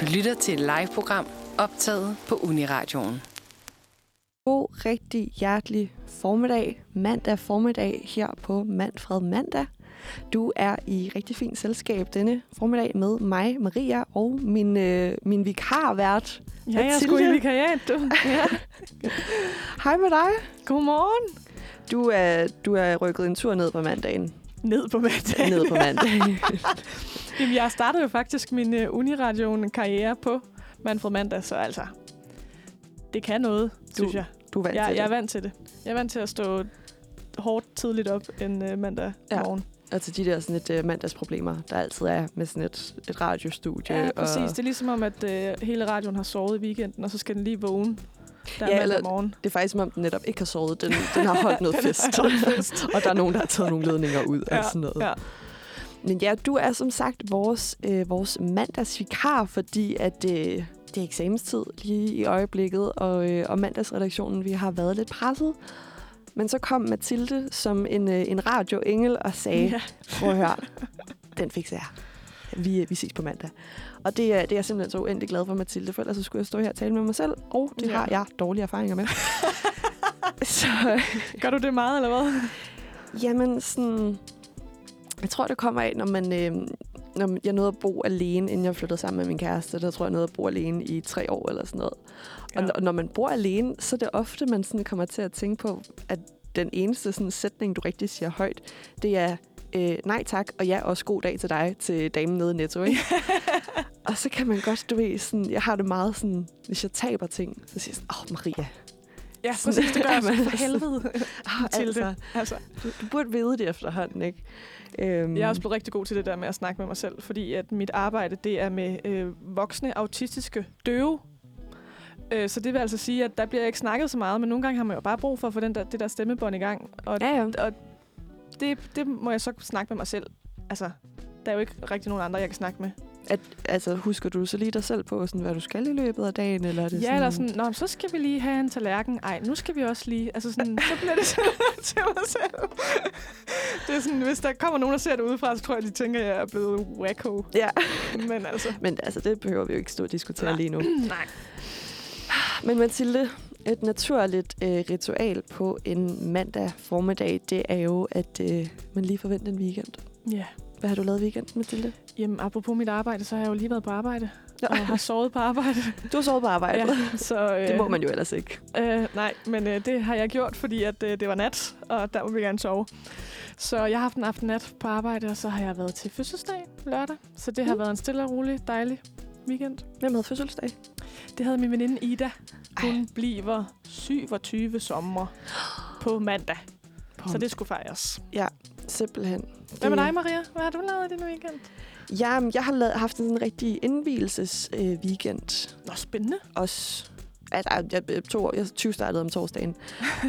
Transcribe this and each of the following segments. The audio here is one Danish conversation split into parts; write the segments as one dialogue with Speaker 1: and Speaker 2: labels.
Speaker 1: Du lytter til et live-program optaget på Uniradioen.
Speaker 2: God, rigtig hjertelig formiddag, mandag formiddag her på Manfred Mandag. Du er i rigtig fint selskab denne formiddag med mig, Maria, og min, øh, min vikarvært.
Speaker 3: Ja, jeg skulle i vikariat, du. Ja.
Speaker 2: Hej med dig.
Speaker 3: Godmorgen.
Speaker 2: Du er, du er rykket en tur ned på mandagen.
Speaker 3: Ned på mandag.
Speaker 2: Ned på mandagen.
Speaker 3: Jamen, jeg startede jo faktisk min uh, Uniradioen-karriere på Manfred Mandag, så altså, det kan noget, du, synes jeg.
Speaker 2: Du er vant
Speaker 3: jeg,
Speaker 2: til
Speaker 3: jeg er
Speaker 2: det.
Speaker 3: vant til det. Jeg er vant til at stå hårdt tidligt op en uh, mandag
Speaker 2: Ja.
Speaker 3: ja. morgen.
Speaker 2: Og til de der sådan et øh, mandagsproblemer, der altid er med sådan et, et radiostudie.
Speaker 3: Ja, præcis.
Speaker 2: Og
Speaker 3: Det er ligesom om, at uh, hele radioen har sovet i weekenden, og så skal den lige vågne
Speaker 2: Ja,
Speaker 3: der ja,
Speaker 2: eller-
Speaker 3: mandag morgen.
Speaker 2: det er faktisk, som om den netop ikke har sovet. Den, den har holdt noget
Speaker 3: Den har
Speaker 2: fest.
Speaker 3: holdt fest.
Speaker 2: og der er nogen, der har taget nogle ledninger ud ja,
Speaker 3: Ja,
Speaker 2: og sådan noget.
Speaker 3: ja.
Speaker 2: Men ja, du er som sagt vores, øh, vores mandagsvikar, fordi at, øh, det er eksamenstid lige i øjeblikket, og, øh, og mandagsredaktionen, vi har været lidt presset. Men så kom Mathilde som en, øh, en radioengel og sagde, ja.
Speaker 3: Ja.
Speaker 2: prøv at høre, den fik jeg. Vi, øh, vi ses på mandag. Og det, er- det er jeg simpelthen så uendelig glad for, Mathilde, for ellers så skulle jeg stå her og tale med mig selv, og det ja.
Speaker 3: Ja.
Speaker 2: har jeg dårlige erfaringer med. så øh,
Speaker 3: Gør du det meget, eller hvad?
Speaker 2: Jamen, sådan... Jeg tror, det kommer af, når man... Øh, når man- jeg nåede at bo alene, inden jeg flyttede sammen med min kæreste. Der tror jeg, jeg nåede at bo alene i tre år eller sådan noget. Ja. Og
Speaker 3: Ja.
Speaker 2: når, når man bor alene, så er det ofte, man sådan kommer til at tænke på, at den eneste sådan, sætning, du rigtig siger højt, det er øh, nej tak, og ja, også god dag til dig, til damen nede i Netto, ikke? og så kan man godt, du ved, sådan, jeg har det meget sådan, hvis jeg taber ting, så siger jeg sådan, åh, oh, Maria,
Speaker 3: Ja,
Speaker 2: Sådan
Speaker 3: præcis. Det gør
Speaker 2: er
Speaker 3: jeg
Speaker 2: man
Speaker 3: også for
Speaker 2: altså.
Speaker 3: helvede
Speaker 2: oh,
Speaker 3: til
Speaker 2: altså,
Speaker 3: det. Altså.
Speaker 2: du, du burde vide det efterhånden, ikke? Øhm,
Speaker 3: Jeg er også blevet rigtig god til det der med at snakke med mig selv, fordi at mit arbejde det er med øh, voksne autistiske døve. Øh, så det vil altså sige, at der bliver ikke snakket så meget, men nogle gange har man jo bare brug for at få den der, det der stemmebånd i gang. Og
Speaker 2: Ja, ja.
Speaker 3: det, det må jeg så snakke med mig selv. Altså, der er jo ikke rigtig nogen andre, jeg kan snakke med.
Speaker 2: At, altså, husker du så lige dig selv på, sådan, hvad du skal i løbet af dagen? Eller er det
Speaker 3: Ja,
Speaker 2: sådan,
Speaker 3: eller sådan, Nå, men så skal vi lige have en tallerken. Ej, nu skal vi også lige... Altså sådan, så bliver det sådan til mig selv. det er sådan, hvis der kommer nogen, der ser det udefra, så tror jeg, de tænker, at jeg er blevet wacko.
Speaker 2: Ja,
Speaker 3: Men altså,
Speaker 2: men altså, det behøver vi jo ikke stå og diskutere
Speaker 3: Nej.
Speaker 2: lige nu.
Speaker 3: nej.
Speaker 2: Men Mathilde, et naturligt øh, ritual på en mandag formiddag, det er jo, at øh, man lige forventer en weekend.
Speaker 3: Ja. Yeah.
Speaker 2: Hvad har du lavet i weekenden, Mathilde?
Speaker 3: Jamen, apropos mit arbejde, så har jeg jo lige været på arbejde. Og har sovet på arbejde.
Speaker 2: Du har sovet på arbejde. Ja.
Speaker 3: så, øh,
Speaker 2: Det må man jo ellers ikke.
Speaker 3: Øh, nej, men øh, det har jeg gjort, fordi at, øh, det var nat, og der må vi gerne sove. Så jeg har haft en aften nat på arbejde, og så har jeg været til fødselsdag lørdag. Så det har
Speaker 2: Mm.
Speaker 3: været en stille og rolig, dejlig weekend.
Speaker 2: Hvem havde fødselsdag?
Speaker 3: Det havde min veninde Ida. Hun
Speaker 2: Ej.
Speaker 3: Ej. bliver 27 sommer på mandag. Så det skulle fejres.
Speaker 2: simpelthen...
Speaker 3: Hvad med
Speaker 2: det-
Speaker 3: dig, Maria? Hvad har du lavet i din weekend?
Speaker 2: Jamen, jeg har lavet, haft en sådan rigtig indvielses-weekend. Øh, weekend.
Speaker 3: Nå, spændende.
Speaker 2: også at jeg, jeg, to år, jeg 20 startede om torsdagen,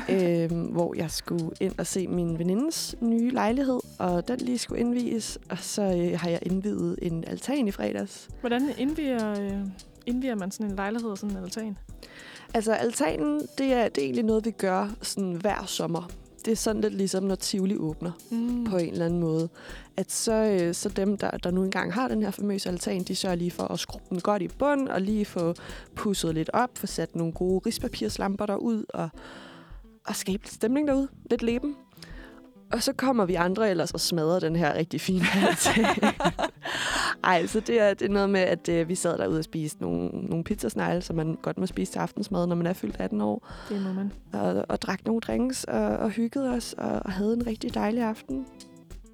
Speaker 2: øhm, hvor jeg skulle ind og se min venindes nye lejlighed, og den lige skulle indvies, og så øh, har jeg indviet en altan i fredags.
Speaker 3: Hvordan indviger, øh, indviger man sådan en lejlighed og sådan en altan?
Speaker 2: Altså altanen, det er, det er egentlig noget, vi gør sådan hver sommer. Det er sådan lidt ligesom, når Tivoli åbner.
Speaker 3: Mm.
Speaker 2: på en eller anden måde, at så, øh, så dem, der, der nu engang har den her famøse altan, de sørger lige for at skrubbe den godt i bund, og lige få pusset lidt op, få sat nogle gode rispapirslamper derud, og, og skabe lidt stemning derude, lidt leben. Og så kommer vi andre ellers og smadrer den her rigtig fine altan. Ej, så det er, det er noget med, at øh, vi sad derude og spiste nogle, nogle pizzasnegle, som man godt må spise til aftensmad, når man er fyldt 18 år
Speaker 3: Det må man.
Speaker 2: og, og drak nogle drinks og, og hyggede os og, og havde en rigtig dejlig aften.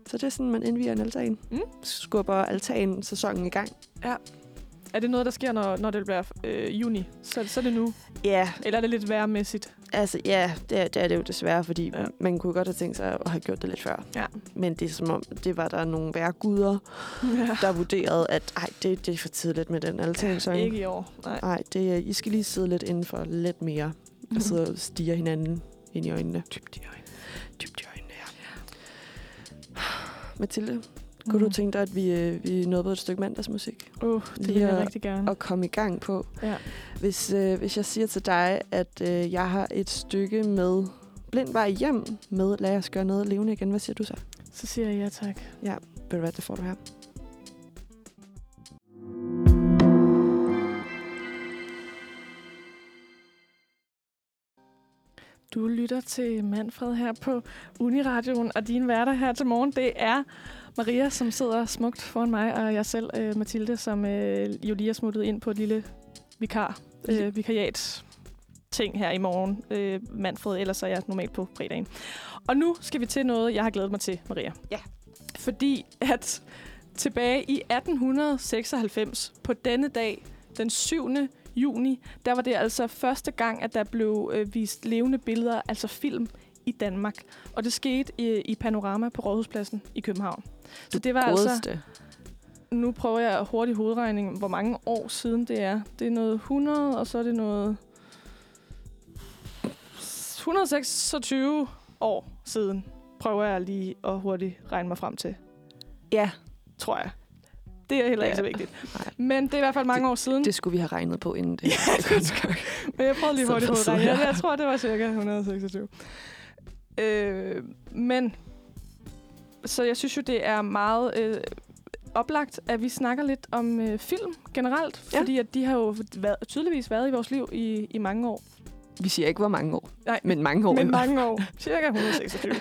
Speaker 2: Så det er sådan, man indviger en altan.
Speaker 3: Mm.
Speaker 2: Skubber altan-sæsonen i gang.
Speaker 3: Er det noget, der sker, når, når det bliver øh, juni? Så, så er det nu.
Speaker 2: Ja,
Speaker 3: Eller er det lidt værmæssigt?
Speaker 2: altså ja, det, er- det er det jo desværre, fordi ja.
Speaker 3: Ja.
Speaker 2: man kunne godt have tænkt sig at have gjort det lidt før.
Speaker 3: Ja.
Speaker 2: Men det er som om, det var der nogle værre guder, der vurderede, at ej, det, det er for tidligt med den altan
Speaker 3: Ikke i år. Nej.
Speaker 2: Nej, det, er- I skal lige sidde lidt indenfor, lidt mere,
Speaker 3: Mm.
Speaker 2: og sidde og stige hinanden ind Mhm. i øjnene.
Speaker 3: Dybt i øjnene.
Speaker 2: Dybt i øjnene, ja. Mathilde, Kunne
Speaker 3: Mm.
Speaker 2: du tænke dig, at vi, øh, vi nåede på et stykke mandagsmusik
Speaker 3: Uh, det vil
Speaker 2: Lige
Speaker 3: jeg
Speaker 2: at-
Speaker 3: rigtig gerne.
Speaker 2: og komme i gang på?
Speaker 3: Ja.
Speaker 2: Hvis, øh, hvis jeg siger til dig, at øh, jeg har et stykke med Blind vej hjem med Lad os gøre noget levende igen, hvad siger du så?
Speaker 3: Så siger jeg ja tak.
Speaker 2: Ved du hvad, det får du her.
Speaker 3: Du lytter til Manfred her på Uniradioen, og dine værter her til morgen, det er Maria, som sidder smukt foran mig, og jeg selv, øh, Mathilde, som øh, jo lige er smuttet ind på et lille vikar, øh, vikariat ting her i morgen. Øh, Manfred, ellers er jeg normalt på fredagen. Og nu skal vi til noget, jeg har glædet mig til, Maria.
Speaker 1: Ja.
Speaker 3: Fordi at tilbage i 1896, på denne dag, den 7. juni, der var det altså første gang, at der blev øh, vist levende billeder, altså film, i Danmark. Og det skete i, i Panorama på Rådhuspladsen i København. Så det var altså...
Speaker 2: Rådeste.
Speaker 3: Nu prøver jeg hurtig hovedregning, hvor mange år siden det er. Det er noget 100, og så er det noget 126 år siden, prøver jeg lige at hurtigt regne mig frem til,
Speaker 2: Ja,
Speaker 3: tror jeg. Det er heller ikke så
Speaker 2: Ja.
Speaker 3: vigtigt.
Speaker 2: Nej.
Speaker 3: Men det er i hvert fald mange år siden.
Speaker 2: det skulle vi have regnet på inden det.
Speaker 3: Ja, det skulle Men jeg prøvede lige
Speaker 2: Så
Speaker 3: hurtigt
Speaker 2: der sidder
Speaker 3: hovedregning. Jeg,
Speaker 2: jeg.
Speaker 3: jeg tror, det var cirka 126. Øh, men, så jeg synes jo, det er meget øh, oplagt, at vi snakker lidt om øh, film generelt.
Speaker 2: Ja.
Speaker 3: Fordi at de har jo været, tydeligvis været i vores liv i, i mange år.
Speaker 2: Vi siger ikke, hvor mange år.
Speaker 3: Nej,
Speaker 2: Men mange år.
Speaker 3: men mange år. Cirka 126.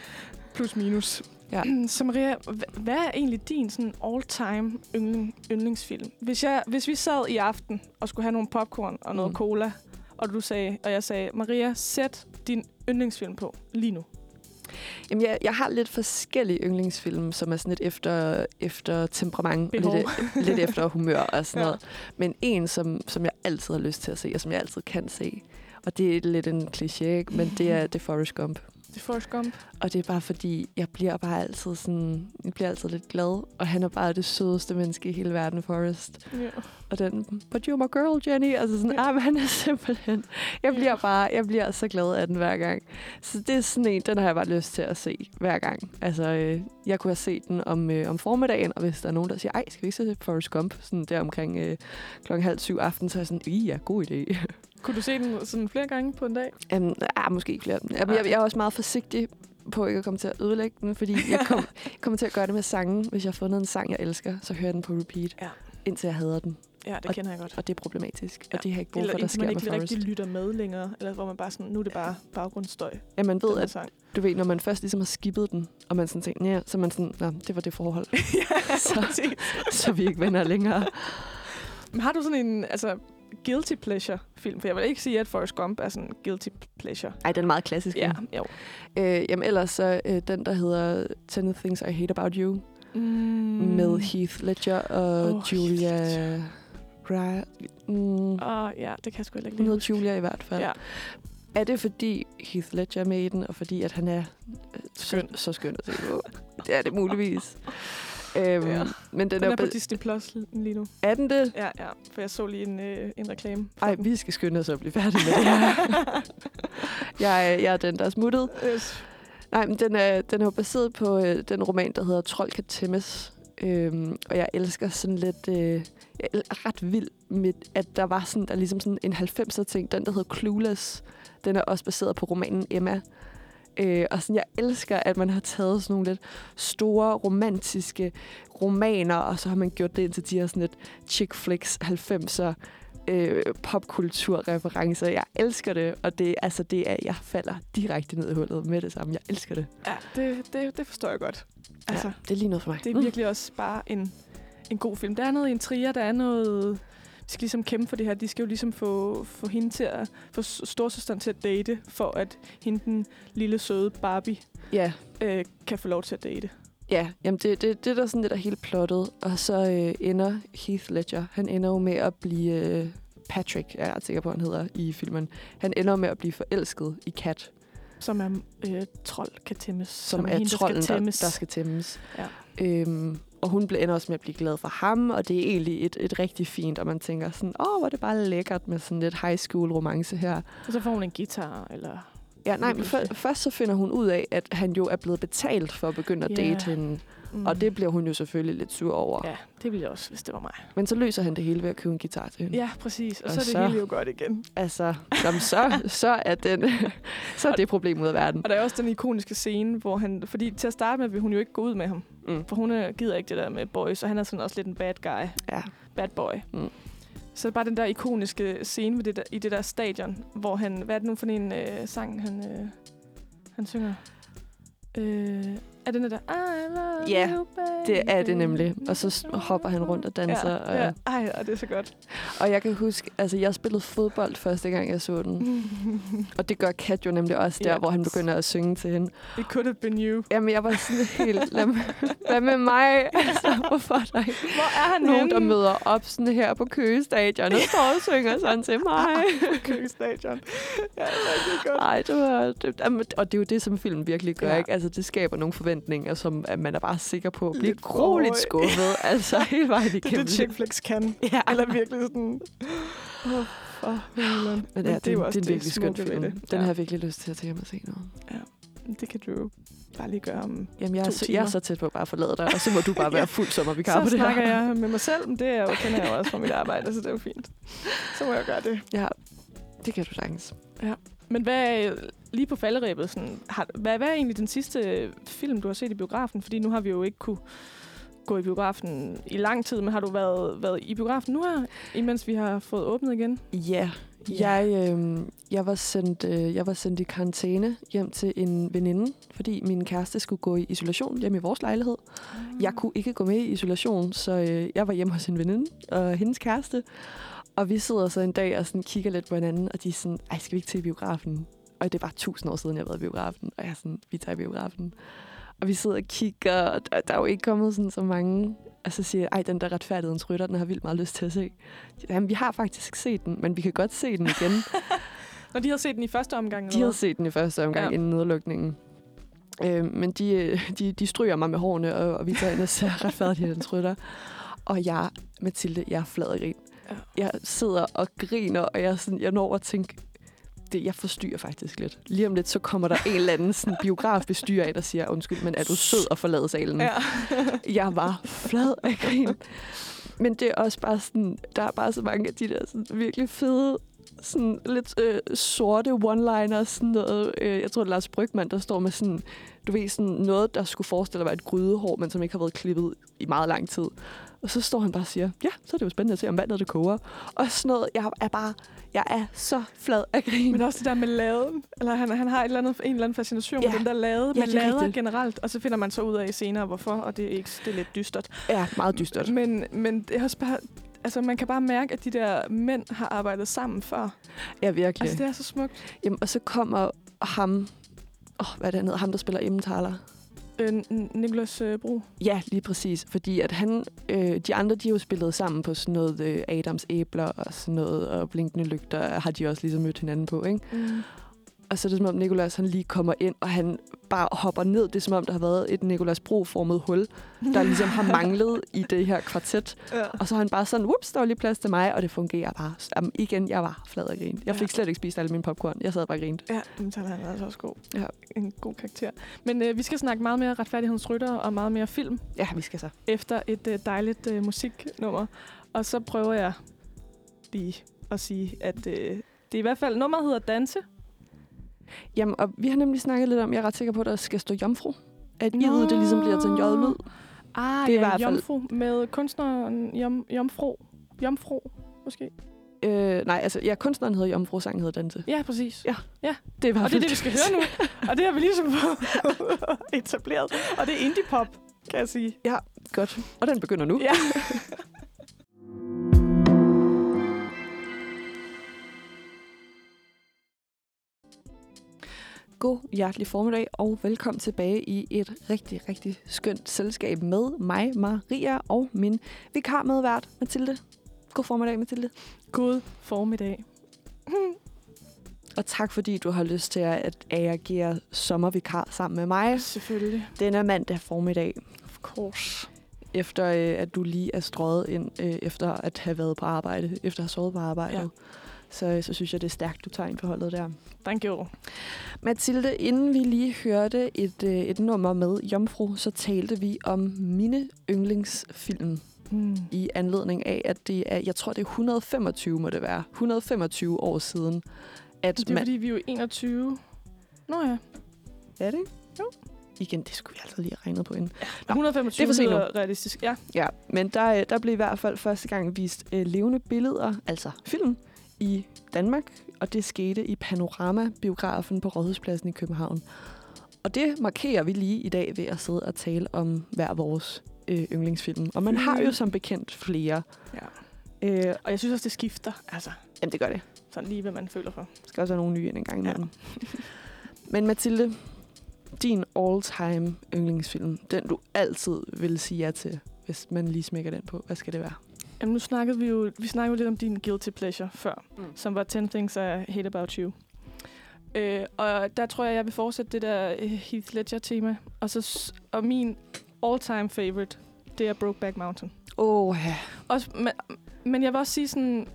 Speaker 3: Plus minus.
Speaker 2: Ja.
Speaker 3: Så Maria, hva- hvad er egentlig din sådan all-time yndling, yndlingsfim? Hvis, jeg, hvis vi sad i aften og skulle have nogle popcorn og noget
Speaker 2: Mm.
Speaker 3: mm. cola, og du sagde, og jeg sagde, Maria, sæt din yndlingsfilm på lige nu.
Speaker 2: Jamen, jeg, jeg har lidt forskellige yndlingsfilm, som er sådan lidt efter, efter temperament, og
Speaker 3: Behov.
Speaker 2: lidt, lidt efter humør og sådan ja.
Speaker 3: Ja.
Speaker 2: noget. Men en, som, som jeg altid har lyst til at se, og som jeg altid kan se, og det er lidt en kliché, ikke? men det er, det er Forrest Gump.
Speaker 3: Det er Forrest Gump.
Speaker 2: Og det er bare fordi, jeg bliver bare altid sådan, jeg bliver altid lidt glad, og han er bare det sødeste menneske i hele verden, Forrest.
Speaker 3: Ja.
Speaker 2: og den, but you're my girl, Jenny. Altså sådan,
Speaker 3: Ja.
Speaker 2: ah, men han er simpelthen... Jeg
Speaker 3: Ja.
Speaker 2: bliver bare, jeg bliver så glad af den hver gang. Så det er sådan en, den har jeg bare lyst til at se hver gang. Altså, øh, jeg kunne have set den om, øh, om formiddagen, og hvis der er nogen, der siger, ej, skal vi ikke se Forrest Gump? Sådan der omkring øh, klokken halv syv aften, så er jeg sådan, i ja, god idé.
Speaker 3: Kunne du se den sådan flere gange på en dag?
Speaker 2: um, ah, måske ikke flere. Jamen,
Speaker 3: Nej.
Speaker 2: jeg, jeg er også meget forsigtig på ikke at komme til at ødelægge den, fordi jeg kom, kommer til at gøre det med sangen. Hvis jeg har fundet en sang, jeg elsker, så hører jeg den på repeat,
Speaker 3: Ja.
Speaker 2: indtil jeg hader den.
Speaker 3: Ja, det
Speaker 2: Og-
Speaker 3: kender jeg godt.
Speaker 2: Og det er problematisk, ja.
Speaker 3: Ja.
Speaker 2: og det har jeg ikke brug
Speaker 3: Eller
Speaker 2: for, der
Speaker 3: indtil
Speaker 2: sker
Speaker 3: man
Speaker 2: med
Speaker 3: ikke
Speaker 2: Forrest.
Speaker 3: rigtig lytter med længere, eller hvor man bare sådan, nu er det bare baggrundsstøj.
Speaker 2: Ja, man ved,
Speaker 3: den her
Speaker 2: at
Speaker 3: sang.
Speaker 2: du ved, når man først ligesom har skippet den, og man sådan tænker, ja, så er man sådan, Nå, det var det forhold,
Speaker 3: ja,
Speaker 2: Så-
Speaker 3: præcis.
Speaker 2: så vi ikke venner længere.
Speaker 3: Men har du sådan en altså, guilty pleasure-film? For jeg vil ikke sige, at Forrest Gump er sådan en guilty pleasure.
Speaker 2: Ej, den er meget klassisk.
Speaker 3: Ja,
Speaker 2: Ja.
Speaker 3: jo.
Speaker 2: Øh, jamen ellers så øh, den, der hedder 10 Things I Hate About You, mm.
Speaker 3: Mm.
Speaker 2: med Heath Ledger og
Speaker 3: Åh,
Speaker 2: oh,
Speaker 3: Heath
Speaker 2: Julia... Ra- mm,
Speaker 3: Åh, ja, det kan jeg sgu heller ikke
Speaker 2: hun
Speaker 3: lige
Speaker 2: hedder
Speaker 3: huske.
Speaker 2: Julia i hvert fald.
Speaker 3: Ja.
Speaker 2: Er det fordi Heath Ledger er med i den, og fordi at han er øh,
Speaker 3: Skøn.
Speaker 2: Så, så skøn at se på? det er det muligvis. Øhm,
Speaker 3: Ja.
Speaker 2: ja. Men den,
Speaker 3: Den er på
Speaker 2: be-
Speaker 3: Disney Plus lige nu.
Speaker 2: er den det?
Speaker 3: Ja, ja, for jeg så lige en, øh, en reklame. for
Speaker 2: Ej,
Speaker 3: den.
Speaker 2: vi skal skynde os at blive færdige med det her. jeg, er- jeg er den, der er smuttet.
Speaker 3: yes.
Speaker 2: Nej, men den er, den er jo baseret på øh, den roman, der hedder Trold kan tæmmes. Øhm, og jeg elsker sådan lidt... Øh, jeg er ret vild med, at der var sådan, der er ligesom sådan en 90'er ting. Den, der hedder Clueless, den er også baseret på romanen Emma. Øh, og sådan, jeg elsker, at man har taget sådan nogle lidt store, romantiske romaner, og så har man gjort det ind til de her sådan lidt chick flicks 90'er øh, popkulturreferencer. Jeg elsker det, og det, altså, det er, jeg falder direkte ned i hullet med det samme. Jeg elsker det.
Speaker 3: Ja, det, det, det forstår jeg godt. Altså, ja.
Speaker 2: det er lige noget for mig.
Speaker 3: det er virkelig også bare en, en god film. Der er noget i en trier, der er noget... De skal ligesom kæmpe for det her. De skal jo ligesom få, få hende til at... Få s- storsøsteren til at date, for at hende den lille søde Barbie
Speaker 2: Mm. Ja,
Speaker 3: øh, kan få lov til at date.
Speaker 2: ja. Jamen, det, det, det er der sådan lidt er helt plottet. Og så øh, ender Heath Ledger, han ender jo med at blive... Øh, Patrick, jeg er ret sikker på, han hedder i filmen. Han ender jo med at blive forelsket i Kat,
Speaker 3: Som er øh, trold kan tæmmes.
Speaker 2: som, som er
Speaker 3: hende,
Speaker 2: trolden, der skal tæmmes.
Speaker 3: tæmmes.
Speaker 2: Der, der skal tæmmes.
Speaker 3: Ja.
Speaker 2: Øhm, og hun ble- ender også med at blive glad for ham, og det er egentlig et, et rigtig fint, og man tænker sådan, åh, hvor er det bare lækkert med sådan lidt high school romance her.
Speaker 3: Og så får hun en guitar, eller...
Speaker 2: Ja, nej, men
Speaker 3: Lige pludselig.
Speaker 2: før, først så finder hun ud af, at han jo er blevet betalt for at begynde at
Speaker 3: Ja.
Speaker 2: date hende,
Speaker 3: Mm.
Speaker 2: og det bliver hun jo selvfølgelig lidt sur over.
Speaker 3: Ja, det ville jeg også, hvis det var mig.
Speaker 2: Men så løser han det hele ved at købe en guitar til hende.
Speaker 3: Ja, præcis. Og, og
Speaker 2: Og
Speaker 3: så er det
Speaker 2: så-
Speaker 3: hele jo godt igen.
Speaker 2: Altså, jamen, så, så er den, så er det problem ud af verden.
Speaker 3: Og der er også den ikoniske scene, hvor han... Fordi til at starte med vil hun jo ikke gå ud med ham.
Speaker 2: Mm.
Speaker 3: For hun øh, gider ikke det der med boys, og han er sådan også lidt en bad guy.
Speaker 2: Ja.
Speaker 3: Bad boy.
Speaker 2: Mm.
Speaker 3: Så er det bare den der ikoniske scene ved det der, i det der stadion, hvor han... Hvad er det nu for en øh, sang, han, øh, han synger? Øh, er den der... I love
Speaker 2: Ja,
Speaker 3: you, baby.
Speaker 2: Det er det nemlig. Og så hopper han rundt og danser.
Speaker 3: Ja,
Speaker 2: og,
Speaker 3: ja. Ej, og det er så godt.
Speaker 2: og jeg kan huske, altså jeg spillede fodbold første gang, jeg så den. Og det gør Kat jo nemlig også der,
Speaker 3: Ja.
Speaker 2: hvor han begynder at synge til hende.
Speaker 3: It could have been you.
Speaker 2: Jamen, jeg var sådan helt, lad, mig- hvad med mig? Altså, hvorfor er der ikke
Speaker 3: Hvor er han
Speaker 2: nogen, der
Speaker 3: henne?
Speaker 2: møder op sådan her på køgestadion og står og synger sådan til mig?
Speaker 3: Køkkenstadion. Ja, det er rigtig godt.
Speaker 2: Ej, det var... Det, jamen, og det er jo det, som filmen virkelig gør,
Speaker 3: Ja.
Speaker 2: ja. ikke? Altså, det skaber nogle forventninger, som at man er bare sikker på at blive
Speaker 3: Lidt for høj.
Speaker 2: grueligt skuffet. altså, hele vejen
Speaker 3: Det er
Speaker 2: igennem.
Speaker 3: det, chick flicks kan.
Speaker 2: Ja.
Speaker 3: Eller virkelig sådan... Åh, for helvede.
Speaker 2: Ah. Men ja, det, det, er
Speaker 3: jo
Speaker 2: jo også det er en virkelig skøn
Speaker 3: smukke ved
Speaker 2: film. Den
Speaker 3: det.
Speaker 2: ja.
Speaker 3: Ja.
Speaker 2: har jeg virkelig lyst til at tage hjem og se nu.
Speaker 3: Det kan du jo bare lige gøre om.
Speaker 2: Jamen, jeg, er
Speaker 3: To
Speaker 2: så, jeg er
Speaker 3: timer.
Speaker 2: så tæt på at bare forlade dig, og så må du bare være fuld sommervikar på
Speaker 3: Så
Speaker 2: det
Speaker 3: snakker
Speaker 2: her.
Speaker 3: jeg med mig selv, men det er jo, kender jeg jo også fra mit arbejde, så det er jo fint. Så må jeg gøre det.
Speaker 2: Ja, det kan du sagtens.
Speaker 3: Men hvad er- lige på falderæbet, sådan, har, hvad, hvad er egentlig den sidste film, du har set i biografen? Fordi nu har vi jo ikke kunne gå i biografen i lang tid, men har du været, været i biografen nu her, imens vi har fået åbnet igen?
Speaker 2: Ja,
Speaker 3: Ja.
Speaker 2: jeg, øh, jeg, var sendt, øh, jeg var sendt i karantæne hjem til en veninde, fordi min kæreste skulle gå i isolation hjemme i vores lejlighed. Jeg kunne ikke gå med i isolation, så øh, jeg var hjemme hos en veninde og hendes kæreste. Og vi sidder så en dag og sådan kigger lidt på hinanden, og de er sådan, ej, skal vi ikke til i biografen? Og det er bare tusind år siden, jeg har været i biografen, og jeg er sådan, vi tager i biografen. Og vi sidder og kigger, og der, der er jo ikke kommet sådan så mange. Og så siger jeg, ej, den der retfærdighedens rytter, den har jeg vildt meget lyst til at se. Jamen, vi har faktisk set den, men vi kan godt se den igen.
Speaker 3: Når de havde set den i første omgang,
Speaker 2: De
Speaker 3: eller
Speaker 2: havde
Speaker 3: hvad?
Speaker 2: set den i første omgang ja.
Speaker 3: Ja.
Speaker 2: inden nedlukningen. Øh, men de, øh, de, de stryger mig med hårene, og, og vi tager ind og ser retfærdighedens rytter. Og jeg, Mathilde, jeg er flad af grin.
Speaker 3: Ja.
Speaker 2: Jeg sidder og griner, og jeg, er sådan, jeg når at tænke, det, jeg forstyrrer faktisk lidt. Lige om lidt, så kommer der en eller anden sådan, biografbestyrer ind og siger, undskyld, men er du sød at forlade salen?
Speaker 3: Ja.
Speaker 2: Jeg var flad af grin. Men det er også bare sådan, der er bare så mange af de der sådan, virkelig fede, sådan lidt øh, sorte one-liners, sådan noget. Øh, jeg tror, det er Lars Brygman, der står med sådan, du ved, sådan noget, der skulle forestille at være et grydehår, men som ikke har været klippet i meget lang tid. Og så står han bare og siger, ja, så er det jo spændende at se, om vandet det koger. Og sådan noget, jeg er bare, jeg er så flad af grin.
Speaker 3: Men også det der med laden. Eller han, han har et eller andet, en eller anden fascination ja.
Speaker 2: Ja.
Speaker 3: med den der lade.
Speaker 2: Ja,
Speaker 3: Ja, med
Speaker 2: det er
Speaker 3: lader
Speaker 2: rigtigt.
Speaker 3: generelt. Og så finder man så ud af senere, hvorfor. Og det er, ikke, det er lidt dystert.
Speaker 2: Ja, meget dystert.
Speaker 3: Men, men det er også bare... Altså, man kan bare mærke, at de der mænd har arbejdet sammen før. Okay.
Speaker 2: Ja, virkelig.
Speaker 3: Altså, det er så smukt.
Speaker 2: Jamen, og så kommer ham, åh, hvad er det, han hedder? ham der spiller Emmentaler.
Speaker 3: Øh, N- Niklas øh, Bro.
Speaker 2: Ja, lige præcis. Fordi at han, øh, de andre, de er jo spillet sammen på sådan noget øh, Adams æbler og sådan noget, og blinkende lygter har de også ligesom mødt hinanden på, ikke?
Speaker 3: Mm.
Speaker 2: Og så er det som om Nikolas, han lige kommer ind, og han bare hopper ned. Det er som om, der har været et Nikolas Bro-formet hul, der ligesom har manglet i det her kvartet.
Speaker 3: Ja.
Speaker 2: Og så har han bare sådan, whoops, der var lige plads til mig, og det fungerer bare. Jamen, igen, jeg var flad og grin. Jeg fik
Speaker 3: Ja.
Speaker 2: slet ikke spist alle mine popcorn. Jeg sad bare og grinte.
Speaker 3: Ja, den taler han er altså også god.
Speaker 2: Ja.
Speaker 3: En god karakter. Men øh, vi skal snakke meget mere retfærdighedens rytter og meget mere film
Speaker 2: Ja, vi skal så.
Speaker 3: efter et øh, dejligt øh, musiknummer. Og så prøver jeg lige at sige, at øh, det er i hvert fald, nummeret hedder Danse.
Speaker 2: Jamen, og vi har nemlig snakket lidt om, jeg er ret sikker på, at der skal stå jomfru. At
Speaker 3: Nå.
Speaker 2: idet det ligesom bliver til en j-lyd. Det er
Speaker 3: Ah, det
Speaker 2: i
Speaker 3: er ja,
Speaker 2: hvert fald-
Speaker 3: Jomfru med kunstneren Jom, Jomfru. Jomfru, måske.
Speaker 2: Øh, nej, altså, ja, kunstneren hedder Jomfru, sangen hedder Dante.
Speaker 3: Ja, præcis.
Speaker 2: Ja.
Speaker 3: Ja.
Speaker 2: Det var
Speaker 3: Og det er det, vi skal høre nu. Og det har vi ligesom etableret. Og det er indie-pop, kan jeg sige.
Speaker 2: Godt. Og den begynder nu.
Speaker 3: Ja.
Speaker 2: God hjertelig formiddag, og velkommen tilbage i et rigtig, rigtig skønt selskab med mig, Maria, og min vikarmedvært, Mathilde. God formiddag, Mathilde.
Speaker 3: God formiddag.
Speaker 2: Og tak, fordi du har lyst til at agere sommervikar sammen med mig.
Speaker 3: Selvfølgelig.
Speaker 2: Den er mandag formiddag.
Speaker 3: Of course.
Speaker 2: efter øh, at du lige er strøget ind, øh, efter at have været på arbejde, efter at have sovet på arbejde. Ja.
Speaker 3: Ja.
Speaker 2: Så, øh, så synes jeg, det er stærkt, du tager ind på holdet der.
Speaker 3: Thank you.
Speaker 2: Mathilde, inden vi lige hørte et, øh, et nummer med Jomfru, så talte vi om mine yndlingsfilm
Speaker 3: Mm.
Speaker 2: i anledning af, at det er, jeg tror det er 125 må det være, 125 år siden, at
Speaker 3: Det er
Speaker 2: man...
Speaker 3: fordi, vi er jo 21. Nå ja.
Speaker 2: Er det? Jo. Igen, det skulle vi altså lige have regnet på inden.
Speaker 3: 125
Speaker 2: det er for sent nu.
Speaker 3: lyder realistisk. Ja,
Speaker 2: Ja, men der, øh, der blev i hvert fald første gang vist øh, levende billeder, altså film, i Danmark. Og det skete i Panorama-biografen på Rådhuspladsen i København. Og det markerer vi lige i dag ved at sidde og tale om hver vores øh, yndlingsfilm. Og man har jo som bekendt flere.
Speaker 3: Ja.
Speaker 2: Øh,
Speaker 3: og jeg synes også, det skifter. Altså,
Speaker 2: jamen, det gør det.
Speaker 3: sådan lige, hvad man føler for.
Speaker 2: Der skal også være nogle nye ind en gang imellem. Ja. Men Mathilde, din all-time yndlingsfilm, den du altid vil sige ja til, hvis man lige smækker den på, hvad skal det være?
Speaker 3: Jamen, nu snakkede vi jo, vi snakkede jo lidt om din guilty pleasure før,
Speaker 1: Mm.
Speaker 3: mm. som var 10 Things I Hate About You. Øh, og der tror jeg, jeg vil fortsætte det der øh, Heath Ledger-tema. Og, så, s- og min all-time favorite, det er Brokeback Mountain.
Speaker 2: Åh, ja.
Speaker 3: Også, men, men jeg vil også sige sådan,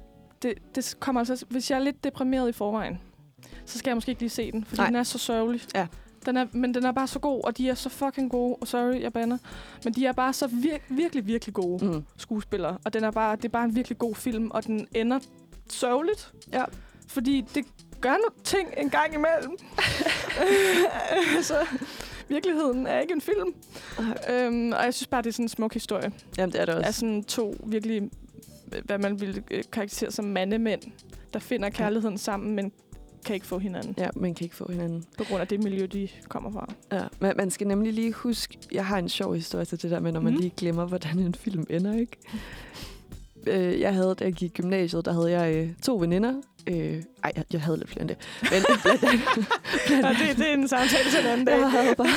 Speaker 3: det, det kommer altså, hvis jeg er lidt deprimeret i forvejen, så skal jeg måske ikke lige se den, fordi
Speaker 2: Nej.
Speaker 3: Nej. den er så sørgelig.
Speaker 2: Ja.
Speaker 3: Den er, men den er bare så god, og de er så fucking gode. Og sorry, jeg banner. Men de er bare så vir- virkelig, virkelig gode
Speaker 2: Mm.
Speaker 3: skuespiller. Og den er bare, det er bare en virkelig god film, og den ender sørgeligt.
Speaker 2: Ja.
Speaker 3: Fordi det gør nogle ting en gang imellem. så virkeligheden er ikke en film. Øhm, og jeg synes bare, det er sådan en smuk historie
Speaker 2: Jamen, det er det også.
Speaker 3: er sådan to virkelig, øh, hvad man ville øh, karakterisere som mandemænd, der finder kærligheden sammen, men kan ikke få hinanden
Speaker 2: Ja, man kan ikke få hinanden.
Speaker 3: på grund af det miljø, de kommer fra.
Speaker 2: Ja. Man, man skal nemlig lige huske, jeg har en sjov historie til det der med, når man mm.
Speaker 3: Mhm.
Speaker 2: lige glemmer, hvordan en film ender, ikke? Øh, jeg havde, da jeg gik i gymnasiet, der havde jeg øh, to veninder. Øh, ej, jeg, jeg havde lidt flere end det. Men blandt andet,
Speaker 3: Og det, det er en samtale til en anden dag.
Speaker 2: jeg havde bare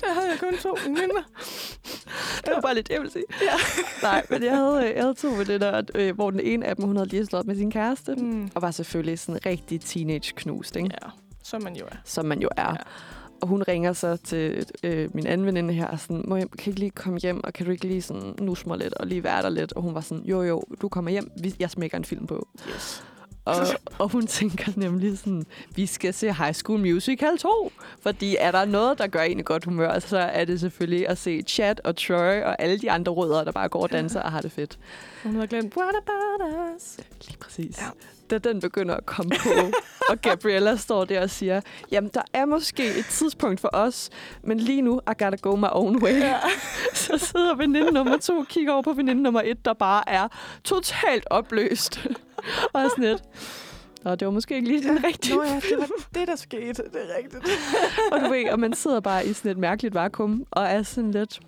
Speaker 3: Der havde jeg kun to veninder.
Speaker 2: Det var bare lidt, jeg vil sige. Ja. Nej, men jeg havde, øh, jeg havde to veninder, øh, hvor den ene af dem, hun havde lige slået op med sin kæreste. Mm.
Speaker 3: Mm.
Speaker 2: Og var selvfølgelig sådan rigtig teenage-knust, ikke? Ja.
Speaker 3: Ja, som man jo er.
Speaker 2: Som man jo er. Ja.
Speaker 3: Ja.
Speaker 2: Og hun ringer så til øh, min anden veninde her, og sådan, Må jeg, kan jeg ikke lige komme hjem, og kan du ikke lige sådan nusme mig lidt, og lige være der lidt? Og hun var sådan, jo jo, du kommer hjem, vi, jeg smækker en film på.
Speaker 3: Yes.
Speaker 2: Og, og hun tænker nemlig sådan, vi skal se High School Musical 2. Fordi er der noget, der gør en i godt humør, så er det selvfølgelig at se Chad og Troy og alle de andre rødder, der bare går og danser og har det fedt.
Speaker 3: Hun havde glemt, what about us?
Speaker 2: Lige præcis. Ja.
Speaker 3: Ja.
Speaker 2: Da den begynder at komme på, og Gabriella står der og siger, jamen der er måske et tidspunkt for os, men lige nu, I gotta go my own way. Ja. Så sidder veninde nummer to og kigger over på veninde nummer et, der bare er totalt opløst. og er sådan lidt, Nå, det var måske ikke lige den rigtige
Speaker 3: Nå ja, det var det, der skete. Det er rigtigt.
Speaker 2: og du ved, og man sidder bare i sådan et mærkeligt vakuum, og er sådan lidt...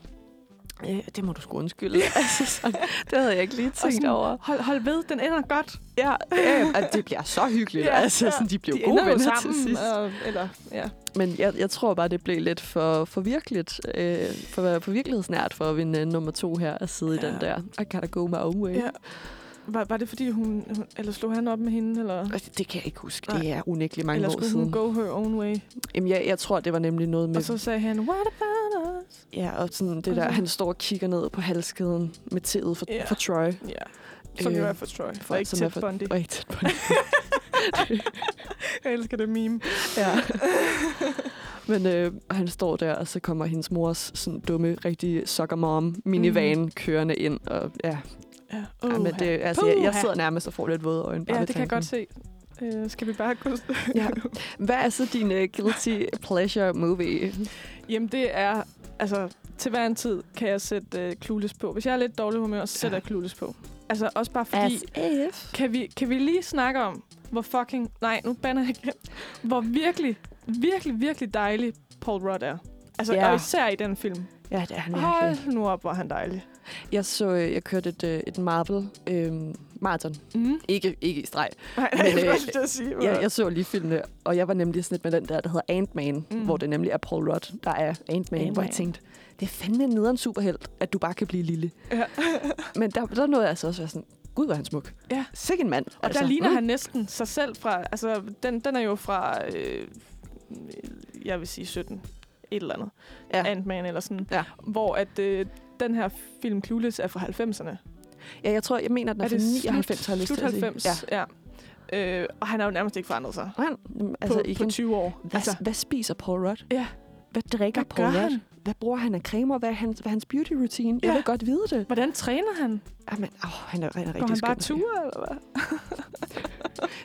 Speaker 2: "Øh, Det må du sgu undskylde. altså, sådan, det havde jeg ikke lige
Speaker 3: Og
Speaker 2: tænkt
Speaker 3: sådan,
Speaker 2: over.
Speaker 3: Hold, hold ved, den ender godt.
Speaker 2: Ja, ja, Øhm, og det bliver så hyggeligt.
Speaker 3: Ja,
Speaker 2: altså,
Speaker 3: ja.
Speaker 2: sådan, de blev
Speaker 3: de
Speaker 2: gode
Speaker 3: ender jo
Speaker 2: venner
Speaker 3: sammen.
Speaker 2: til sidst.
Speaker 3: Og, eller, ja.
Speaker 2: Men jeg, jeg tror bare, det blev lidt for, for virkeligt, øh, for, for virkelighedsnært for at vinde øh, nummer to her og sidde ja. i
Speaker 3: Ja.
Speaker 2: den der. I gotta go my own way.
Speaker 3: ja. Var, var det fordi, hun, hun... Eller slog han op med hende, eller...
Speaker 2: Det kan jeg ikke huske.
Speaker 3: Nej.
Speaker 2: Det er unægteligt mange
Speaker 3: Eller
Speaker 2: år
Speaker 3: skulle hun
Speaker 2: siden.
Speaker 3: go her own way?
Speaker 2: Jamen, jeg, jeg tror, det var nemlig noget med...
Speaker 3: Og så sagde han, what about us?
Speaker 2: ja, og sådan det
Speaker 3: Og
Speaker 2: der,
Speaker 3: så-
Speaker 2: han står og kigger ned på halskæden med tæet for,
Speaker 3: Ja.
Speaker 2: for Troy.
Speaker 3: Ja. Som
Speaker 2: Øh,
Speaker 3: øh, jo er for Troy.
Speaker 2: folk,
Speaker 3: Og ikke
Speaker 2: som er
Speaker 3: Ted
Speaker 2: for-
Speaker 3: for... Bundy.
Speaker 2: Og ikke tæt på
Speaker 3: Jeg elsker det meme.
Speaker 2: Ja. Men øh, han står der, og så kommer hendes mors sådan dumme, rigtig soccer mom minivan
Speaker 3: Mhm.
Speaker 2: mm. kørende ind. Og, ja,
Speaker 3: Ja,
Speaker 2: uh ja, men det, altså, jeg, jeg sidder nærmest og får lidt våde øjne. bare
Speaker 3: ja
Speaker 2: ved
Speaker 3: det kan jeg godt
Speaker 2: tanken.
Speaker 3: se. Øh, skal vi bare gå...
Speaker 2: Ja. Hvad er så din uh, guilty pleasure movie?
Speaker 3: Jamen, det er... Altså, til hver en tid kan jeg sætte øh, Clueless på. Hvis jeg er lidt dårlig humør, så sætter
Speaker 2: Ja.
Speaker 3: jeg Clueless på. Altså, også bare fordi...
Speaker 2: AF.
Speaker 3: Kan vi, kan vi lige snakke om, hvor fucking... Nej, nu banner jeg igen. Hvor virkelig, virkelig, virkelig dejlig Paul Rudd er. Altså,
Speaker 2: Ja.
Speaker 3: og især i den film.
Speaker 2: Ja, det er han virkelig.
Speaker 3: Hold nu op, hvor er han dejlig.
Speaker 2: Jeg så, øh, jeg kørte et, øh, et Marvel øh, marathon.
Speaker 3: Mm.
Speaker 2: Ikke, ikke i streg.
Speaker 3: Nej,
Speaker 2: Men,
Speaker 3: nej, jeg
Speaker 2: øh,
Speaker 3: vil også lige til at sige.
Speaker 2: Jeg, jeg så lige filmene, og jeg var nemlig sådan lidt med den der, der hedder Ant-Man, mm.
Speaker 3: Mm.
Speaker 2: hvor det nemlig er Paul Rudd, der er Ant-Man, Ant-Man. hvor jeg
Speaker 3: Ant-Man.
Speaker 2: tænkte, det er fandme nederen superhelt, at du bare kan blive lille.
Speaker 3: ja.
Speaker 2: Men der, der nåede jeg altså også at være sådan, gud, hvor er han smuk.
Speaker 3: Ja.
Speaker 2: Sikke en mand.
Speaker 3: Og altså, der ligner mm. han næsten sig selv fra... Altså, den, den er jo fra... Øh, jeg vil sige 17. Et eller andet.
Speaker 2: Ja.
Speaker 3: Ja. Ant-Man eller sådan.
Speaker 2: Ja.
Speaker 3: Hvor at øh, den her film Clueless er fra 90'erne.
Speaker 2: Ja, jeg tror, jeg mener, at den er, fra 99, har jeg lyst
Speaker 3: slut
Speaker 2: til at sige.
Speaker 3: 90,
Speaker 2: Ja.
Speaker 3: ja. ja. Øh, og han har jo nærmest ikke forandret sig.
Speaker 2: Og Han, altså,
Speaker 3: Altså, på,
Speaker 2: igen,
Speaker 3: på 20 år.
Speaker 2: hvad, altså, hvad spiser Paul Rudd?
Speaker 3: Ja.
Speaker 2: Hvad drikker
Speaker 3: Hvad
Speaker 2: Paul
Speaker 3: gør
Speaker 2: Rudd?
Speaker 3: han?
Speaker 2: Hvad bruger han af cremer? Hvad er hans, hvad er hans beauty routine? Jeg
Speaker 3: Ja.
Speaker 2: vil godt vide det.
Speaker 3: hvordan træner han?
Speaker 2: Jamen, åh, han er, han er rigtig
Speaker 3: Går han bare
Speaker 2: skøn.
Speaker 3: ture, eller hvad?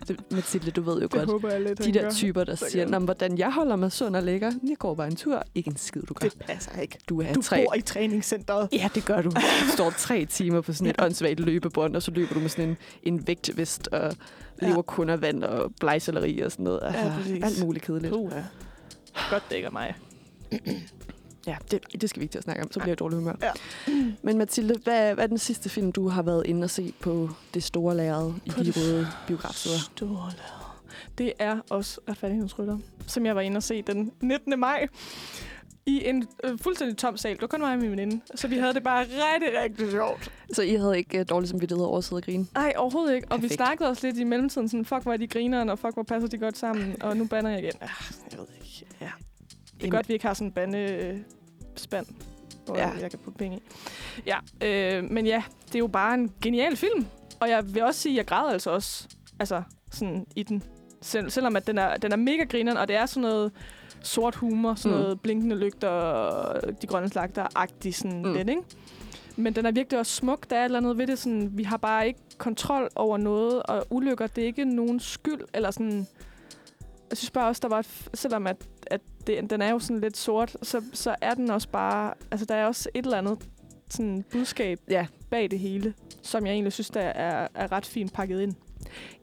Speaker 2: Det, Mathilde, du ved jo
Speaker 3: Det
Speaker 2: godt,
Speaker 3: håber jeg lidt,
Speaker 2: de
Speaker 3: han
Speaker 2: der
Speaker 3: gør.
Speaker 2: typer, der
Speaker 3: Det
Speaker 2: siger,
Speaker 3: gør.
Speaker 2: "Nå, men hvordan jeg holder mig sund og lækker. Jeg går bare en tur. Ikke en skid, du gør.
Speaker 3: Det passer ikke.
Speaker 2: Du er
Speaker 3: Du
Speaker 2: tre.
Speaker 3: bor i træningscenteret.
Speaker 2: Ja, det gør du. Du står tre timer på sådan et åndssvagt løbebånd, og så løber du med sådan en, en vægtvest og
Speaker 3: Ja.
Speaker 2: lever kun af vand og blegselleri og sådan noget. Altså,
Speaker 3: Ja, præcis.
Speaker 2: alt muligt kedeligt.
Speaker 3: Puha. Godt dækker mig.
Speaker 2: Ja, det, det skal vi ikke til at snakke om, så bliver jeg i dårlig humør.
Speaker 3: Ja.
Speaker 2: Men Mathilde, hvad, hvad er den sidste film, du har været inde og se på det store lærred i
Speaker 3: På
Speaker 2: de
Speaker 3: det-
Speaker 2: røde biografsider?
Speaker 3: Stålet. Det er også retfærdighedens rytter, som jeg var inde og se den 19. maj i en øh, fuldstændig tom sal. Det var kun mig og min veninde. Så vi havde det bare rigtig, rigtig sjovt.
Speaker 2: Så I havde ikke uh, dårligt samvittighed over at sidde og grine?
Speaker 3: Nej, overhovedet ikke. Og Perfekt. vi
Speaker 1: Perfekt.
Speaker 3: snakkede også lidt i mellemtiden sådan, fuck, hvor er de grineren, og fuck, hvor passer de godt sammen. Og nu banner jeg igen. Ah, jeg ved ikke. Ja. Det er
Speaker 2: Jamen-
Speaker 3: godt, vi ikke har sådan en bande øh, spand, hvor
Speaker 2: Ja.
Speaker 3: ja. jeg kan putte penge i. Ja, øh, men ja, det er jo bare en genial film. Og jeg vil også sige, at jeg græd altså også altså, sådan i den. Sel- selvom at den er, den er mega grineren, og det er sådan noget sort humor, sådan
Speaker 2: Mm.
Speaker 3: mm. noget blinkende lygter, og de grønne slagter-agtig sådan
Speaker 2: Mm.
Speaker 3: mm. lidt, ikke? Men den er virkelig også smuk. Der er et eller andet ved det. Sådan, vi har bare ikke kontrol over noget, og ulykker, det er ikke nogen skyld. Eller sådan, jeg synes bare også, der var, et f- selvom at, at det, den er jo sådan lidt sort, så, så er den også bare, altså der er også et eller andet sådan budskab
Speaker 2: Ja.
Speaker 3: bag det hele, som jeg egentlig synes, der er, er ret fint pakket ind.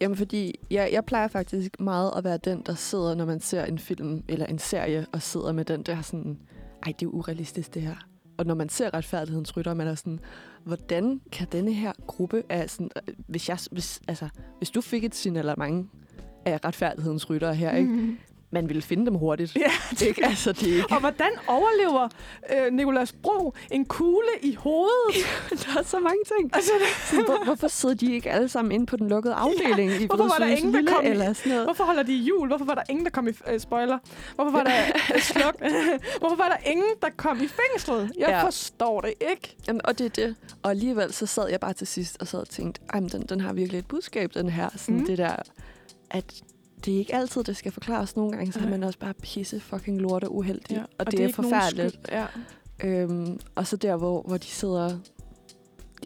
Speaker 2: Jamen fordi, jeg, jeg plejer faktisk meget at være den, der sidder, når man ser en film eller en serie, og sidder med den der sådan, ej, det er urealistisk det her. Og når man ser retfærdighedens rytter, man er sådan, hvordan kan denne her gruppe af sådan, øh, hvis, jeg, hvis, altså, hvis du fik et signalement af retfærdighedens rytter her, ikke?
Speaker 3: Mm.
Speaker 2: man ville finde dem hurtigt.
Speaker 3: Ja, det
Speaker 2: Ikke? Altså, det er ikke.
Speaker 3: Og hvordan overlever øh, Nikolas Bro en kugle i hovedet?
Speaker 2: der er så mange ting.
Speaker 3: Altså,
Speaker 2: Sådan, hvor, hvorfor sidder de ikke alle sammen inde på den lukkede afdeling ja, i
Speaker 3: hvorfor var der
Speaker 2: Vridsløs
Speaker 3: ingen, der
Speaker 2: Lille
Speaker 3: kom i-
Speaker 2: eller sådan noget?
Speaker 3: Hvorfor holder de jul? Hvorfor var der ingen, der kom i øh, spoiler? Hvorfor var der øh, sluk? Hvorfor var der ingen, der kom i fængslet? Jeg
Speaker 2: Ja.
Speaker 3: ja. forstår det ikke.
Speaker 2: Jamen, og det er det. Og alligevel så sad jeg bare til sidst og sad og tænkte, "Ej, men den, den har virkelig et budskab, den her. Sådan mm.
Speaker 3: Mm.
Speaker 2: det der, at det er ikke altid, det skal forklares. Nogle gange, så er
Speaker 3: Nej.
Speaker 2: man også bare pisse fucking lort og uheldig. Ja. Og, og det,
Speaker 3: det
Speaker 2: er,
Speaker 3: ikke nogen
Speaker 2: forfærdeligt.
Speaker 3: skyld. Ja.
Speaker 2: Øhm, og så der, hvor, hvor de sidder...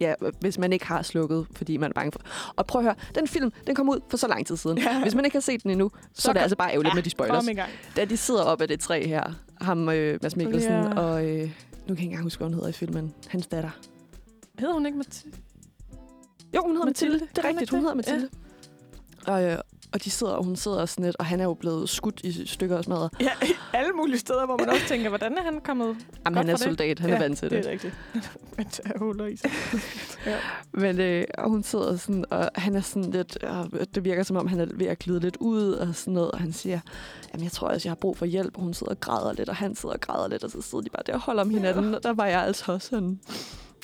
Speaker 2: Ja, hvis man ikke har slukket, fordi man er bange for... Og prøv at høre, den film, den kom ud for så lang tid siden. Ja.
Speaker 3: Ja.
Speaker 2: Hvis man ikke har set den endnu, så, så
Speaker 3: Så
Speaker 2: er det
Speaker 3: kom-
Speaker 2: altså bare ærgerligt ja, med de spoilers.
Speaker 3: Kom i gang.
Speaker 2: Da de sidder op af det træ her, ham øh, Mads Mikkelsen
Speaker 3: Ja.
Speaker 2: yeah. og... Øh, nu kan jeg ikke engang huske, hvad hun hedder i filmen. Hans datter.
Speaker 3: Hedder hun ikke Mathilde?
Speaker 2: Jo, hun hedder Mathilde. Mathilde.
Speaker 3: Mathilde.
Speaker 2: Det er
Speaker 3: Gør hun
Speaker 2: rigtigt,
Speaker 3: ikke
Speaker 2: hun
Speaker 3: det?
Speaker 2: hedder Mathilde. Ja. Og, øh, og de sidder, og hun sidder sådan lidt, og han er jo blevet skudt i stykker og smadret.
Speaker 3: Ja, i alle mulige steder, hvor man også tænker, hvordan er han kommet?
Speaker 2: Jamen, han
Speaker 3: for
Speaker 2: er
Speaker 3: det.
Speaker 2: soldat, han ja, er
Speaker 3: Ja,
Speaker 2: vant til det.
Speaker 3: Det er rigtigt. Men der er huller i sig.
Speaker 2: Men øh, og hun sidder sådan, og han er sådan lidt, og det virker som om, han er ved at glide lidt ud og sådan noget, og han siger, jamen jeg tror også, jeg har brug for hjælp, og hun sidder og græder lidt, og han sidder og græder lidt, og så sidder de bare der og holder om hinanden, og der var jeg altså også sådan,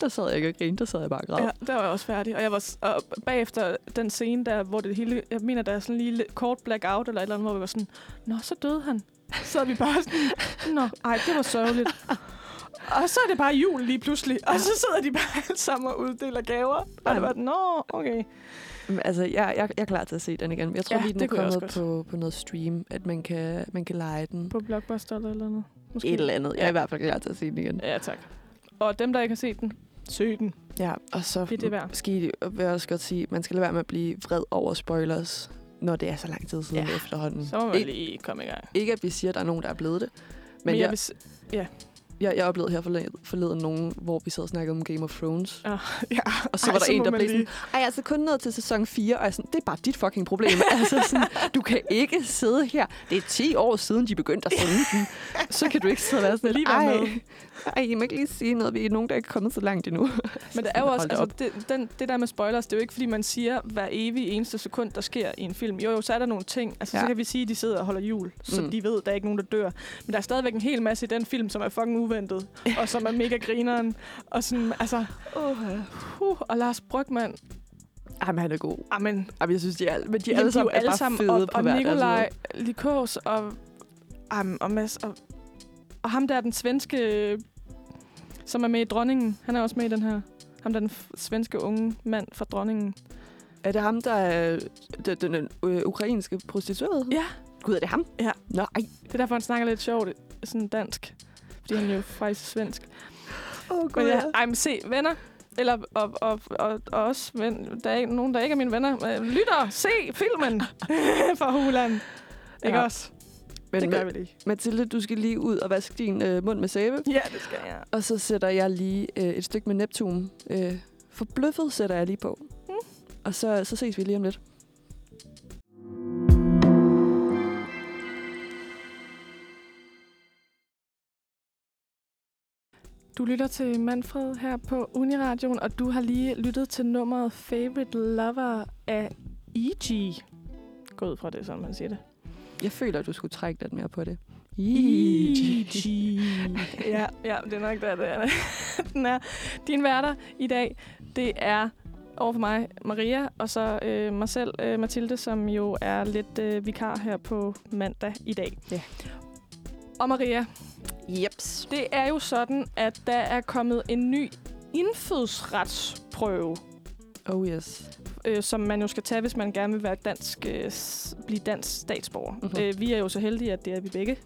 Speaker 2: der sad jeg ikke og grinede, der sad jeg bare og græd.
Speaker 3: Ja, der var jeg også færdig. Og jeg var s- og bagefter den scene, der, hvor det hele... Jeg mener, der er sådan lige lidt kort blackout eller et eller andet, hvor vi var sådan... Nå, så døde han. Så er vi bare sådan... Nå, ej, det var sørgeligt. Og så er det bare jul lige pludselig. Og så sidder de bare alle sammen og uddeler gaver. Og det var sådan, nå, okay.
Speaker 2: Men, Altså, jeg, jeg, jeg er klar til at se den igen. Jeg tror
Speaker 3: Ja,
Speaker 2: lige, den
Speaker 3: det
Speaker 2: er
Speaker 3: kunne jeg også
Speaker 2: kommet på, på noget stream, at man kan, man kan lege den.
Speaker 3: På Blockbuster eller et eller andet. Måske.
Speaker 2: Et eller andet. Jeg er i hvert fald klar til at se den igen.
Speaker 3: Ja, tak. Og dem, der ikke har set den, søg den.
Speaker 2: Ja, og så
Speaker 3: Det er det værd.
Speaker 2: skal I vil jeg også godt sige, man skal lade være med at blive vred over spoilers, når det er så lang tid siden ja.
Speaker 3: Ja,
Speaker 2: efterhånden.
Speaker 3: Så må man
Speaker 2: Ik-
Speaker 3: lige komme i gang.
Speaker 2: Ikke at vi siger, at der er nogen, der er blevet det. Men,
Speaker 3: Men
Speaker 2: jeg,
Speaker 3: jeg
Speaker 2: jeg,
Speaker 3: vil... s-
Speaker 2: jeg, jeg oplevede her forleden, forleden nogen, hvor vi sad og snakkede om Game of Thrones.
Speaker 3: Ah, ja.
Speaker 2: Og så var der
Speaker 3: så
Speaker 2: en,
Speaker 3: må
Speaker 2: der
Speaker 3: man
Speaker 2: blev sådan,
Speaker 3: lige-
Speaker 2: ej, altså kun nået til sæson 4, og jeg er sådan, det er bare dit fucking problem. altså sådan, du kan ikke sidde her. Det er 10 år siden, de begyndte at sende den. Så kan du ikke sidde og være sådan,
Speaker 3: Lige
Speaker 2: lige
Speaker 3: være
Speaker 2: ej,
Speaker 3: med."
Speaker 2: ej, I må ikke lige sige noget, vi er nogen, der ikke er kommet så langt endnu.
Speaker 3: Men der er jo også,
Speaker 2: Hold da
Speaker 3: altså, det, den, det der med spoilers, det er jo ikke, fordi man siger hver evig eneste sekund, der sker i en film. Jo, jo, så er der nogle ting. Altså, ja.
Speaker 2: Ja.
Speaker 3: så kan vi sige, at de sidder og holder jul, så
Speaker 2: Mm.
Speaker 3: mm. de ved, at der er ikke nogen, der dør. Men der er stadigvæk en hel masse i den film, som er fucking uventet, og som er mega grineren. Og sådan, altså,
Speaker 2: Oh, ja.
Speaker 3: huh, og Lars Ah, Brygman.
Speaker 2: Jamen, han er god.
Speaker 3: Amen,
Speaker 2: Jamen, jeg synes, de er, men de er
Speaker 3: Jamen,
Speaker 2: alle sammen,
Speaker 3: jo
Speaker 2: er bare fede
Speaker 3: og,
Speaker 2: på altså,
Speaker 3: og
Speaker 2: hver deres
Speaker 3: Nikolaj
Speaker 2: måde.
Speaker 3: Likås og, um, og Mads og, og ham der er den svenske, øh, som er med i Dronningen. Han er også med i den her. Ham der er den f- svenske unge mand fra Dronningen.
Speaker 2: Er det ham, der er den, den, den øh, ukrainske prostituerede?
Speaker 3: Ja,
Speaker 2: Gud, er det ham?
Speaker 3: Ja.
Speaker 2: Nå, ej.
Speaker 3: det er derfor, han snakker lidt sjovt sådan dansk. Fordi han er jo faktisk svensk.
Speaker 2: Åh, oh,
Speaker 3: Men ja, ej, men se, venner. Eller og, og, og, og også, men der er ikke- nogen, der ikke er mine venner. Øh, Lytter, se filmen fra Huland. Ikke
Speaker 2: Ja.
Speaker 3: også?
Speaker 2: Men
Speaker 3: det gør
Speaker 2: Ma-
Speaker 3: vi lige.
Speaker 2: Mathilde, du skal lige ud og vaske din øh, mund med sæbe.
Speaker 3: Ja, det skal jeg.
Speaker 2: Og så sætter jeg lige øh, et stykke med Neptun. Øh, forbløffet sætter jeg lige på.
Speaker 3: Mm.
Speaker 2: Mm. Og så, så ses vi lige om lidt.
Speaker 3: Du lytter til Manfred her på Uniradioen, og du har lige lyttet til nummeret Favorite Lover af E E.G. Gå ud fra det, er sådan man siger det.
Speaker 2: Jeg føler, at du skulle trække lidt mere på det.
Speaker 3: ja, ja, det er nok der, det er. Den er. Din værter i dag, det er over for mig, Maria, og så øh, mig selv, øh, Mathilde, som jo er lidt øh, vikar her på mandag i dag.
Speaker 2: Ja.
Speaker 3: Og Maria,
Speaker 1: Jeps.
Speaker 3: det er jo sådan, at der er kommet en ny indfødsretsprøve,
Speaker 2: Oh yes.
Speaker 3: øh, som man jo skal tage, hvis man gerne vil være dansk, øh, s- blive dansk statsborger.
Speaker 2: Mhm.
Speaker 3: Uh-huh. Øh, vi er jo så heldige, at det er vi begge,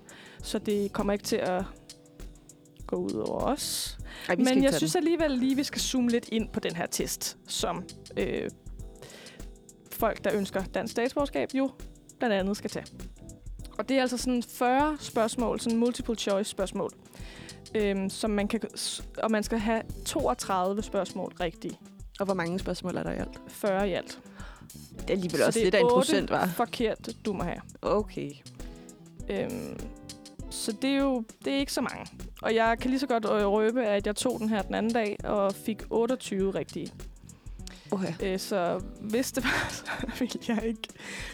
Speaker 3: så det kommer ikke til at gå ud over os.
Speaker 2: Ej, vi skal
Speaker 3: Men
Speaker 2: ikke
Speaker 3: jeg
Speaker 2: tage
Speaker 3: synes
Speaker 2: den.
Speaker 3: alligevel lige, vi skal zoome lidt ind på den her test, som øh, folk, der ønsker dansk statsborgerskab, jo blandt andet skal tage. Og det er altså sådan 40 spørgsmål, sådan multiple choice spørgsmål, øhm, som man kan, og man skal have 32 spørgsmål rigtige,
Speaker 2: Og hvor mange spørgsmål er der i alt?
Speaker 3: 40 i alt.
Speaker 2: Det er alligevel
Speaker 3: Så
Speaker 2: også
Speaker 3: det er
Speaker 2: lidt af en
Speaker 3: otte.
Speaker 2: procent, var.
Speaker 3: Forkert, du må have.
Speaker 2: Okay.
Speaker 3: Øhm, så det er jo det er ikke så mange. Og jeg kan lige så godt øh, røbe, at jeg tog den her den anden dag og fik 28 rigtige.
Speaker 2: Okay.
Speaker 3: Øh, så hvis det var, så ville jeg ikke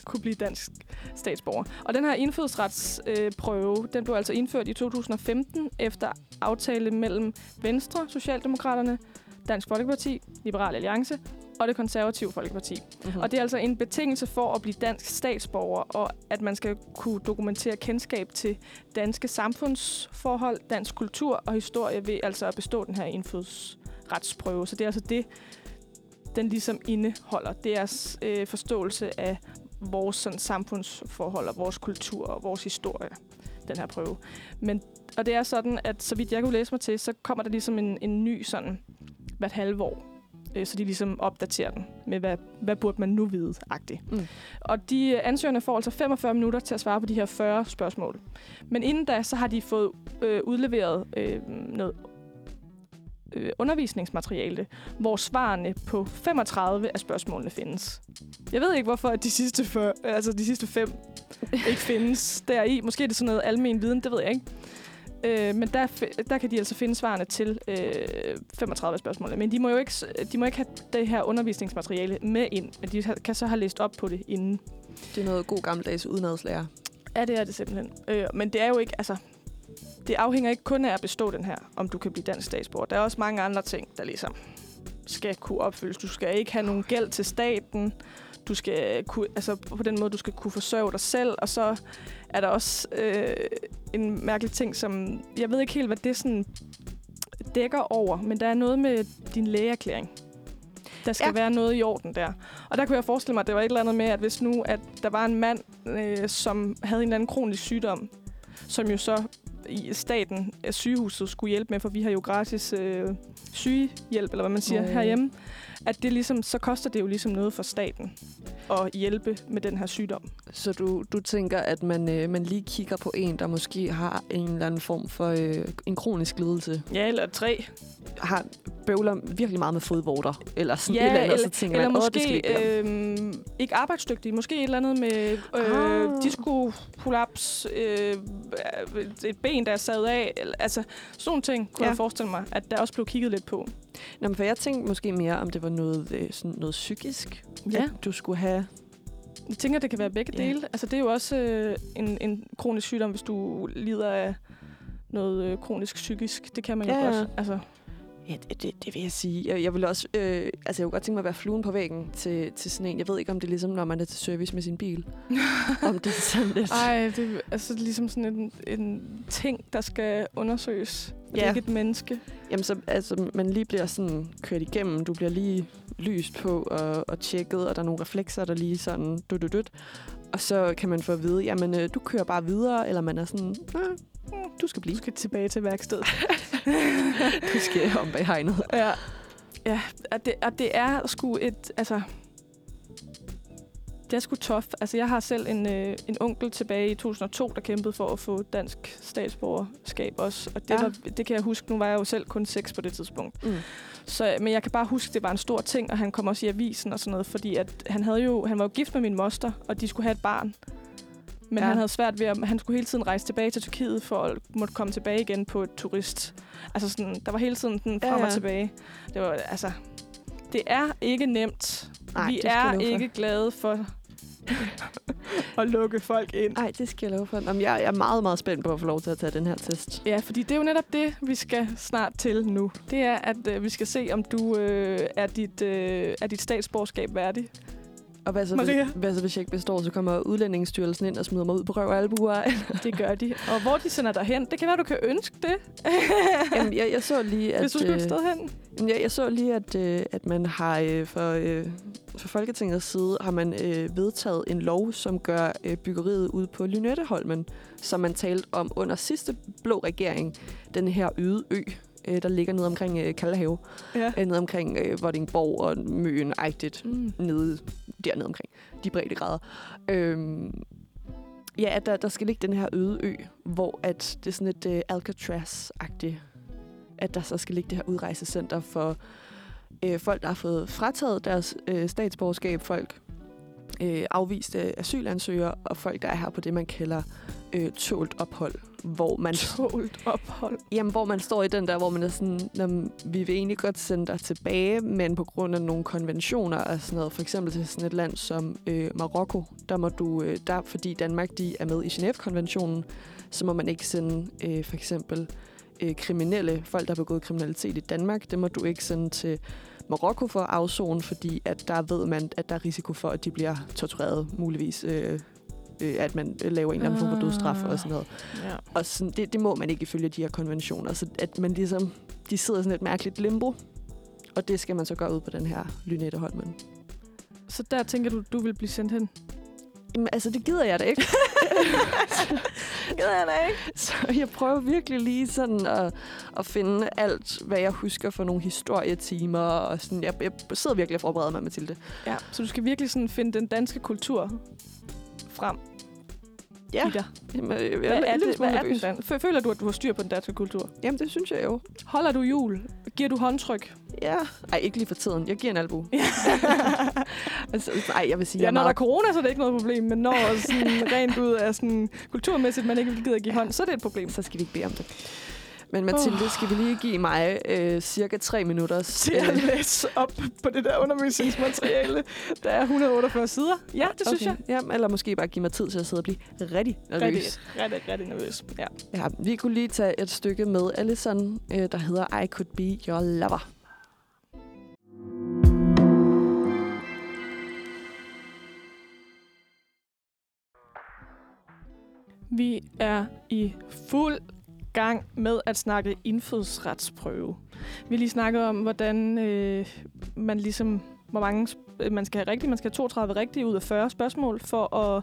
Speaker 3: kunne blive dansk statsborger. Og den her indfødsretsprøve, øh, prøve, den blev altså indført i 2015 efter aftale mellem Venstre, Socialdemokraterne, Dansk Folkeparti, Liberal Alliance og det konservative Folkeparti.
Speaker 2: Mm-hmm.
Speaker 3: Og det er altså en betingelse for at blive dansk statsborger, og at man skal kunne dokumentere kendskab til danske samfundsforhold, dansk kultur og historie ved altså at bestå den her indfødsretsprøve. Så det er altså det, den ligesom indeholder. Det er s- øh, forståelse af vores sådan, samfundsforhold og vores kultur og vores historie, den her prøve. Men, og det er sådan, at så vidt jeg kunne læse mig til, så kommer der ligesom en, en ny sådan hvert halve år. Øh, så de ligesom opdaterer den med, hvad, hvad burde man nu vide, agtigt.
Speaker 2: Mm.
Speaker 3: Mm. Og de øh, ansøgerne får altså 45 minutter til at svare på de her 40 spørgsmål. Men inden da, så har de fået øh, udleveret øh, noget øh, undervisningsmateriale, hvor svarene på 35 af spørgsmålene findes. Jeg ved ikke, hvorfor at de sidste, 40, altså de sidste fem ikke findes deri. Måske er det sådan noget almen viden, det ved jeg ikke. Øh, men der, fi- der kan de altså finde svarene til øh, 35 af spørgsmålene. Men de må jo ikke, s- de må ikke have det her undervisningsmateriale med ind, men de ha- kan så have læst op på det inden.
Speaker 2: det er noget god gammeldags udenadslærer.
Speaker 3: Ja, det er det simpelthen. Øh, men det er jo ikke, altså, det afhænger ikke kun af at bestå den her, om du kan blive dansk statsborger. Der er også mange andre ting, der ligesom skal kunne opfyldes. Du skal ikke have nogen gæld til staten. Du skal kunne, altså på den måde, du skal kunne forsørge dig selv. Og så er der også øh, en mærkelig ting, som jeg ved ikke helt, hvad det sådan dækker over, men der er noget med din lægeerklæring. Der skal
Speaker 2: Ja.
Speaker 3: ja. være noget i orden der. Og der kunne jeg forestille mig, at det var et eller andet med, at hvis nu at der var en mand, øh, som havde en eller anden kronisk sygdom, som jo så i staten, øh, sygehuset, skulle hjælpe med, for vi har jo gratis øh, sygehjælp, eller hvad man siger,
Speaker 2: Mm.
Speaker 3: mm. herhjemme, at det ligesom, så koster det jo ligesom noget for staten at hjælpe med den her sygdom.
Speaker 2: Så du, du tænker, at man, øh, man lige kigger på en, der måske har en eller anden form for øh, en kronisk lidelse,
Speaker 3: Ja, eller tre.
Speaker 2: har bøvler virkelig meget med fodvorter, eller sådan
Speaker 3: Ja,
Speaker 2: et eller andet,
Speaker 3: eller-
Speaker 2: og så tænker
Speaker 3: Eller
Speaker 2: man, åh, det skal
Speaker 3: måske
Speaker 2: ikke være."
Speaker 3: øh, ikke arbejdsdygtig. Måske et eller andet med øh,
Speaker 2: Ah.
Speaker 3: ah. disco, pull-ups, øh, et ben, der er sad af. Eller, altså, sådan nogle ting
Speaker 2: Ja.
Speaker 3: kunne ja. jeg forestille mig, at der også blev kigget lidt på.
Speaker 2: Nå, men for jeg tænkte måske mere, om det var noget, øh, sådan noget psykisk,
Speaker 3: Ja.
Speaker 2: at du skulle have...
Speaker 3: Jeg tænker, det kan være begge
Speaker 2: Ja.
Speaker 3: dele. Altså, det er jo også øh, en, en kronisk sygdom, hvis du lider af noget øh, kronisk psykisk. Det kan man
Speaker 2: Ja,
Speaker 3: jo
Speaker 2: ja.
Speaker 3: godt. Altså,
Speaker 2: Ja, det, det, det vil jeg sige. Jeg, jeg vil også... Øh, altså, jeg kunne godt tænke mig at være fluen på væggen til, til sådan en. Jeg ved ikke, om det er ligesom, når man er til service med sin bil. om det er sådan lidt...
Speaker 3: ej, det er altså, ligesom sådan en, en ting, der skal undersøges. Ja. Det
Speaker 2: Ja.
Speaker 3: er ikke et menneske.
Speaker 2: Jamen, så, altså, man lige bliver sådan kørt igennem. Du bliver lige lyst på og, og tjekket, og der er nogle reflekser, der lige sådan dut, dut, dut. Og så kan man få at vide, jamen, øh, du kører bare videre, eller man er sådan, "Ah, du skal
Speaker 3: Du
Speaker 2: blive.
Speaker 3: skal tilbage til værkstedet.
Speaker 2: Du skal om bag hegnet.
Speaker 3: Ja. Ja, og det, og det er sgu et, altså... Det er sgu tough. Altså, jeg har selv en, øh, en onkel tilbage i 2002, der kæmpede for at få dansk statsborgerskab også. Og det,
Speaker 2: Ja.
Speaker 3: ja. var, det kan jeg huske. Nu var jeg jo selv kun seks på det tidspunkt.
Speaker 2: Mm.
Speaker 3: Så, men jeg kan bare huske, det var en stor ting, og han kom også i avisen og sådan noget, fordi at han, havde jo, han var jo gift med min moster, og de skulle have et barn. Men
Speaker 2: Ja.
Speaker 3: ja. han havde svært ved, at han skulle hele tiden rejse tilbage til Tyrkiet, for at måtte komme tilbage igen på et turist. Altså sådan, der var hele tiden den
Speaker 2: Ja,
Speaker 3: frem
Speaker 2: ja.
Speaker 3: og tilbage. Det var altså... Det er ikke nemt.
Speaker 2: Nej,
Speaker 3: Nej,
Speaker 2: det
Speaker 3: Vi
Speaker 2: skal jeg
Speaker 3: er
Speaker 2: love for.
Speaker 3: ikke glade for at lukke folk ind.
Speaker 2: Nej, det skal jeg love for. Jamen, jeg, jeg er meget, meget spændt på at få lov til at tage den her test.
Speaker 3: Ja, fordi det er jo netop det, vi skal snart til nu. Det er, at øh, vi skal se, om du øh, er, dit, øh, er dit statsborgerskab værdig.
Speaker 2: Og hvad så,
Speaker 3: Maria?
Speaker 2: hvis, hvad så, hvis jeg ikke består, så kommer Udlændingsstyrelsen ind og smider mig ud på røv og albuer.
Speaker 3: Det gør de. Og hvor de sender dig hen, det kan være, du kan ønske det,
Speaker 2: Jamen, jeg, jeg så lige, at...
Speaker 3: hvis du skal et
Speaker 2: øh,
Speaker 3: sted hen.
Speaker 2: Jamen, Jeg, jeg så lige, at, øh, at man har øh, for, øh, fra Folketingets side har man øh, vedtaget en lov, som gør øh, byggeriet ude på Lynetteholmen, som man talte om under sidste blå regering, den her øde ø, øh, der ligger nede omkring øh, Kallehave,
Speaker 3: Ja.
Speaker 2: øh, nede omkring øh, Vordingborg og Møen, agtigt,
Speaker 3: Mm.
Speaker 2: nede dernede omkring, de brede grader. Øhm, ja, at der, der skal ligge den her øde ø, hvor at det er sådan et øh, Alcatraz-agtigt, at der så skal ligge det her udrejsecenter for øh, folk, der har fået frataget deres øh, statsborgerskab, folk øh, afviste asylansøgere, og folk, der er her på det, man kalder øh, tålt ophold, hvor man
Speaker 3: Tålt ophold.
Speaker 2: Jamen, hvor man står i den der, hvor man er sådan, "Nå, vi vil egentlig godt sende dig tilbage, men på grund af nogle konventioner og sådan noget, for eksempel til sådan et land som øh, Marokko, der må du, øh, der, fordi Danmark de er med i Genève-konventionen, så må man ikke sende øh, for eksempel øh, kriminelle, folk, der har begået kriminalitet i Danmark, det må du ikke sende til Marokko for at afzone, fordi at der ved man, at der er risiko for, at de bliver tortureret, muligvis, øh, øh, at man laver en eller anden form for dødsstraf og sådan noget.
Speaker 3: Ja.
Speaker 2: Og sådan, det, det må man ikke ifølge de her konventioner. Så at man ligesom, de sidder i sådan et mærkeligt limbo. Og det skal man så gøre ud på den her Lynetteholmen.
Speaker 3: Så der tænker du, du vil blive sendt hen?
Speaker 2: Jamen, altså, det gider jeg da ikke.
Speaker 3: Gider jeg da ikke.
Speaker 2: Så jeg prøver virkelig lige sådan at, at finde alt, hvad jeg husker for nogle historietimer. Og sådan. Jeg, jeg sidder virkelig og forbereder mig, Mathilde.
Speaker 3: Ja, så du skal virkelig sådan finde den danske kultur frem
Speaker 2: Ja.
Speaker 3: i dig.
Speaker 2: Jamen, jeg, jeg,
Speaker 3: Hvad er,
Speaker 2: jeg,
Speaker 3: det,
Speaker 2: lidt
Speaker 3: hvad er den
Speaker 2: nervøs.
Speaker 3: dan- Fø- Føler du, at du har styr på den danske kultur?
Speaker 2: Jamen, det synes jeg jo.
Speaker 3: Holder du jul? Giver du håndtryk?
Speaker 2: Ja. Ej, ikke lige for tiden. Jeg giver en albu. altså, ej, jeg vil sige,
Speaker 3: ja,
Speaker 2: jeg er
Speaker 3: når der er
Speaker 2: meget...
Speaker 3: corona, så er det ikke noget problem, men når sådan rent ud af sådan kulturmæssigt, man ikke gider give hånd, så er det et problem.
Speaker 2: så skal vi ikke bede om det. Men Mathilde, oh. skal vi lige give mig øh, cirka tre øh, minutter?
Speaker 3: Til at læse op på det der undervisningsmateriale, der er 148 sider. Ja, det synes jeg.
Speaker 2: Ja, eller måske bare give mig tid til at sidde og blive rigtig nervøs.
Speaker 3: Rigtig, rigtig, rigtig nervøs. Ja.
Speaker 2: Ja, vi kunne lige tage et stykke med Allison, øh, der hedder I Could Be Your Lover.
Speaker 3: Vi er i fuld gang med at snakke indfødsretsprøve. Vi har lige snakket om, hvordan øh, man ligesom, hvor mange sp- øh, man skal have rigtigt. Man skal have 32 rigtige ud af 40 spørgsmål for at,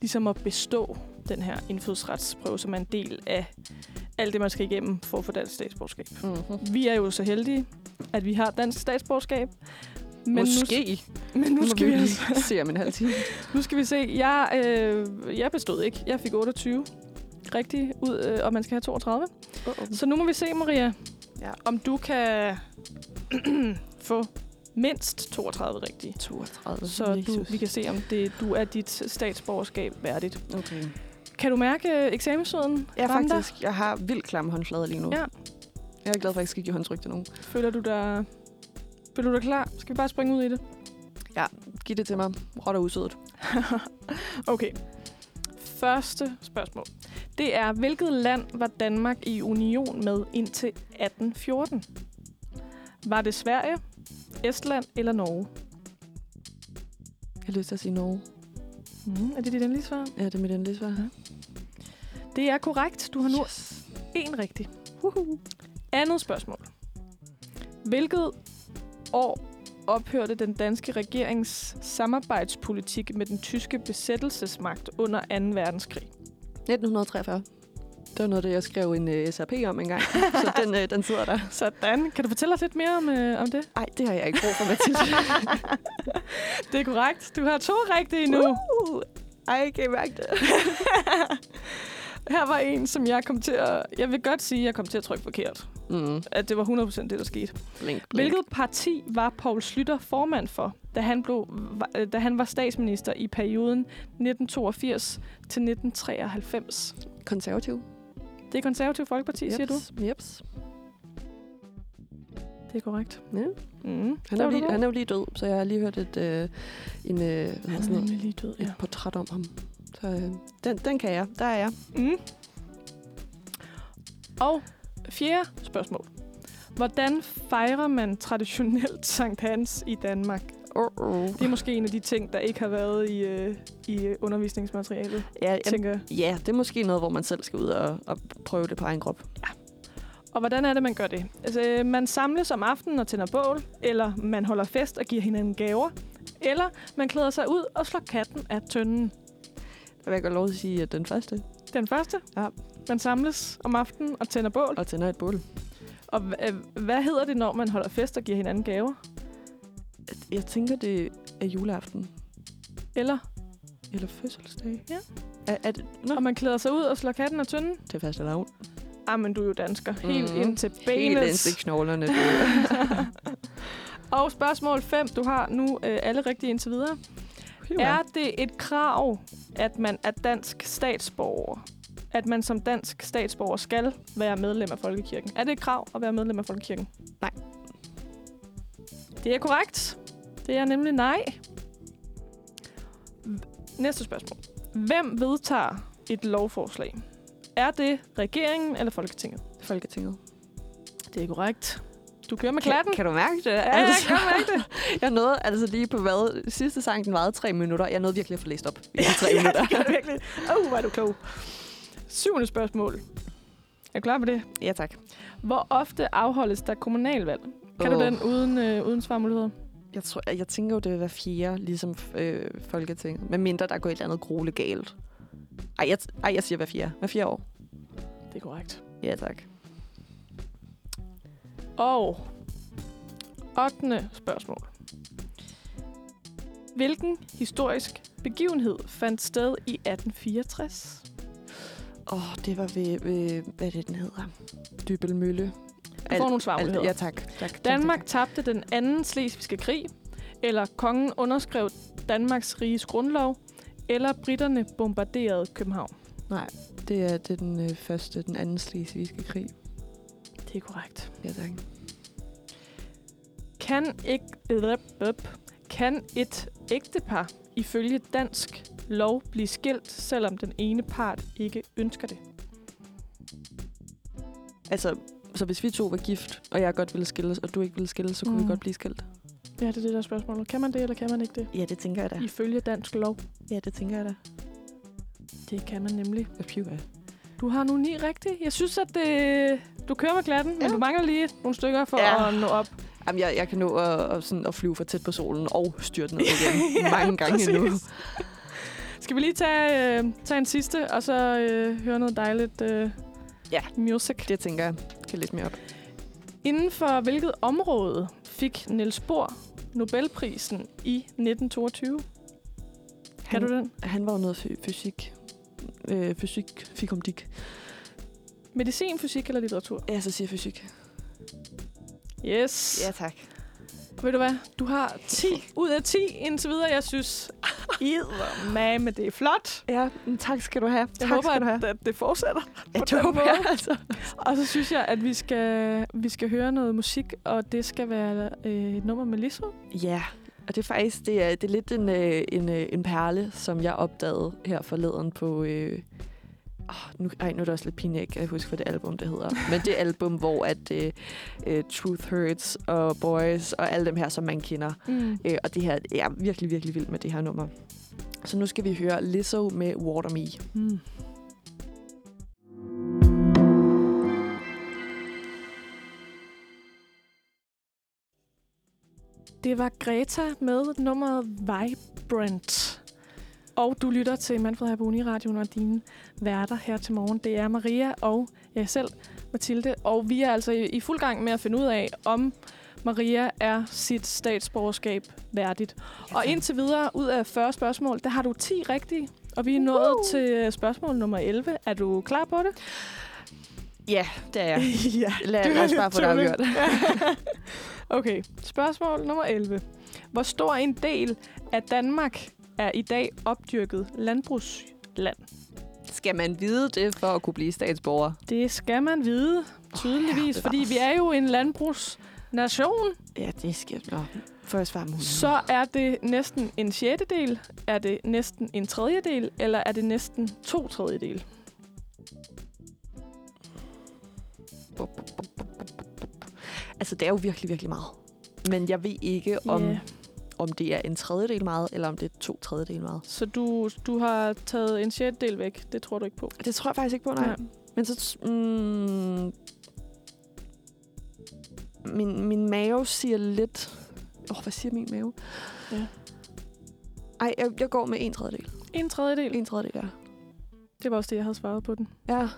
Speaker 3: ligesom at bestå den her indfødsretsprøve, som er en del af alt det, man skal igennem for at få dansk statsborgerskab.
Speaker 2: Mm-hmm.
Speaker 3: Vi er jo så heldige, at vi har dansk statsborgerskab. Men
Speaker 2: Måske.
Speaker 3: Nu, men nu skal vi altså
Speaker 2: lige se om en halv time.
Speaker 3: nu skal vi se. Jeg, øh, jeg bestod ikke. Jeg fik 28 rigtigt ud, øh, og man skal have 32.
Speaker 2: Uh-oh.
Speaker 3: Så nu må vi se, Maria,
Speaker 2: Mm. Ja.
Speaker 3: ja. om du kan få mindst 32 rigtige.
Speaker 2: 32.
Speaker 3: Så du, vi kan se, om det, du er dit statsborgerskab værdigt.
Speaker 2: Okay.
Speaker 3: Kan du mærke øh, eksamenssøden?
Speaker 2: Ja,
Speaker 3: ramme dig?
Speaker 2: faktisk. Jeg har vildt klamme håndflader lige nu.
Speaker 3: Ja.
Speaker 2: Jeg er glad for, at jeg ikke skal give håndtryk til nogen.
Speaker 3: Føler du dig... Føler du dig klar? Skal vi bare springe ud i det?
Speaker 2: Giv det til mig. Råt og usødet.
Speaker 3: okay. Første spørgsmål. Det er, hvilket land var Danmark i union med indtil 1814? Var det Sverige, Estland eller Norge?
Speaker 2: Jeg har lyst til at sige Norge.
Speaker 3: Mm, er det dit endelige svar?
Speaker 2: Ja, det er mit endelige svar.
Speaker 3: Det er korrekt. Du har nu
Speaker 2: Yes.
Speaker 3: en rigtig. Uhuhu. Andet spørgsmål. Hvilket år ophørte den danske regerings samarbejdspolitik med den tyske besættelsesmagt under 2. verdenskrig?
Speaker 2: 1943. Det var noget af det, jeg skrev en uh, SRP om engang, så den, uh, den sidder der.
Speaker 3: Sådan. Kan du fortælle os lidt mere om, øh, om det?
Speaker 2: Nej, det har jeg ikke brug for, Mathilde.
Speaker 3: Det er korrekt. Du har to rigtige nu. Uh.
Speaker 2: Uh, ej, kan I mærke det?
Speaker 3: Her var en, som jeg kom til at... Jeg vil godt sige, at jeg kom til at trykke forkert.
Speaker 2: Mm,
Speaker 3: At det var 100% det, der skete.
Speaker 2: blink, blink.
Speaker 3: Hvilket parti var Poul Slytter formand for, da han, blev, va- øh, da han var statsminister i perioden 1982 til 1993?
Speaker 2: Konservativ.
Speaker 3: Det er Konservativ Folkeparti, yep. siger du?
Speaker 2: Jeps.
Speaker 3: Det er korrekt.
Speaker 2: Ja.
Speaker 3: Mm.
Speaker 2: Han, er jo lige, han er jo lige død, så jeg har lige hørt et, øh, en, øh, hvad hedder
Speaker 3: han er
Speaker 2: sådan noget,
Speaker 3: nemlig lige død, ja.
Speaker 2: et portræt om ham. Så øh, den, den kan jeg. Der er jeg.
Speaker 3: Mm. Og fjerde spørgsmål. Hvordan fejrer man traditionelt Sankt Hans i Danmark?
Speaker 2: Uh-oh.
Speaker 3: Det er måske en af de ting, der ikke har været i, øh, i øh, undervisningsmaterialet,
Speaker 2: Ja, jamen,
Speaker 3: tænker jeg.
Speaker 2: ja, det er måske noget, hvor man selv skal ud og, og prøve det på egen krop.
Speaker 3: Og hvordan er det, man gør det? Altså, øh, man samles om aftenen og tænder bål, eller man holder fest og giver hinanden gaver, eller man klæder sig ud og slår katten af tønden.
Speaker 2: Der vil jeg godt lov til at sige, at den første,
Speaker 3: Den første,
Speaker 2: Ja.
Speaker 3: man samles om aftenen og tænder bål.
Speaker 2: og tænder et bål.
Speaker 3: Og hva- øh, hvad hedder det, når man holder fest og giver hinanden gaver?
Speaker 2: Jeg tænker, det er juleaften.
Speaker 3: Eller
Speaker 2: Eller fødselsdag.
Speaker 3: Ja.
Speaker 2: Er, er det, nå,
Speaker 3: Og man klæder sig ud og slår katten af tynden.
Speaker 2: det er fast lavn.
Speaker 3: Ah, men du er jo dansker. Helt
Speaker 2: Mhm.
Speaker 3: mm. ind til
Speaker 2: Helt ind til
Speaker 3: benet.
Speaker 2: knoglerne.
Speaker 3: Og spørgsmål 5. Du har nu øh, alle rigtige indtil videre. Er det et krav, at man er dansk statsborger? At man som dansk statsborger skal være medlem af Folkekirken? Er det et krav at være medlem af Folkekirken?
Speaker 2: Nej.
Speaker 3: Det er korrekt. Det er nemlig nej. Næste spørgsmål. Hvem vedtager et lovforslag? Er det regeringen eller Folketinget?
Speaker 2: Folketinget.
Speaker 3: Det er korrekt. Du kører med
Speaker 2: Kan,
Speaker 3: klatten.
Speaker 2: kan du mærke det?
Speaker 3: Ja, jeg kan mærke det.
Speaker 2: Jeg nåede altså lige på hvad? Sidste sang, den varede tre minutter. Jeg nåede virkelig at få læst op i de tre
Speaker 3: ja,
Speaker 2: minutter.
Speaker 3: det kan du virkelig. Åh, oh, hvor er du klog. Syvende spørgsmål. Er du klar på det?
Speaker 2: Ja, tak.
Speaker 3: Hvor ofte afholdes der kommunalvalg? Kan oh.
Speaker 2: Åh.
Speaker 3: du den uden, øh, uden svarmuligheder?
Speaker 2: Jeg, tror, jeg tænker jo, det vil være fjerde, ligesom øh, Folketinget. Med mindre der går et eller andet grole galt. Ej, jeg, t- ej, jeg siger hver fjerde. Hver fjerde år.
Speaker 3: Det er korrekt.
Speaker 2: Ja, tak.
Speaker 3: Og ottende spørgsmål. Hvilken historisk begivenhed fandt sted i 1864?
Speaker 2: Åh, oh, det var ved, ved, hvad er det, den hedder? Dybel Mølle.
Speaker 3: Du får nogle svarmuligheder.
Speaker 2: ja, tak. tak, tak
Speaker 3: Danmark
Speaker 2: tak,
Speaker 3: tabte den anden slesvigske krig, eller kongen underskrev Danmarks riges grundlov, eller britterne bombarderede København.
Speaker 2: tak. Nej, det er, det er den øh, første, den anden slesvigske krig.
Speaker 3: Det er korrekt.
Speaker 2: Ja, tak.
Speaker 3: Kan, ikke, øh, bup. kan et ægtepar ifølge dansk lov blive skilt, selvom den ene part ikke ønsker det?
Speaker 2: Altså, så hvis vi to var gift, og jeg godt ville skilles, og du ikke ville skilles, så kunne mm. vi
Speaker 3: Mm.
Speaker 2: godt blive skilt.
Speaker 3: Ja, det er det der spørgsmål. Kan man det, eller kan man ikke det?
Speaker 2: Ja, det tænker jeg da.
Speaker 3: Ifølge dansk lov.
Speaker 2: Ja, det tænker jeg da.
Speaker 3: Det kan man nemlig.
Speaker 2: Hvad piv er?
Speaker 3: Du har nu ni rigtige. Jeg synes, at øh, du kører med glatten, ja.
Speaker 2: Ja.
Speaker 3: men du mangler lige nogle stykker for
Speaker 2: Ja.
Speaker 3: ja. at nå op.
Speaker 2: Jamen, jeg, jeg kan nå at, at, sådan, at flyve for tæt på solen og styrte ned igen
Speaker 3: Ja,
Speaker 2: mange gange
Speaker 3: præcis.
Speaker 2: endnu.
Speaker 3: Skal vi lige tage, øh, tage en sidste, og så øh, høre noget dejligt øh,
Speaker 2: Ja.
Speaker 3: music?
Speaker 2: Det tænker jeg kan læse mere op.
Speaker 3: Inden for hvilket område fik Niels Bohr Nobelprisen i 1922? Kan
Speaker 2: Han-
Speaker 3: du den?
Speaker 2: Han var jo noget fy- fysik. Øh, fysik, fikumdik.
Speaker 3: Medicin, fysik eller litteratur?
Speaker 2: Ja, så siger jeg fysik.
Speaker 3: Yes.
Speaker 2: tak.
Speaker 3: Ved du hvad? Du har 10 ud af 10 indtil videre, jeg synes. Mame, det er flot.
Speaker 2: Ja, men tak skal du have.
Speaker 3: Jeg
Speaker 2: tak
Speaker 3: håber,
Speaker 2: skal du
Speaker 3: at,
Speaker 2: have.
Speaker 3: at det fortsætter.
Speaker 2: Ja,
Speaker 3: på
Speaker 2: det
Speaker 3: den
Speaker 2: håber
Speaker 3: måde.
Speaker 2: jeg altså.
Speaker 3: Og så synes jeg, at vi skal, vi skal høre noget musik, og det skal være øh, et nummer med Lizzo.
Speaker 2: Ja, og det er faktisk det er, det er lidt en, øh, en, øh, en perle, som jeg opdagede her forleden på... Øh, oh, nu, ej, nu er det også lidt pinligt, jeg kan huske, hvad det album det hedder. Men det album, hvor at øh, øh, Truth Hurts og Boys og alle dem her, som man kender.
Speaker 3: Mm.
Speaker 2: Øh, og det her, jeg er virkelig, virkelig vild med det her nummer. Så nu skal vi høre Lizzo med Water Me.
Speaker 3: Mm. Det var Greta med nummeret Vibrant. Og du lytter til Manfred her på Uniradioen og dine værter her til morgen. Det er Maria og jeg selv, Mathilde. Og vi er altså i, i fuld gang med at finde ud af, om Maria er sit statsborgerskab værdigt. Og indtil videre, ud af 40 spørgsmål, der har du 10 rigtige. Og vi er nået
Speaker 2: Woo!
Speaker 3: til øh, spørgsmål nummer 11. Er du klar på det?
Speaker 2: Ja, det er jeg.
Speaker 3: ja.
Speaker 2: Lad,
Speaker 3: Det
Speaker 2: lad os
Speaker 3: er
Speaker 2: bare få det
Speaker 3: tydeligt.
Speaker 2: afgjort.
Speaker 3: okay, spørgsmål nummer 11. Hvor stor en del af Danmark er i dag opdyrket landbrugsland?
Speaker 2: Skal man vide det for at kunne blive statsborger?
Speaker 3: Det skal man vide, tydeligvis,
Speaker 2: bevares.
Speaker 3: oh, fordi vi er jo en landbrugsnation.
Speaker 2: Ja, det skal jeg. Får jeg svar
Speaker 3: Mm. Så er det næsten en sjettedel, er det næsten en tredjedel, eller er det næsten to tredjedel?
Speaker 2: Altså, det er jo virkelig, virkelig meget. Men jeg ved ikke, om,
Speaker 3: Ja.
Speaker 2: yeah. om det er en tredjedel meget, eller om det er to tredjedel meget.
Speaker 3: Så du, du har taget en sjettedel væk, det tror du ikke på?
Speaker 2: Det tror jeg faktisk ikke på, nej. Men så... Mm, min, min mave siger lidt... Åh, oh, hvad siger min mave?
Speaker 3: Ja.
Speaker 2: Ej, jeg, jeg går med en tredjedel.
Speaker 3: En tredjedel,
Speaker 2: En tredjedel, ja.
Speaker 3: det var også det, jeg havde svaret på den.
Speaker 2: Ja.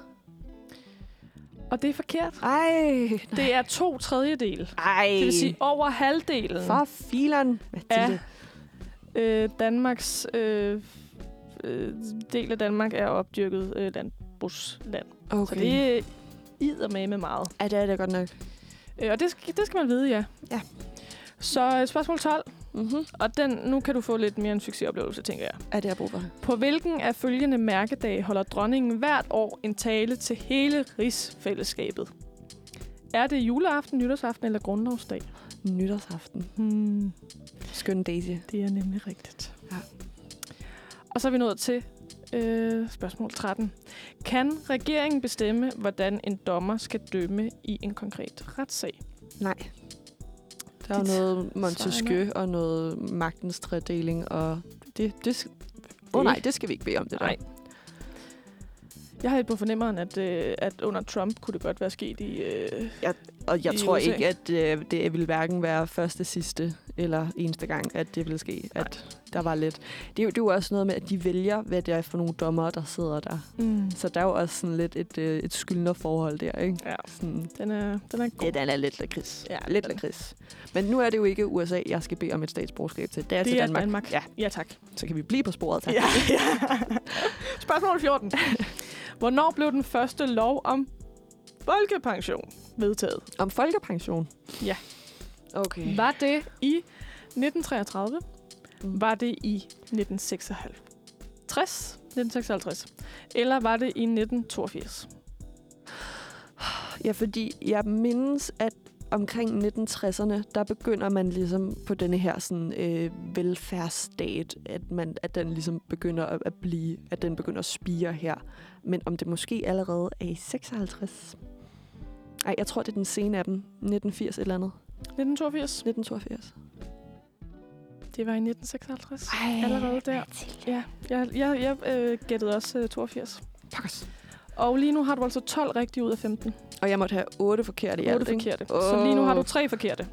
Speaker 3: Og det er forkert.
Speaker 2: Ej.
Speaker 3: Det er to tredjedel.
Speaker 2: Ej.
Speaker 3: Det vil sige over halvdelen
Speaker 2: For fileren. Mathilde.
Speaker 3: øh, Danmarks øh, øh, del af Danmark er opdyrket øh, landbrugsland.
Speaker 2: Okay.
Speaker 3: Okay. Så det øh, ider med med meget.
Speaker 2: Ja, det er det godt nok.
Speaker 3: Øh, og det skal, det skal man vide, ja.
Speaker 2: Ja.
Speaker 3: Så øh, spørgsmål 12,
Speaker 2: Mm-hmm.
Speaker 3: og den, nu kan du få lidt mere en succesoplevelse, tænker jeg.
Speaker 2: Er det, jeg har brug for?
Speaker 3: På hvilken af følgende mærkedage holder dronningen hvert år en tale til hele rigsfællesskabet? Er det juleaften, nytårsaften eller grundlovsdag?
Speaker 2: Nytårsaften.
Speaker 3: Hmm,
Speaker 2: Skøn Daisy.
Speaker 3: det er nemlig rigtigt.
Speaker 2: Ja.
Speaker 3: Og så er vi nået til øh, spørgsmål 13. Kan regeringen bestemme, hvordan en dommer skal dømme i en konkret retssag?
Speaker 2: Nej. Der er jo
Speaker 3: Dit
Speaker 2: noget
Speaker 3: svar er
Speaker 2: Montesquieu og noget magtens tredeling, og det... det sk- Åh oh, nej, det skal vi ikke bede om, det der.
Speaker 3: Nej. Jeg har lidt på fornemmeren, at, øh, at under Trump kunne det godt være sket i... Øh,
Speaker 2: Og jeg
Speaker 3: I
Speaker 2: tror
Speaker 3: USA.
Speaker 2: ikke, at øh, det ville hverken være første, sidste eller eneste gang, at det ville ske, at der var lidt. Det er, jo, det er jo også noget med, at de vælger, hvad det er for nogle dommer, der sidder der.
Speaker 3: mm.
Speaker 2: Så der er jo også sådan lidt et, øh, et skyldnerforhold der, ikke?
Speaker 3: Ja.
Speaker 2: Sådan,
Speaker 3: den, er, den er god.
Speaker 2: ja, den er lidt lakrids.
Speaker 3: Ja,
Speaker 2: lidt
Speaker 3: den-
Speaker 2: lakrids. Men nu er det jo ikke USA, jeg skal bede om et statsborgerskab til. Det er til
Speaker 3: det er
Speaker 2: Danmark.
Speaker 3: Danmark.
Speaker 2: Ja,
Speaker 3: ja tak.
Speaker 2: så kan vi blive på sporet, tak.
Speaker 3: Ja, ja. Spørgsmål 14. Hvornår blev den første lov om folkepension vedtaget?
Speaker 2: Om folkepension?
Speaker 3: Ja.
Speaker 2: Okay.
Speaker 3: Var det i 1933?
Speaker 2: Mm.
Speaker 3: Var det i 1956? 1956? Eller var det i 1982?
Speaker 2: Ja, fordi jeg mindes, at omkring 1960'erne, der begynder man ligesom på denne her sådan, øh, velfærdsstat, at, man, at den ligesom begynder at, at blive, at den begynder at spire her. Men om det måske allerede er i 56? Ej, jeg tror, det er den sene af dem. 1980 et eller andet.
Speaker 3: 1982?
Speaker 2: 1982.
Speaker 3: Det var i 1956.
Speaker 2: Ej,
Speaker 3: Allerede der. Ja, jeg, jeg, jeg øh, gættede også øh, 82.
Speaker 2: Pokkers.
Speaker 3: Og lige nu har du altså 12 rigtige ud af 15.
Speaker 2: Og jeg måtte have otte forkerte i
Speaker 3: 8
Speaker 2: alt, ikke?
Speaker 3: forkerte. Så lige nu har du
Speaker 2: Åh.
Speaker 3: tre forkerte.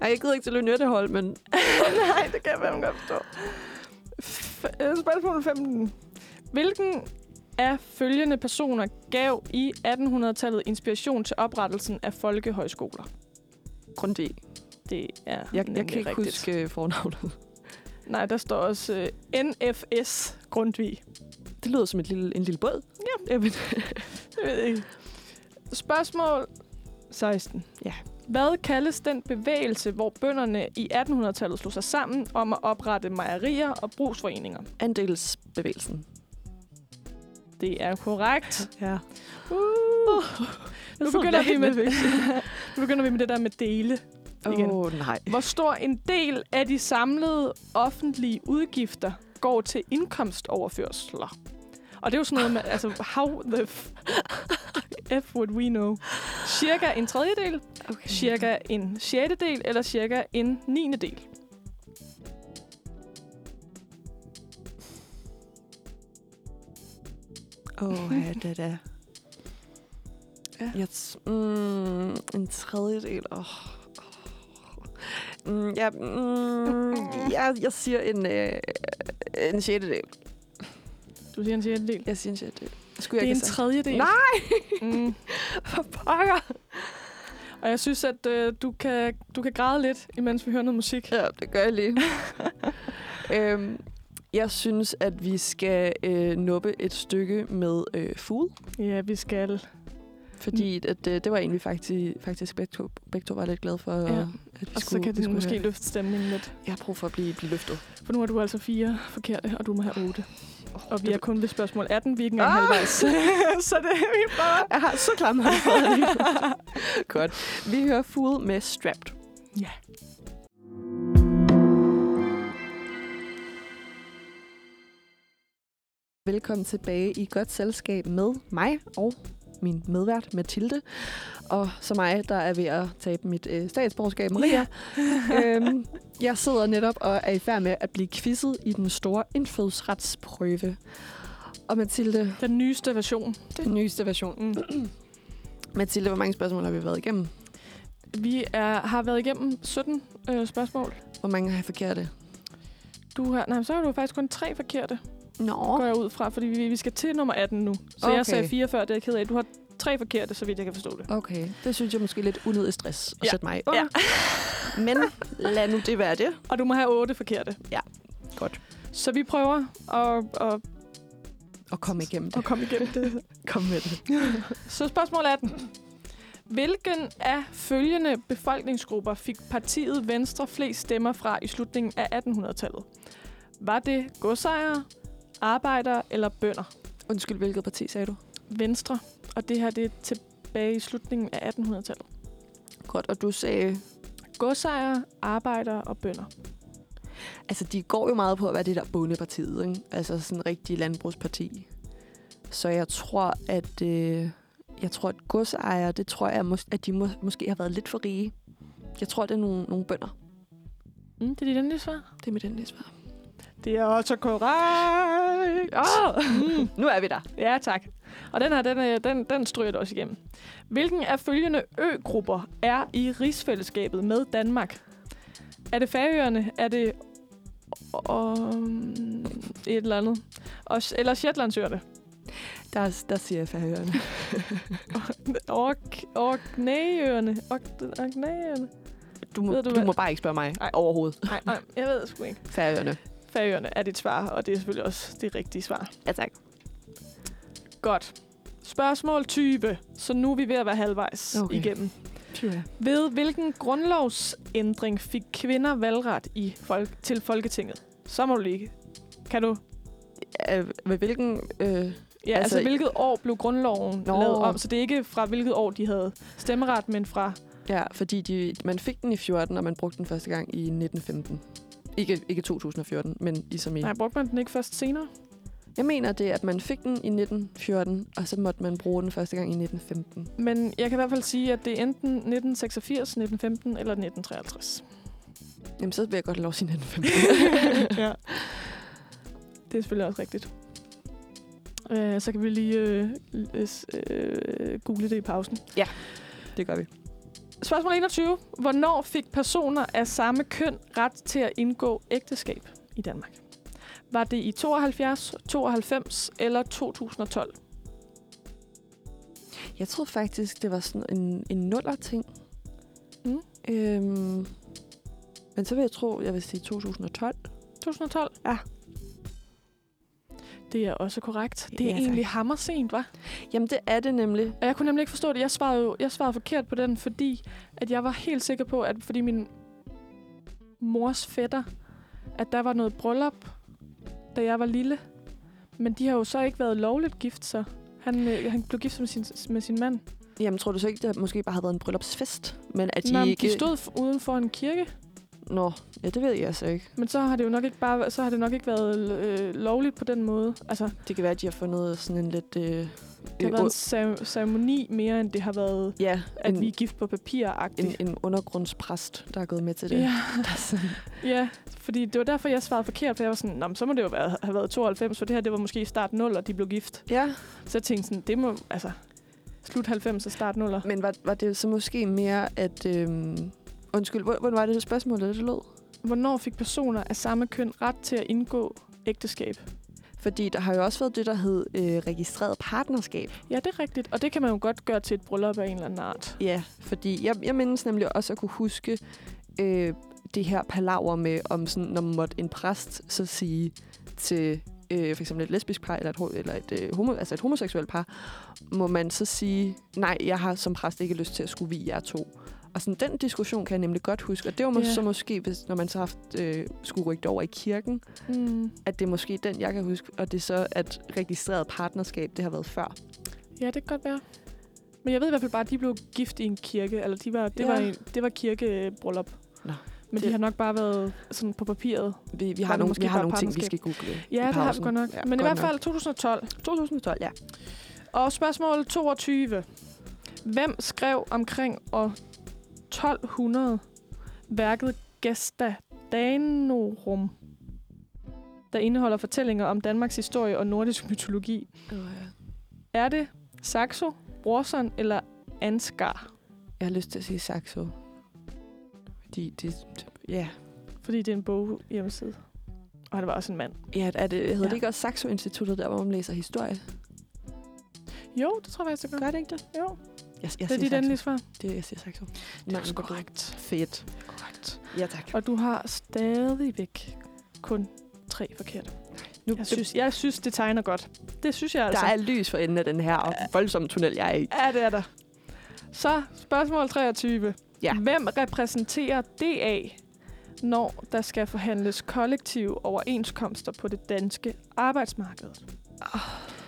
Speaker 2: Ej, jeg gider ikke til Lynettehold, men...
Speaker 3: Nej, det kan jeg være, godt forstå. F- øh, spørgsmål 15. Hvilken af følgende personer gav i 1800-tallet inspiration til oprettelsen af folkehøjskoler?
Speaker 2: Grundig.
Speaker 3: Det er
Speaker 2: Jeg, jeg
Speaker 3: nemlig
Speaker 2: kan ikke
Speaker 3: rigtigt.
Speaker 2: huske øh, fornavnet.
Speaker 3: Nej, der står også øh, NFS Grundtvig.
Speaker 2: Det lyder som et lille, en lille båd. Ja. Jamen,
Speaker 3: Jeg ved ikke. Spørgsmål 16.
Speaker 2: Ja.
Speaker 3: Hvad kaldes den bevægelse, hvor bønderne i 1800-tallet slog sig sammen om at oprette mejerier og brugsforeninger?
Speaker 2: andelsbevægelsen.
Speaker 3: Det er korrekt.
Speaker 2: Ja.
Speaker 3: Uh. Nu, begynder vi med, nu begynder vi med det der med dele. igen.
Speaker 2: Åh, oh, nej.
Speaker 3: Hvor stor en del af de samlede offentlige udgifter går til indkomstoverførsler? Og det er jo sådan noget med, altså, how the f, f would we know? Cirka en tredjedel,
Speaker 2: Okay.
Speaker 3: cirka en sjettedel eller cirka en niendedel.
Speaker 2: Åh, oh, ja, det er
Speaker 3: Ja.
Speaker 2: ja. Jeg t- mm, en tredjedel. Oh. Mm, ja, mm, jeg, jeg siger en, øh, En sjettedel.
Speaker 3: Du siger en sjældent del.
Speaker 2: Jeg siger en sjettedel. Skulle
Speaker 3: Det
Speaker 2: jeg
Speaker 3: er en
Speaker 2: ikke
Speaker 3: tredjedel.
Speaker 2: Nej!
Speaker 3: Mm.
Speaker 2: For pokker!
Speaker 3: Og jeg synes, at øh, du, kan, du kan græde lidt, imens vi hører noget musik.
Speaker 2: Ja, det gør jeg lige. øhm, jeg synes, at vi skal øh, nuppe et stykke med øh, fugl,
Speaker 3: Ja, vi skal.
Speaker 2: fordi mm. at, øh, det var egentlig faktisk, faktisk begge, to, begge to var lidt glade for,
Speaker 3: Ja.
Speaker 2: ja. at vi
Speaker 3: Og så
Speaker 2: skulle,
Speaker 3: kan
Speaker 2: vi
Speaker 3: det
Speaker 2: skulle
Speaker 3: måske
Speaker 2: høre.
Speaker 3: løfte stemningen lidt.
Speaker 2: Jeg har brug for at blive, blive løftet.
Speaker 3: For nu har du altså fire forkerte, og du må have otte.
Speaker 2: Oh,
Speaker 3: Og vi er kun ved spørgsmål 18, vi er ikke engang
Speaker 2: Ah!
Speaker 3: halvvejs. så det er vi bare...
Speaker 2: Jeg har så klamme Godt. Vi hører Fool med Strapped.
Speaker 3: Ja.
Speaker 2: Velkommen tilbage i godt selskab med mig og min medvært Mathilde. Og så mig, der er ved at tabe mit øh, statsborgerskab, Maria. øhm, jeg sidder netop og er i færd med at blive quizzet i den store indfødsretsprøve. Og Mathilde,
Speaker 3: Den nyeste version.
Speaker 2: den nyeste version.
Speaker 3: Mm.
Speaker 2: Mathilde, hvor mange spørgsmål har vi været igennem?
Speaker 3: Vi er, har været igennem 17 øh, spørgsmål.
Speaker 2: Hvor mange har jeg forkerte?
Speaker 3: Du har, nej, så har du faktisk kun tre forkerte,
Speaker 2: Nå.
Speaker 3: går jeg ud fra, fordi vi, vi skal til nummer 18 nu. Så okay.
Speaker 2: Okay.
Speaker 3: jeg sagde 44, det er jeg ked af. Du har tre forkerte, så vidt jeg kan forstå det.
Speaker 2: Okay, det synes jeg måske er lidt unødig stress at
Speaker 3: Ja.
Speaker 2: sætte mig under. Men lad nu det være det.
Speaker 3: Og du må have otte forkerte.
Speaker 2: Ja. Godt.
Speaker 3: Så vi prøver at, at,
Speaker 2: Og kom igennem det.
Speaker 3: at komme igennem det.
Speaker 2: Kom med det.
Speaker 3: Så spørgsmål 18. Hvilken af følgende befolkningsgrupper fik partiet Venstre flest stemmer fra i slutningen af 1800-tallet? Var det godsejere, arbejdere eller bønder?
Speaker 2: Undskyld, hvilket parti sagde du?
Speaker 3: Venstre. Og det her det er tilbage i slutningen af 1800-tallet.
Speaker 2: Godt, og du sagde...
Speaker 3: Godsejere, arbejdere og bønder.
Speaker 2: Altså, de går jo meget på at være det der bondepartiet, ikke? Altså sådan en rigtig landbrugsparti. Så jeg tror, at... Øh, jeg tror, at godsejere, det tror jeg, mås- at de må, måske har været lidt for rige. Jeg tror, det er nogle, nogle bønder.
Speaker 3: Mm, det er dit endelige svar.
Speaker 2: Det er mit endelige svar.
Speaker 3: Det er også korrekt.
Speaker 2: Oh!
Speaker 3: Mm.
Speaker 2: nu er vi der.
Speaker 3: Ja, tak. Og den her, den, øh, den, den stryger du også igennem. Hvilken af følgende øgrupper er i rigsfællesskabet med Danmark? Er det Færøerne? Er det um, et eller andet? Og, eller Shetlandsøerne?
Speaker 2: Der, der siger jeg færøerne.
Speaker 3: Ork- Orkneyøerne? Ork- Orkneyøerne?
Speaker 2: Du må,
Speaker 3: Ved du
Speaker 2: du,
Speaker 3: hvad?
Speaker 2: du må bare ikke spørge mig
Speaker 3: Nej.
Speaker 2: Ej. overhovedet.
Speaker 3: Nej, nej, jeg ved det sgu ikke.
Speaker 2: Færøerne.
Speaker 3: Færøerne er dit svar, og det er selvfølgelig også det rigtige svar.
Speaker 2: Ja, tak.
Speaker 3: Godt. Spørgsmål 20. Så nu er vi ved at være halvvejs okay.
Speaker 2: Okay.
Speaker 3: igennem.
Speaker 2: Ja.
Speaker 3: Ved hvilken grundlovsændring fik kvinder valgret i folk til Folketinget? Så må du lige. Kan du?
Speaker 2: Med hvilken... Øh,
Speaker 3: Ja, altså, altså
Speaker 2: Altså-
Speaker 3: hvilket år blev grundloven
Speaker 2: Nå.
Speaker 3: lavet om? Så det er ikke fra hvilket år de havde stemmeret, men fra...
Speaker 2: ja, fordi de, man fik den i 14, og man brugte den første gang i 1915. Ikke, ikke 2014, men i som i...
Speaker 3: Nej, brugte man den ikke først senere?
Speaker 2: Jeg mener det, er, at man fik den i 1914, og så måtte man bruge den første gang i 1915.
Speaker 3: Men jeg kan i hvert fald sige, at det er enten 1986, 1915 eller 1953.
Speaker 2: Jamen, så vil jeg godt have lov at sige 1915.
Speaker 3: ja. Det er selvfølgelig også rigtigt. Øh, så kan vi lige øh, øh, s- øh, google det i pausen.
Speaker 2: det gør vi.
Speaker 3: Spørgsmål 21. Hvornår fik personer af samme køn ret til at indgå ægteskab i Danmark? Var det i 72, 92 eller 2012?
Speaker 2: Jeg troede faktisk, det var sådan en, en nuller-ting.
Speaker 3: Mm.
Speaker 2: Øhm, men så vil jeg tro, jeg vil sige 2012.
Speaker 3: 2012? Ja. Det er også korrekt. Det altså. er
Speaker 2: Ja,
Speaker 3: ja,
Speaker 2: tak.
Speaker 3: egentlig hammersent, hva'?
Speaker 2: Jamen, det er det nemlig.
Speaker 3: Og jeg kunne nemlig ikke forstå det. Jeg svarede jo jeg svarede forkert på den, fordi at jeg var helt sikker på, at fordi min mors fætter, at der var noget bryllup, da jeg var lille. Men de har jo så ikke været lovligt gift, så han, øh, han blev gift med sin, med sin mand.
Speaker 2: Jamen, tror du så ikke, det måske bare har været en bryllupsfest? Men at de
Speaker 3: Nå, men
Speaker 2: ikke...
Speaker 3: de stod f- uden for en kirke,
Speaker 2: Nå, ja, det ved jeg så ikke.
Speaker 3: men så har det jo nok ikke, bare, så har det nok ikke været øh, lovligt på den måde. Altså,
Speaker 2: Det kan være, at de har fundet sådan en lidt... Øh,
Speaker 3: det har været en cere- ceremoni mere, end det har været,
Speaker 2: ja,
Speaker 3: at
Speaker 2: en,
Speaker 3: vi er gift på papir-agtigt.
Speaker 2: en, en undergrundspræst, der er gået med til det.
Speaker 3: Ja.
Speaker 2: Der er sådan-
Speaker 3: Ja, fordi det var derfor, jeg svarede forkert, for jeg var sådan, Nå, men så må det jo være, have været 92, for det her det var måske i start 0, og de blev gift.
Speaker 2: ja.
Speaker 3: Så jeg tænkte sådan, det må, altså, slut 90 og start 0.
Speaker 2: Men var, var det så måske mere, at... Øh, undskyld, hvor- hvordan var det spørgsmål, det lød?
Speaker 3: Hvornår fik personer af samme køn ret til at indgå ægteskab.
Speaker 2: Fordi der har jo også været det, der hed øh, registreret partnerskab.
Speaker 3: Ja, det er rigtigt. Og det kan man jo godt gøre til et bryllup af en eller anden art.
Speaker 2: Ja, fordi jeg, jeg mindes nemlig også at kunne huske øh, det her palaver med, om sådan, når man måtte en præst så sige til øh, for eksempel et lesbisk par, eller et, ho- eller et, øh, homo, altså et homoseksuelt par, må man så sige, nej, jeg har som præst ikke lyst til at skulle vi jer to. Og sådan, den diskussion kan jeg nemlig godt huske. Og det var mås-
Speaker 3: Ja.
Speaker 2: så måske, hvis, når man så haft, øh, skulle rykke det over i kirken,
Speaker 3: Mm.
Speaker 2: at det er måske den, jeg kan huske, og det er så, at registreret partnerskab, det har været før.
Speaker 3: Ja, det kan godt være. Men jeg ved i hvert fald bare, at de blev gift i en kirke. Eller de var, det,
Speaker 2: Ja.
Speaker 3: ja. var, en, det var kirkebryllup.
Speaker 2: Nå,
Speaker 3: Men det... de
Speaker 2: det-
Speaker 3: har nok bare været sådan på papiret.
Speaker 2: Vi, vi
Speaker 3: Var
Speaker 2: har,
Speaker 3: det
Speaker 2: nogle,
Speaker 3: måske
Speaker 2: vi har
Speaker 3: bare
Speaker 2: nogle ting, vi skal
Speaker 3: partnerskab?
Speaker 2: google i
Speaker 3: Ja, det har vi
Speaker 2: pausen.
Speaker 3: godt nok.
Speaker 2: Ja,
Speaker 3: Ja, Men i
Speaker 2: godt
Speaker 3: hvert
Speaker 2: nok.
Speaker 3: fald 2012.
Speaker 2: 2012, ja.
Speaker 3: Og spørgsmål 22. Hvem skrev omkring år 1200 værket Gesta Danorum, der indeholder fortællinger om Danmarks historie og nordisk mytologi? Er det Saxo, Brorson eller Ansgar?
Speaker 2: Jeg har lyst til at sige Saxo. Fordi det... Ja.
Speaker 3: Fordi det er en bog hjemmeside. Og han var også en mand.
Speaker 2: Ja, er det, hedder ja. det
Speaker 3: Ja.
Speaker 2: ikke også Saxo-instituttet, der hvor man læser historie?
Speaker 3: Jo, det tror jeg, jeg gør.
Speaker 2: det ikke det?
Speaker 3: Jo,
Speaker 2: Jeg, jeg,
Speaker 3: det er dit
Speaker 2: siger
Speaker 3: endelige
Speaker 2: Saxo.
Speaker 3: svar.
Speaker 2: Det, jeg siger Saxo.
Speaker 3: Det
Speaker 2: Nej,
Speaker 3: er også
Speaker 2: men det-
Speaker 3: korrekt.
Speaker 2: Fedt.
Speaker 3: korrekt.
Speaker 2: Ja, tak.
Speaker 3: Og du har stadigvæk kun tre forkerte.
Speaker 2: Nu,
Speaker 3: Jeg synes, jeg synes, det tegner godt. Det synes jeg
Speaker 2: der
Speaker 3: altså.
Speaker 2: er lys for enden af den her og voldsomme tunnel, jeg er i.
Speaker 3: Ja, det er der. Så spørgsmål 23.
Speaker 2: Ja.
Speaker 3: Hvem repræsenterer DA, når der skal forhandles kollektive overenskomster på det danske arbejdsmarked? Oh.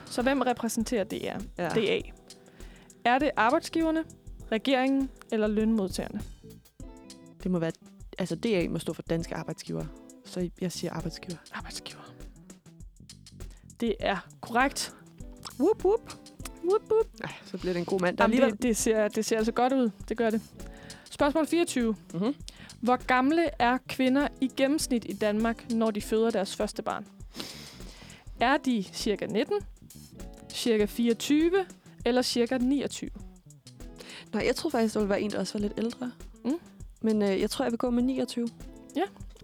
Speaker 3: Så hvem repræsenterer DR?
Speaker 2: Ja.
Speaker 3: DA? Er det arbejdsgiverne, regeringen eller lønmodtagerne?
Speaker 2: det må være... Altså, DA må stå for danske arbejdsgiver. Så jeg siger arbejdsgiver.
Speaker 3: Arbejdsgiver. Det er korrekt.
Speaker 2: Whoop, whoop. Whoop, whoop. Ej, så bliver det en god mand. Der
Speaker 3: Jamen,
Speaker 2: alligevel...
Speaker 3: det, det, ser, det ser altså godt ud. Det gør det. Spørgsmål 24.
Speaker 2: Mm-hmm.
Speaker 3: Hvor gamle er kvinder i gennemsnit i Danmark, når de føder deres første barn? Er de cirka 19, cirka 24 eller cirka 29?
Speaker 2: Nej, jeg troede faktisk, der ville være en, der også var lidt ældre.
Speaker 3: Mm.
Speaker 2: Men øh, jeg tror, jeg vil gå med 29.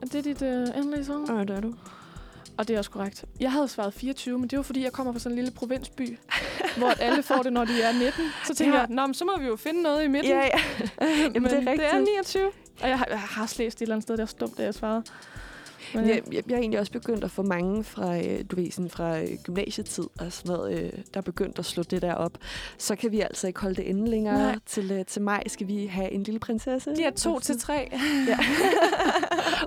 Speaker 3: Er det dit øh, endelige svar?
Speaker 2: Åh, der er du.
Speaker 3: Og det er også korrekt. Jeg havde svaret 24, men det var fordi, jeg kommer fra sådan en lille provinsby, hvor at alle får det, når de er 19. Så tænker
Speaker 2: Ja.
Speaker 3: ja. jeg, Nå, men så må vi jo finde noget i midten.
Speaker 2: Ja, ja.
Speaker 3: Jamen,
Speaker 2: det er
Speaker 3: men det er
Speaker 2: rigtigt.
Speaker 3: 29. Og jeg har, jeg har også læst et eller andet sted, der er stumt, da jeg svarede. Men,
Speaker 2: Men
Speaker 3: ja.
Speaker 2: jeg, jeg, jeg er egentlig også begyndt at få mange fra, øh, du ved, sådan fra øh, gymnasietid og sådan noget, øh, der er begyndt at slå det der op. Så kan vi altså ikke holde det inde længere.
Speaker 3: Nej.
Speaker 2: Til, øh, til maj skal vi have en lille prinsesse.
Speaker 3: De er to til tre.
Speaker 2: Ja.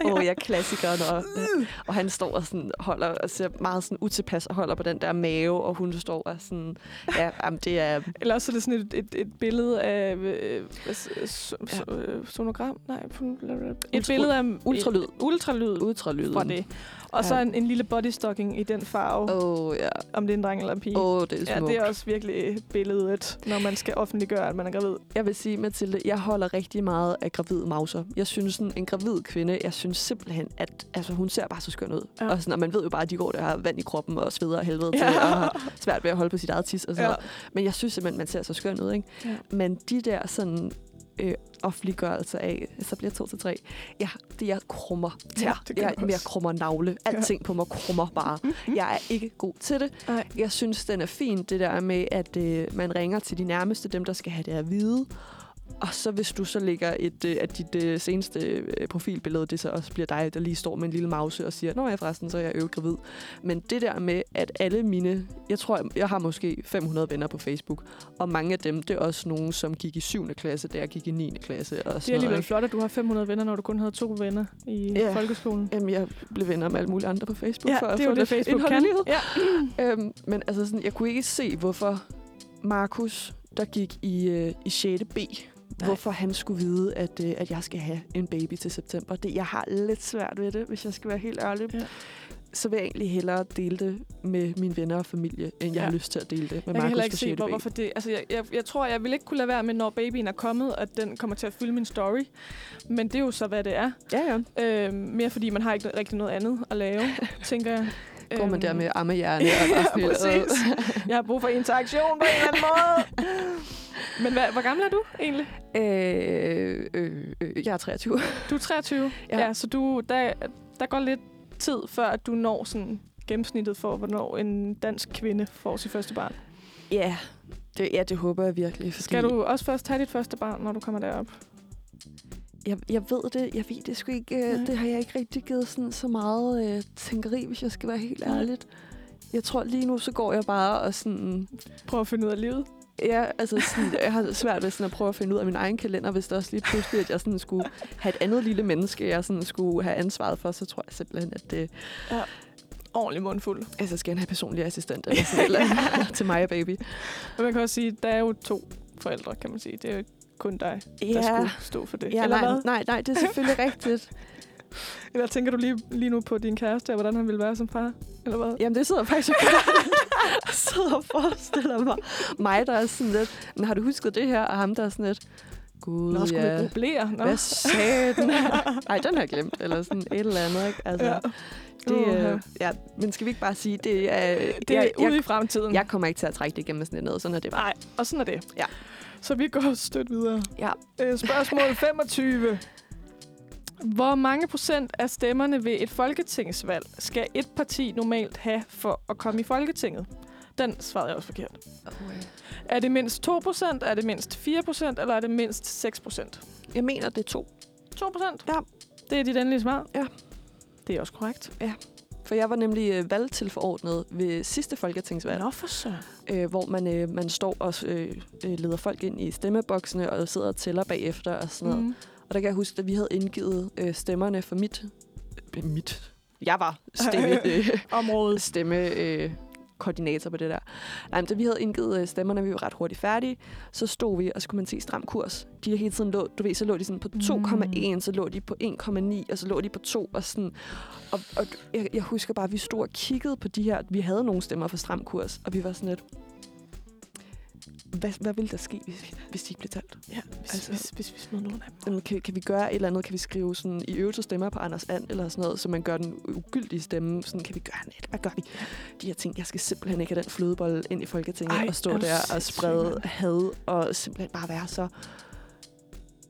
Speaker 2: Åh, oh, jeg er klassikeren. Og, øh, og han står og sådan holder og ser meget sådan utilpas og holder på den der mave, og hun står og sådan... Ja, jamen, det er...
Speaker 3: Eller også er det sådan et, et, et billede af... Øh, s- s- s- øh, sonogram? Nej. fun- Et
Speaker 2: Ultra-
Speaker 3: billede af...
Speaker 2: Ultralyd.
Speaker 3: Et, ultralyd
Speaker 2: Ultralyd.
Speaker 3: fra det. Og så
Speaker 2: Ja.
Speaker 3: en, en lille bodystocking i den farve, oh.
Speaker 2: Åh, oh, ja.
Speaker 3: om det er en dreng eller en pige.
Speaker 2: Åh, oh, det er
Speaker 3: ja,
Speaker 2: smukt.
Speaker 3: det er også virkelig billedet, når man skal offentliggøre, at man er gravid.
Speaker 2: Jeg vil sige, Mathilde, jeg holder rigtig meget af gravide mauser. Jeg synes, sådan, en gravid kvinde, jeg synes simpelthen, at altså, hun ser bare så skøn ud. Ja.
Speaker 3: Ja.
Speaker 2: Og, sådan, og man ved jo bare, at de går der har vand i kroppen og sveder af helvede ja. til,
Speaker 3: Ja.
Speaker 2: og har svært ved at holde på sit eget tis og sådan ja.
Speaker 3: Ja.
Speaker 2: noget. Men jeg synes simpelthen, man ser så skøn ud, ikke?
Speaker 3: Ja.
Speaker 2: Men de der sådan øh, offentliggørelser af, så bliver jeg to til tre. Ja, det jeg krummer tær.
Speaker 3: Ja,
Speaker 2: Ja,
Speaker 3: det gør
Speaker 2: jeg,
Speaker 3: jeg også.
Speaker 2: jeg krummer navle. Alting på mig krummer bare. Jeg er ikke god til det.
Speaker 3: Nej.
Speaker 2: Jeg synes, den er fin, det der med, at øh, man ringer til de nærmeste, dem der skal have det at vide. Og så hvis du så lægger et, øh, at dit øh, seneste øh, profilbillede, det så også bliver dig, der lige står med en lille mause og siger, Nå ja, forresten, så er jeg øvrigt gravid. Men det der med, at alle mine, jeg tror, jeg- jeg har måske 500 venner på Facebook, og mange af dem, det er også nogen, som gik i 7. klasse, da jeg gik i 9. klasse. Og
Speaker 3: Det er
Speaker 2: sådan
Speaker 3: alligevel
Speaker 2: noget,
Speaker 3: flot, at du har 500 venner, når du kun havde to venner i
Speaker 2: Ja.
Speaker 3: folkeskolen.
Speaker 2: Jamen, jeg blev venner med alle mulige andre på Facebook,
Speaker 3: Ja,
Speaker 2: for at
Speaker 3: det er
Speaker 2: få
Speaker 3: jo det,
Speaker 2: lidt
Speaker 3: Facebook
Speaker 2: indhold i
Speaker 3: kan.
Speaker 2: livet.
Speaker 3: Ja.
Speaker 2: Øhm, men altså, sådan, jeg kunne ikke se, hvorfor Markus, der gik i, øh, i 6. B, Nej. hvorfor han skulle vide, at, øh, at jeg skal have en baby til september. Det, jeg har lidt svært ved det, hvis jeg skal være helt ærlig. Ja.
Speaker 3: Ja.
Speaker 2: Så vil jeg egentlig hellere dele det med mine venner og familie, end jeg ja. har
Speaker 3: Ja.
Speaker 2: lyst til at dele det med
Speaker 3: Jeg kan
Speaker 2: Markus
Speaker 3: heller
Speaker 2: fra
Speaker 3: ikke
Speaker 2: 6.
Speaker 3: se,
Speaker 2: B.
Speaker 3: hvor, hvorfor det... Altså, jeg, jeg, jeg tror, jeg vil ikke kunne lade være med, når babyen er kommet, at den kommer til at fylde min story. Men det er jo så, hvad det er.
Speaker 2: Ja, ja.
Speaker 3: Øh, mere fordi, man har ikke rigtig noget andet at lave, tænker jeg.
Speaker 2: Går man
Speaker 3: Øhm,
Speaker 2: der med ammehjerne og bare sådan
Speaker 3: ja,
Speaker 2: lidt, øh,
Speaker 3: præcis. Jeg har brug for interaktion på en eller anden måde. Men hvad, hvor gammel er du egentlig?
Speaker 2: Øh, øh, øh, jeg er 23.
Speaker 3: Du er 23.
Speaker 2: Ja.
Speaker 3: Ja, så du, der, der går lidt tid, før at du når sådan gennemsnittet for, hvornår en dansk kvinde får sit første barn.
Speaker 2: Ja, det, ja, det håber jeg virkelig. Fordi
Speaker 3: Skal du også først have dit første barn, når du kommer derop?
Speaker 2: Jeg, jeg ved det, jeg ved det sgu ikke.
Speaker 3: Nej.
Speaker 2: Øh, det har jeg ikke rigtig givet sådan, så meget øh, tænkeri, hvis jeg skal være helt
Speaker 3: Nej.
Speaker 2: ærligt. Jeg tror lige nu, så går jeg bare og sådan...
Speaker 3: Prøv at finde ud af livet.
Speaker 2: Ja, altså sådan, jeg har svært ved sådan at prøve at finde ud af min egen kalender, hvis det også lige pludselig, at jeg sådan skulle have et andet lille menneske, jeg sådan skulle have ansvaret for, så tror jeg simpelthen, at det,
Speaker 3: Ordentlig mundfuld.
Speaker 2: altså skal jeg have personlig assistent eller sådan et eller andet til mig og baby.
Speaker 3: Men man kan også sige, at der er jo to forældre, kan man sige. Det er jo ikke kun dig,
Speaker 2: Ja,
Speaker 3: der skulle stå for det.
Speaker 2: ja
Speaker 3: Eller
Speaker 2: nej,
Speaker 3: hvad?
Speaker 2: nej, nej, det er selvfølgelig rigtigt.
Speaker 3: Eller tænker du lige, lige nu på din kæreste, og hvordan han ville være som far? Eller hvad?
Speaker 2: Jamen, det sidder jeg faktisk og gør. Jeg sidder og forestiller mig. Mig, der er sådan lidt, "Men har du husket det her? Og ham, der er sådan lidt, gud,
Speaker 3: Nå, skulle
Speaker 2: ja.
Speaker 3: vi grublere? Nå.
Speaker 2: Hvad sagde den? Ej, den har jeg glemt. Eller sådan et eller andet, ikke? Altså,
Speaker 3: Ja.
Speaker 2: ja. det,
Speaker 3: Uha.
Speaker 2: øh, ja, men skal vi ikke bare sige, det er...
Speaker 3: Det er
Speaker 2: jeg,
Speaker 3: ude
Speaker 2: jeg,
Speaker 3: i fremtiden.
Speaker 2: jeg kommer ikke til at trække det igennem sådan noget, sådan er det bare.
Speaker 3: Nej, og sådan er det.
Speaker 2: Ja.
Speaker 3: Så vi går stødt videre.
Speaker 2: Ja.
Speaker 3: Øh, spørgsmål 25. Hvor mange procent af stemmerne ved et folketingsvalg skal et parti normalt have for at komme i Folketinget? Den svarede jeg også forkert. Er det mindst 2 procent, er det mindst 4 procent, eller er det mindst 6 procent?
Speaker 2: Jeg mener, det er to.
Speaker 3: 2 procent?
Speaker 2: Ja.
Speaker 3: Det er dit endelige svar?
Speaker 2: Ja.
Speaker 3: Det er også korrekt.
Speaker 2: For jeg var nemlig øh, valgtilforordnet ved sidste folketingsvalg.
Speaker 3: Nå for så.
Speaker 2: øh, hvor man, øh, man står og øh, øh, leder folk ind i stemmeboksene og sidder og tæller bagefter og sådan noget. Mm.
Speaker 3: Mm.
Speaker 2: Og der kan jeg huske, at vi havde indgivet øh, stemmerne for mit... Øh, mit? Jeg var stemme, øh,
Speaker 3: Området.
Speaker 2: stemme øh, koordinator på det der. Nej, men da vi havde indgivet øh, stemmerne, vi var ret hurtigt færdige, så stod vi, og så kunne man se stram kurs. De der hele tiden lå, du ved, så lå de sådan på 2,1, så lå de på 1,9, og så lå de på 2, og sådan. Og, og jeg, jeg husker bare, at vi stod og kiggede på de her, vi havde nogle stemmer for stram kurs, og vi var sådan lidt, hvad, hvad ville der ske, hvis, hvis de ikke blev talt?
Speaker 3: Ja, hvis,
Speaker 2: Altså-
Speaker 3: altså, hvis, hvis, vi smider nogen af dem.
Speaker 2: Jamen, kan, kan vi gøre et eller andet? Kan vi skrive sådan, i øvrigt så stemmer jeg på Anders And, eller sådan noget, så man gør den ugyldige stemme? Sådan, kan vi gøre net? Hvad gør vi? De her ting, jeg skal simpelthen ikke have den flødebold ind i Folketinget
Speaker 3: Ej,
Speaker 2: Ej, og stå
Speaker 3: er du
Speaker 2: der og
Speaker 3: sindssyg,
Speaker 2: sprede
Speaker 3: mand.
Speaker 2: had, og simpelthen bare være så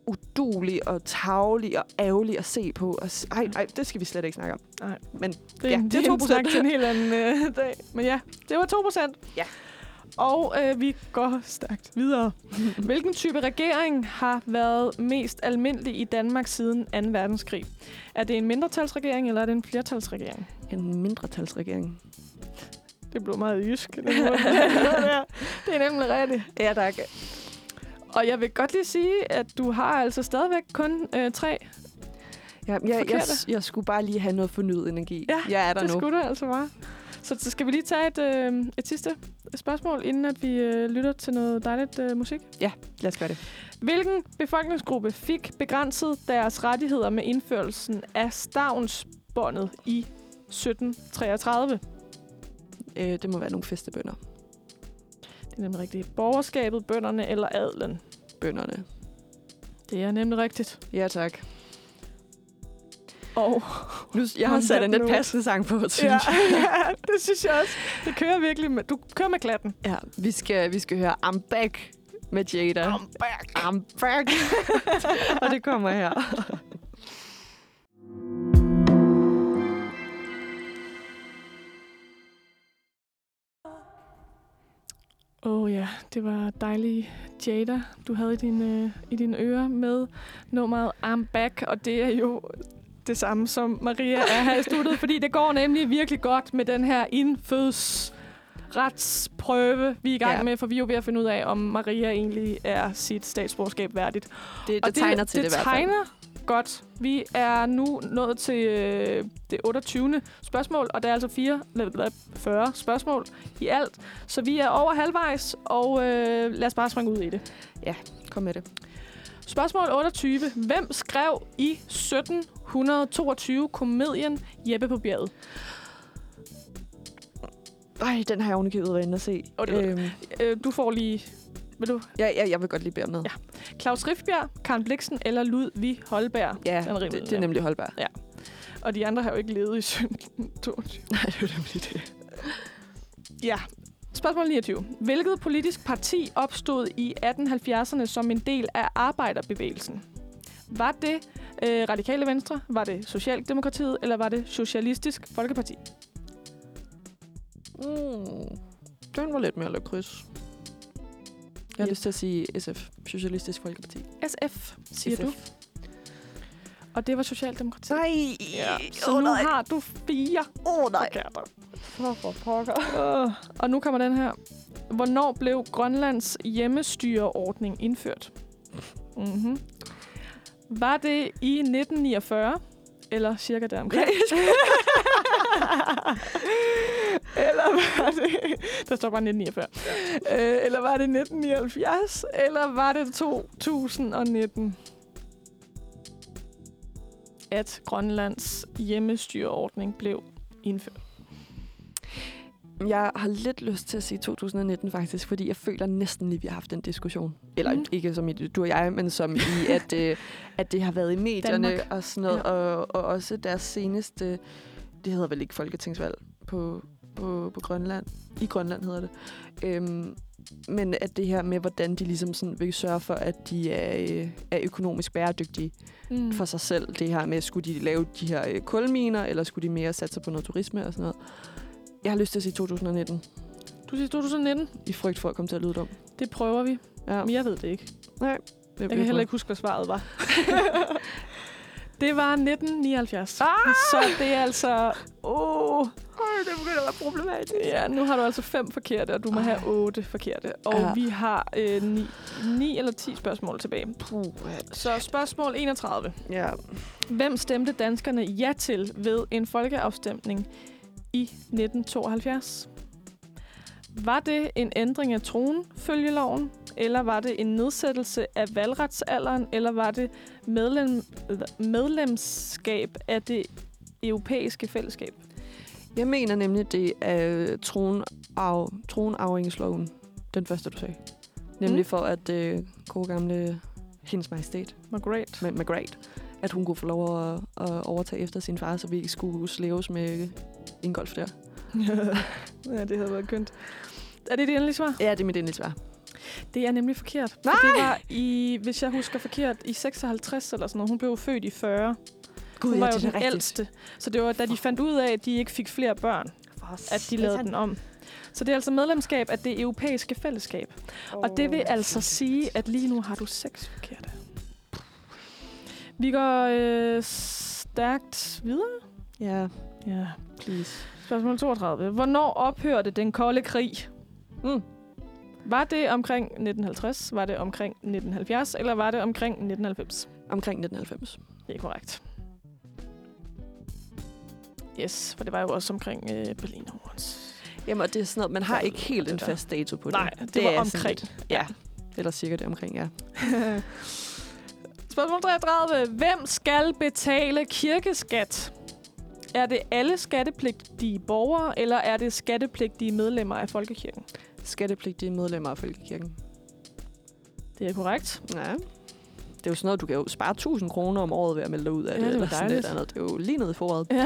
Speaker 2: udulig og tavlig og ærgerlig at se på. Og s- ej, ej, det skal vi slet ikke snakke om.
Speaker 3: Det,
Speaker 2: Ja,
Speaker 3: ja,
Speaker 2: det
Speaker 3: det
Speaker 2: er
Speaker 3: er en
Speaker 2: 2%.
Speaker 3: snak til en helt anden øh, dag. Men ja, det var 2 procent.
Speaker 2: Ja.
Speaker 3: Og øh, vi går stærkt videre. Hvilken type regering har været mest almindelig i Danmark siden 2. verdenskrig? Er det en mindretalsregering, eller er det en flertalsregering?
Speaker 2: En mindretalsregering.
Speaker 3: Det blev meget jysk. den måde, det der. det er nemlig rigtigt.
Speaker 2: Ja, tak.
Speaker 3: Og jeg vil godt lige sige, at du har altså stadigvæk kun øh, tre.
Speaker 2: Ja, jeg, jeg,
Speaker 3: Forkerte.
Speaker 2: jeg skulle bare lige have noget fornyet energi.
Speaker 3: Ja,
Speaker 2: jeg er der
Speaker 3: det
Speaker 2: nu.
Speaker 3: skulle du altså bare. Så, så skal vi lige tage et, øh, et sidste spørgsmål, inden at vi øh, lytter til noget dejligt øh, musik.
Speaker 2: Lad os gøre det.
Speaker 3: Hvilken befolkningsgruppe fik begrænset deres rettigheder med indførelsen af stavnsbåndet i 1733?
Speaker 2: Øh, det må være nogle festebønder.
Speaker 3: Det er nemlig rigtigt. Borgerskabet, bønderne eller adlen?
Speaker 2: Bønderne.
Speaker 3: Det er nemlig rigtigt.
Speaker 2: Ja, tak.
Speaker 3: Og
Speaker 2: Nu, jeg har
Speaker 3: Kom,
Speaker 2: sat
Speaker 3: vent
Speaker 2: en lidt
Speaker 3: nu.
Speaker 2: passende sang på, synes
Speaker 3: ja,
Speaker 2: jeg.
Speaker 3: ja, det synes jeg også. Det kører virkelig med. Du kører med klatten.
Speaker 2: Ja, vi skal, vi skal høre I'm Back med Jada. I'm Back. I'm Back. og det kommer her.
Speaker 3: Åh oh, ja, det var dejlige Jada, du havde i dine, øh, i dine ører med nummeret I'm Back, og det er jo det samme som Maria er her i studiet, fordi det går nemlig virkelig godt med den her indføds retsprøve, vi er i gang ja.
Speaker 2: Ja.
Speaker 3: med, for vi er jo ved at finde ud af, om Maria egentlig er sit statsborgerskab værdigt.
Speaker 2: Det, det
Speaker 3: Og
Speaker 2: tegner til det,
Speaker 3: det
Speaker 2: i hvert fald.
Speaker 3: tegner godt. Vi er nu nået til øh, det 28. spørgsmål, og der er altså 4, eller, eller 40 spørgsmål i alt. Så vi er over halvvejs, og øh, lad os bare springe ud i det.
Speaker 2: Kom med det.
Speaker 3: Spørgsmål 28. Hvem skrev i 1722 komedien Jeppe på bjerget?
Speaker 2: Ej, den har jeg ovenikøbet været inde at se.
Speaker 3: Åh, det ved
Speaker 2: øhm,
Speaker 3: Øh, du får lige... Vil du?
Speaker 2: ja, ja, jeg vil godt lige bære med.
Speaker 3: Ja. Claus Riffbjerg, Karen Bliksen eller Ludvig Holberg?
Speaker 2: Ja,
Speaker 3: Den er rimelig,
Speaker 2: det, det, er
Speaker 3: ja.
Speaker 2: nemlig holdbart.
Speaker 3: Og de andre har jo ikke levet i 1722.
Speaker 2: Nej, det er nemlig det.
Speaker 3: Ja. Spørgsmål 29. Hvilket politisk parti opstod i 1870'erne som en del af arbejderbevægelsen? Var det øh, Radikale Venstre, var det Socialdemokratiet, eller var det Socialistisk Folkeparti?
Speaker 2: Mm, den var lidt mere lakrids. Jeg har
Speaker 3: Ja.
Speaker 2: lyst til at sige SF, Socialistisk Folkeparti.
Speaker 3: SF, siger SF. du.
Speaker 2: SF.
Speaker 3: Og det var Socialdemokrati.
Speaker 2: Nej!
Speaker 3: Ja. Så nu har du fire.
Speaker 2: Åh, oh, nej!
Speaker 3: For pokker. Og nu kommer den her. Hvornår blev Grønlands hjemmestyreordning indført? Mm-hmm. Var det i 1949? Eller cirka deromkring? eller var det... Der står bare 1949. Ja. Øh, eller var det 1979? Eller var det 2019? At Grønlands hjemmestyreordning blev indført.
Speaker 2: Jeg har lidt lyst til at sige 2019 faktisk, fordi jeg føler næsten lige, vi har haft den diskussion. Eller
Speaker 3: Mhm.
Speaker 2: mm. ikke som i du og jeg, men som i, at, øh, at det har været i medierne
Speaker 3: Danmark.
Speaker 2: Danmark. og sådan noget.
Speaker 3: Ja.
Speaker 2: Ja. Og, og også deres seneste, det hedder vel ikke folketingsvalg på, på, på Grønland. I Grønland hedder det. Øhm, men at det her med, hvordan de ligesom sådan vil sørge for, at de er, øh, er økonomisk bæredygtige
Speaker 3: Mm.
Speaker 2: for sig selv. Det her med, skulle de lave de her øh, kulminer, eller skulle de mere satse på noget turisme og sådan noget. Jeg har lyst til at sige 2019.
Speaker 3: Du siger 2019.
Speaker 2: I frygt for at komme til at lyde dum.
Speaker 3: Det prøver vi.
Speaker 2: Ja.
Speaker 3: Men jeg ved det ikke.
Speaker 2: Jeg
Speaker 3: Jeg kan heller ikke huske, hvad svaret var. det var 1979. Ah! Så det er altså... Åh,
Speaker 2: Øj, det begynder at være problematisk.
Speaker 3: ja, nu har du altså fem forkerte, og du må have
Speaker 2: Ej.
Speaker 3: otte forkerte. Og ja.
Speaker 2: Ja.
Speaker 3: vi har øh, ni, ni eller ti spørgsmål tilbage.
Speaker 2: Puh,
Speaker 3: Så spørgsmål 31.
Speaker 2: ja.
Speaker 3: Hvem stemte danskerne ja til ved en folkeafstemning i 1972? Var det en ændring af tronfølgeloven, eller var det en nedsættelse af valgretsalderen, eller var det medlem, medlemskab af det europæiske fællesskab?
Speaker 2: Jeg mener nemlig, det er øh, tronarv, tronarvingsloven. Den første, du sagde. Nemlig
Speaker 3: Mm.
Speaker 2: mm. for, at øh, gode gamle hendes majestæt,
Speaker 3: Margaret.
Speaker 2: Ma- Margrethe, at hun kunne få lov at, at overtage efter sin far, så vi ikke skulle slæves med en golf der.
Speaker 3: ja, det havde været kønt. Er det det endelige svar?
Speaker 2: Ja, det er mit endelige svar.
Speaker 3: Det er nemlig forkert. for
Speaker 2: Nej!
Speaker 3: Det var i, hvis jeg husker forkert, i 56 eller sådan noget. Hun blev født i 40. Gud, hun var jo den ældste. Så det var, da de fandt ud af, at de ikke fik flere børn, at de lavede den om. Så det er altså medlemskab af det europæiske fællesskab. Oh. Og det vil altså sige, at lige nu har du seks forkerte. Vi går øh, stærkt videre.
Speaker 2: Ja,
Speaker 3: Ja.
Speaker 2: please.
Speaker 3: Spørgsmål 32. Hvornår ophørte den kolde krig? Hmm.
Speaker 2: Mm.
Speaker 3: Var det omkring 1950? Var det omkring 1970? Eller var det omkring 1990?
Speaker 2: Omkring 1990.
Speaker 3: Det er korrekt. Yes, for det var jo også omkring øh, Berlinmurens.
Speaker 2: Jamen, og det er sådan noget, man har
Speaker 3: Sådan
Speaker 2: ikke helt en
Speaker 3: det der.
Speaker 2: fast dato på det.
Speaker 3: Nej, det, det var
Speaker 2: er sådan
Speaker 3: omkring.
Speaker 2: lidt- Ja, eller cirka det omkring, ja.
Speaker 3: Spørgsmål 33. Hvem skal betale kirkeskat? Er det alle skattepligtige borgere, eller er det skattepligtige medlemmer af folkekirken?
Speaker 2: Skattepligtige medlemmer af Folkekirken.
Speaker 3: Det er korrekt.
Speaker 2: Ja. Det er jo sådan noget, du kan jo spare 1000 kroner om året ved at melde dig ud af det.
Speaker 3: Ja, det er jo
Speaker 2: eller sådan et
Speaker 3: dejligt.
Speaker 2: eller andet. Det er jo lige nede i foråret.
Speaker 3: Ja.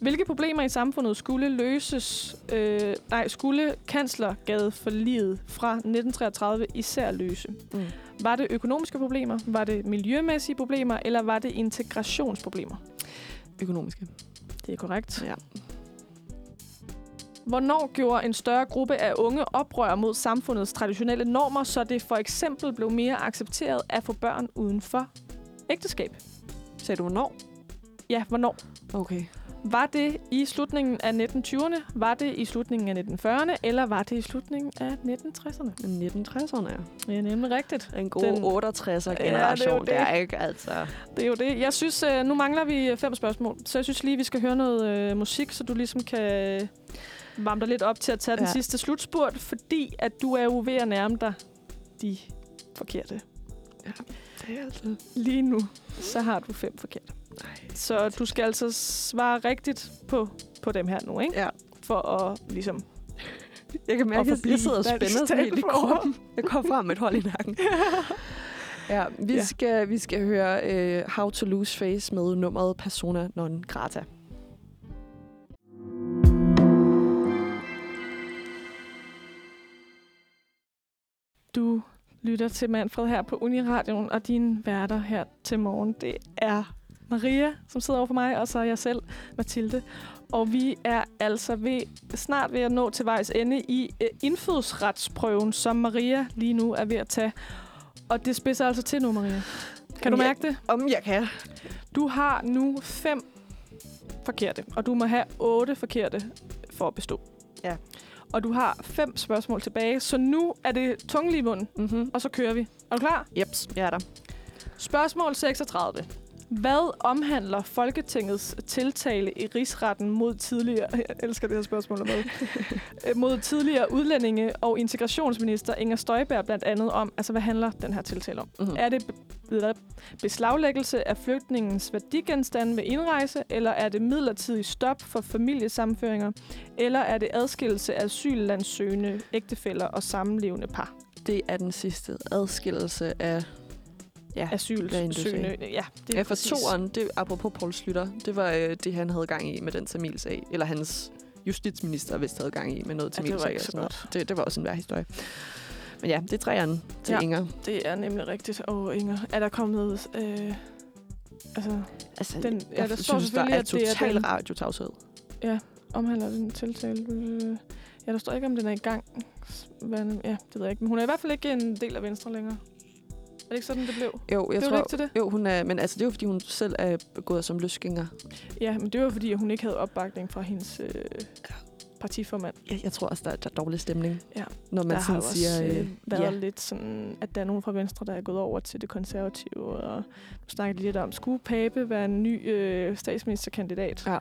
Speaker 3: Hvilke problemer i samfundet skulle løses, øh, nej, skulle kanslergade for livet fra 1933 især løse?
Speaker 2: Mm.
Speaker 3: Var det økonomiske problemer, var det miljømæssige problemer, eller var det integrationsproblemer?
Speaker 2: Økonomiske.
Speaker 3: Det er korrekt.
Speaker 2: Ja.
Speaker 3: Hvornår gjorde en større gruppe af unge oprør mod samfundets traditionelle normer, så det for eksempel blev mere accepteret at få børn uden for ægteskab?
Speaker 2: Sagde du hvornår?
Speaker 3: Ja, hvornår?
Speaker 2: Okay.
Speaker 3: Var det i slutningen af 1920'erne, var det i slutningen af 1940'erne, eller var det i slutningen af 1960'erne?
Speaker 2: Men 1960'erne er
Speaker 3: Det er nemlig rigtigt.
Speaker 2: en god
Speaker 3: Den-
Speaker 2: 68'er
Speaker 3: Ja,
Speaker 2: generation.
Speaker 3: det er jo det.
Speaker 2: der, ikke? Altså.
Speaker 3: Det er jo det. Jeg synes, øh, nu mangler vi øh, fem spørgsmål, så jeg synes lige, vi skal høre noget øh, musik, så du ligesom kan varme dig lidt op til at tage ja. den
Speaker 2: Ja.
Speaker 3: sidste slutspurt, fordi at du er jo ved at nærme dig de forkerte.
Speaker 2: Det er altså.
Speaker 3: Lige nu, så har du fem forkerte. Så du skal altså svare rigtigt på, på dem her nu, ikke?
Speaker 2: Ja.
Speaker 3: For at ligesom...
Speaker 2: Jeg kan mærke,
Speaker 3: Og
Speaker 2: at jeg sidder og
Speaker 3: forblive dansk
Speaker 2: spænder sådan helt i
Speaker 3: statsborger.
Speaker 2: kroppen. Jeg går frem med et hold i nakken. Ja, vi,
Speaker 3: Ja.
Speaker 2: ja. Skal, vi skal høre uh, How to Lose Face med nummeret Persona Non Grata.
Speaker 3: Du lytter til Manfred her på Uniradioen, og dine værter her til morgen, det er Maria, som sidder over for mig, og så er jeg selv, Mathilde. Og vi er altså ved, snart ved at nå til vejs ende i øh, indfødsretsprøven, som Maria lige nu er ved at tage. Og det spidser altså til nu, Maria. Kan du
Speaker 2: Ja.
Speaker 3: mærke det?
Speaker 2: Om jeg kan.
Speaker 3: Du har nu fem forkerte, og du må have otte forkerte for at bestå.
Speaker 2: Ja.
Speaker 3: Og du har fem spørgsmål tilbage, så nu er det tungen lige i munden,
Speaker 2: Mm-hmm.
Speaker 3: og så kører vi. Er du klar?
Speaker 2: Jeps, jeg er der.
Speaker 3: Spørgsmål 36. Hvad omhandler Folketingets tiltale i rigsretten mod tidligere... Jeg elsker det her spørgsmål. Med. mod tidligere udlændinge og integrationsminister Inger Støjberg blandt andet om... Altså, hvad handler den her tiltale om?
Speaker 2: Mm-hmm.
Speaker 3: Er det be- beslaglæggelse af flygtningens værdigenstande ved indrejse, eller er det midlertidig stop for familiesamføringer, eller er det adskillelse af asyllandsøgende ægtefæller og sammenlevende par?
Speaker 2: Det er den sidste adskillelse af... Ja, end du
Speaker 3: Asylsøgende. Ja, det er
Speaker 2: ja for
Speaker 3: præcis.
Speaker 2: toeren, det, apropos Poul Slytter, det var øh, det, han havde gang i med den Tamil-sag. Eller hans justitsminister vist havde gang i med noget
Speaker 3: Ja, det
Speaker 2: Tamil-sag.
Speaker 3: var ikke
Speaker 2: eller
Speaker 3: så
Speaker 2: sådan noget. Det, det var også en værd historie. Men ja, det er træerne til
Speaker 3: Ja.
Speaker 2: ja. Inger.
Speaker 3: Det er nemlig rigtigt. Og Inger, er der kommet... Øh, altså,
Speaker 2: Altså,
Speaker 3: Den- ja, der
Speaker 2: jeg
Speaker 3: står
Speaker 2: synes, der
Speaker 3: selvfølgelig,
Speaker 2: er
Speaker 3: at det er
Speaker 2: total
Speaker 3: den-
Speaker 2: radiotavshed.
Speaker 3: omhandler den tiltale... Øh, ja, der står ikke, om den er i gang. S- Hvad, er den- ja, det ved jeg ikke. Men hun er i hvert fald ikke en del af Venstre længere. Er det ikke sådan, det blev?
Speaker 2: Jo, jeg
Speaker 3: Blev det
Speaker 2: tror,
Speaker 3: ikke til det?
Speaker 2: jo, hun er, men altså, det er jo, fordi hun selv er gået som løsgænger.
Speaker 3: Ja, men det var fordi, at hun ikke havde opbakning fra hendes øh, partiformand.
Speaker 2: Jeg, jeg tror også, der er, der er dårlig stemning,
Speaker 3: Ja,
Speaker 2: når man
Speaker 3: der har
Speaker 2: sådan
Speaker 3: også
Speaker 2: siger...
Speaker 3: øh, været
Speaker 2: ja.
Speaker 3: lidt sådan, at der er nogen fra Venstre, der er gået over til det konservative. Og nu snakker de lidt om, skulle Pape være en ny øh, statsministerkandidat?
Speaker 2: Ja.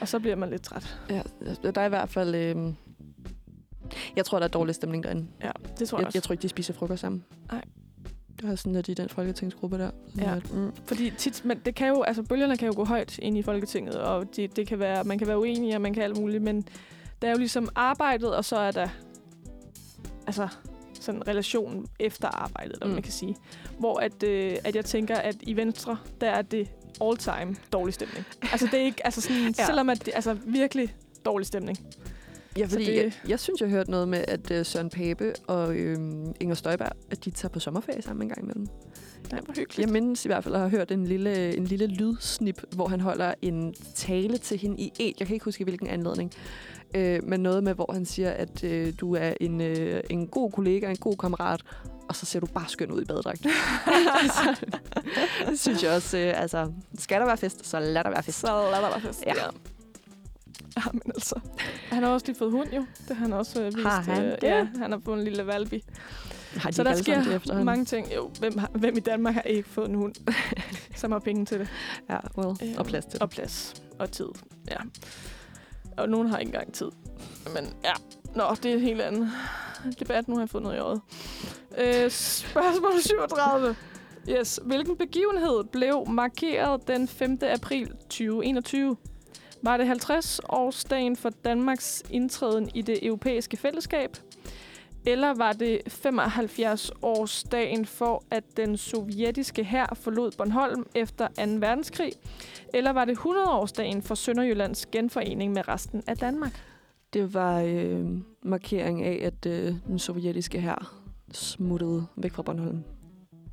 Speaker 3: Og så bliver man lidt træt.
Speaker 2: ja, der er i hvert fald... Øh, jeg tror, der er dårlig stemning derinde.
Speaker 3: Ja, det tror jeg,
Speaker 2: Jeg,
Speaker 3: også.
Speaker 2: jeg tror ikke, de spiser frokost sammen.
Speaker 3: Nej.
Speaker 2: Det er sådan lidt i den folketingsgruppe der.
Speaker 3: Ja.
Speaker 2: Mm.
Speaker 3: Fordi tit, men det kan jo, altså bølgerne kan jo gå højt ind i Folketinget, og det, det kan være, man kan være uenig, og man kan alt muligt, men der er jo ligesom arbejdet, og så er der altså sådan relationen efter arbejdet, eller mm.
Speaker 2: Mm.
Speaker 3: man kan sige. Hvor at, øh, at jeg tænker, at i Venstre, der er det all time dårlig stemning. Altså det er ikke, altså sådan, ja.
Speaker 2: Ja.
Speaker 3: selvom at det, altså virkelig dårlig stemning.
Speaker 2: Ja,
Speaker 3: Så
Speaker 2: fordi
Speaker 3: det-
Speaker 2: det... jeg, jeg synes, jeg har hørt noget med, at øh, Søren Pape og øh, Inger Støjberg, at de tager på sommerferie sammen en gang imellem.
Speaker 3: Nej, hvor hyggeligt.
Speaker 2: Jeg mindes i hvert fald at have hørt en lille, en lille lydsnip, hvor han holder en tale til hende i et. Jeg kan ikke huske, i hvilken anledning. Øh, men noget med, hvor han siger, at øh, du er en, øh, en god kollega, en god kammerat, og så ser du bare skøn ud i badedragt. altså, det synes jeg også, øh, altså, skal der være fest, så lad der være fest.
Speaker 3: Så lad der bare fest.
Speaker 2: Ja.
Speaker 3: ja. men altså. Han har også lige fået hund, jo. Det har han også øh, vist.
Speaker 2: Har han
Speaker 3: øh,
Speaker 2: det?
Speaker 3: Ja, han har fået en lille valby.
Speaker 2: Har de
Speaker 3: Så der sker
Speaker 2: det efter
Speaker 3: mange ting. Jo, hvem, har, hvem i Danmark har ikke fået en hund, som har penge til det?
Speaker 2: Ja, well,
Speaker 3: Øh,
Speaker 2: og plads til
Speaker 3: Og plads. Og tid. Ja. Og nogen har ikke engang tid. Men ja. Nå, det er en helt anden debat. Nu har jeg fået noget i øjet. Øh, spørgsmål 37. Yes. Hvilken begivenhed blev markeret den 5. april 2021? Var det 50-årsdagen for Danmarks indtræden i det europæiske fællesskab? Eller var det 75-årsdagen for, at den sovjetiske hær forlod Bornholm efter 2. verdenskrig? Eller var det 100-årsdagen for Sønderjyllands genforening med resten af Danmark?
Speaker 2: Det var øh, markering af, at øh, den sovjetiske her smuttede væk fra Bornholm.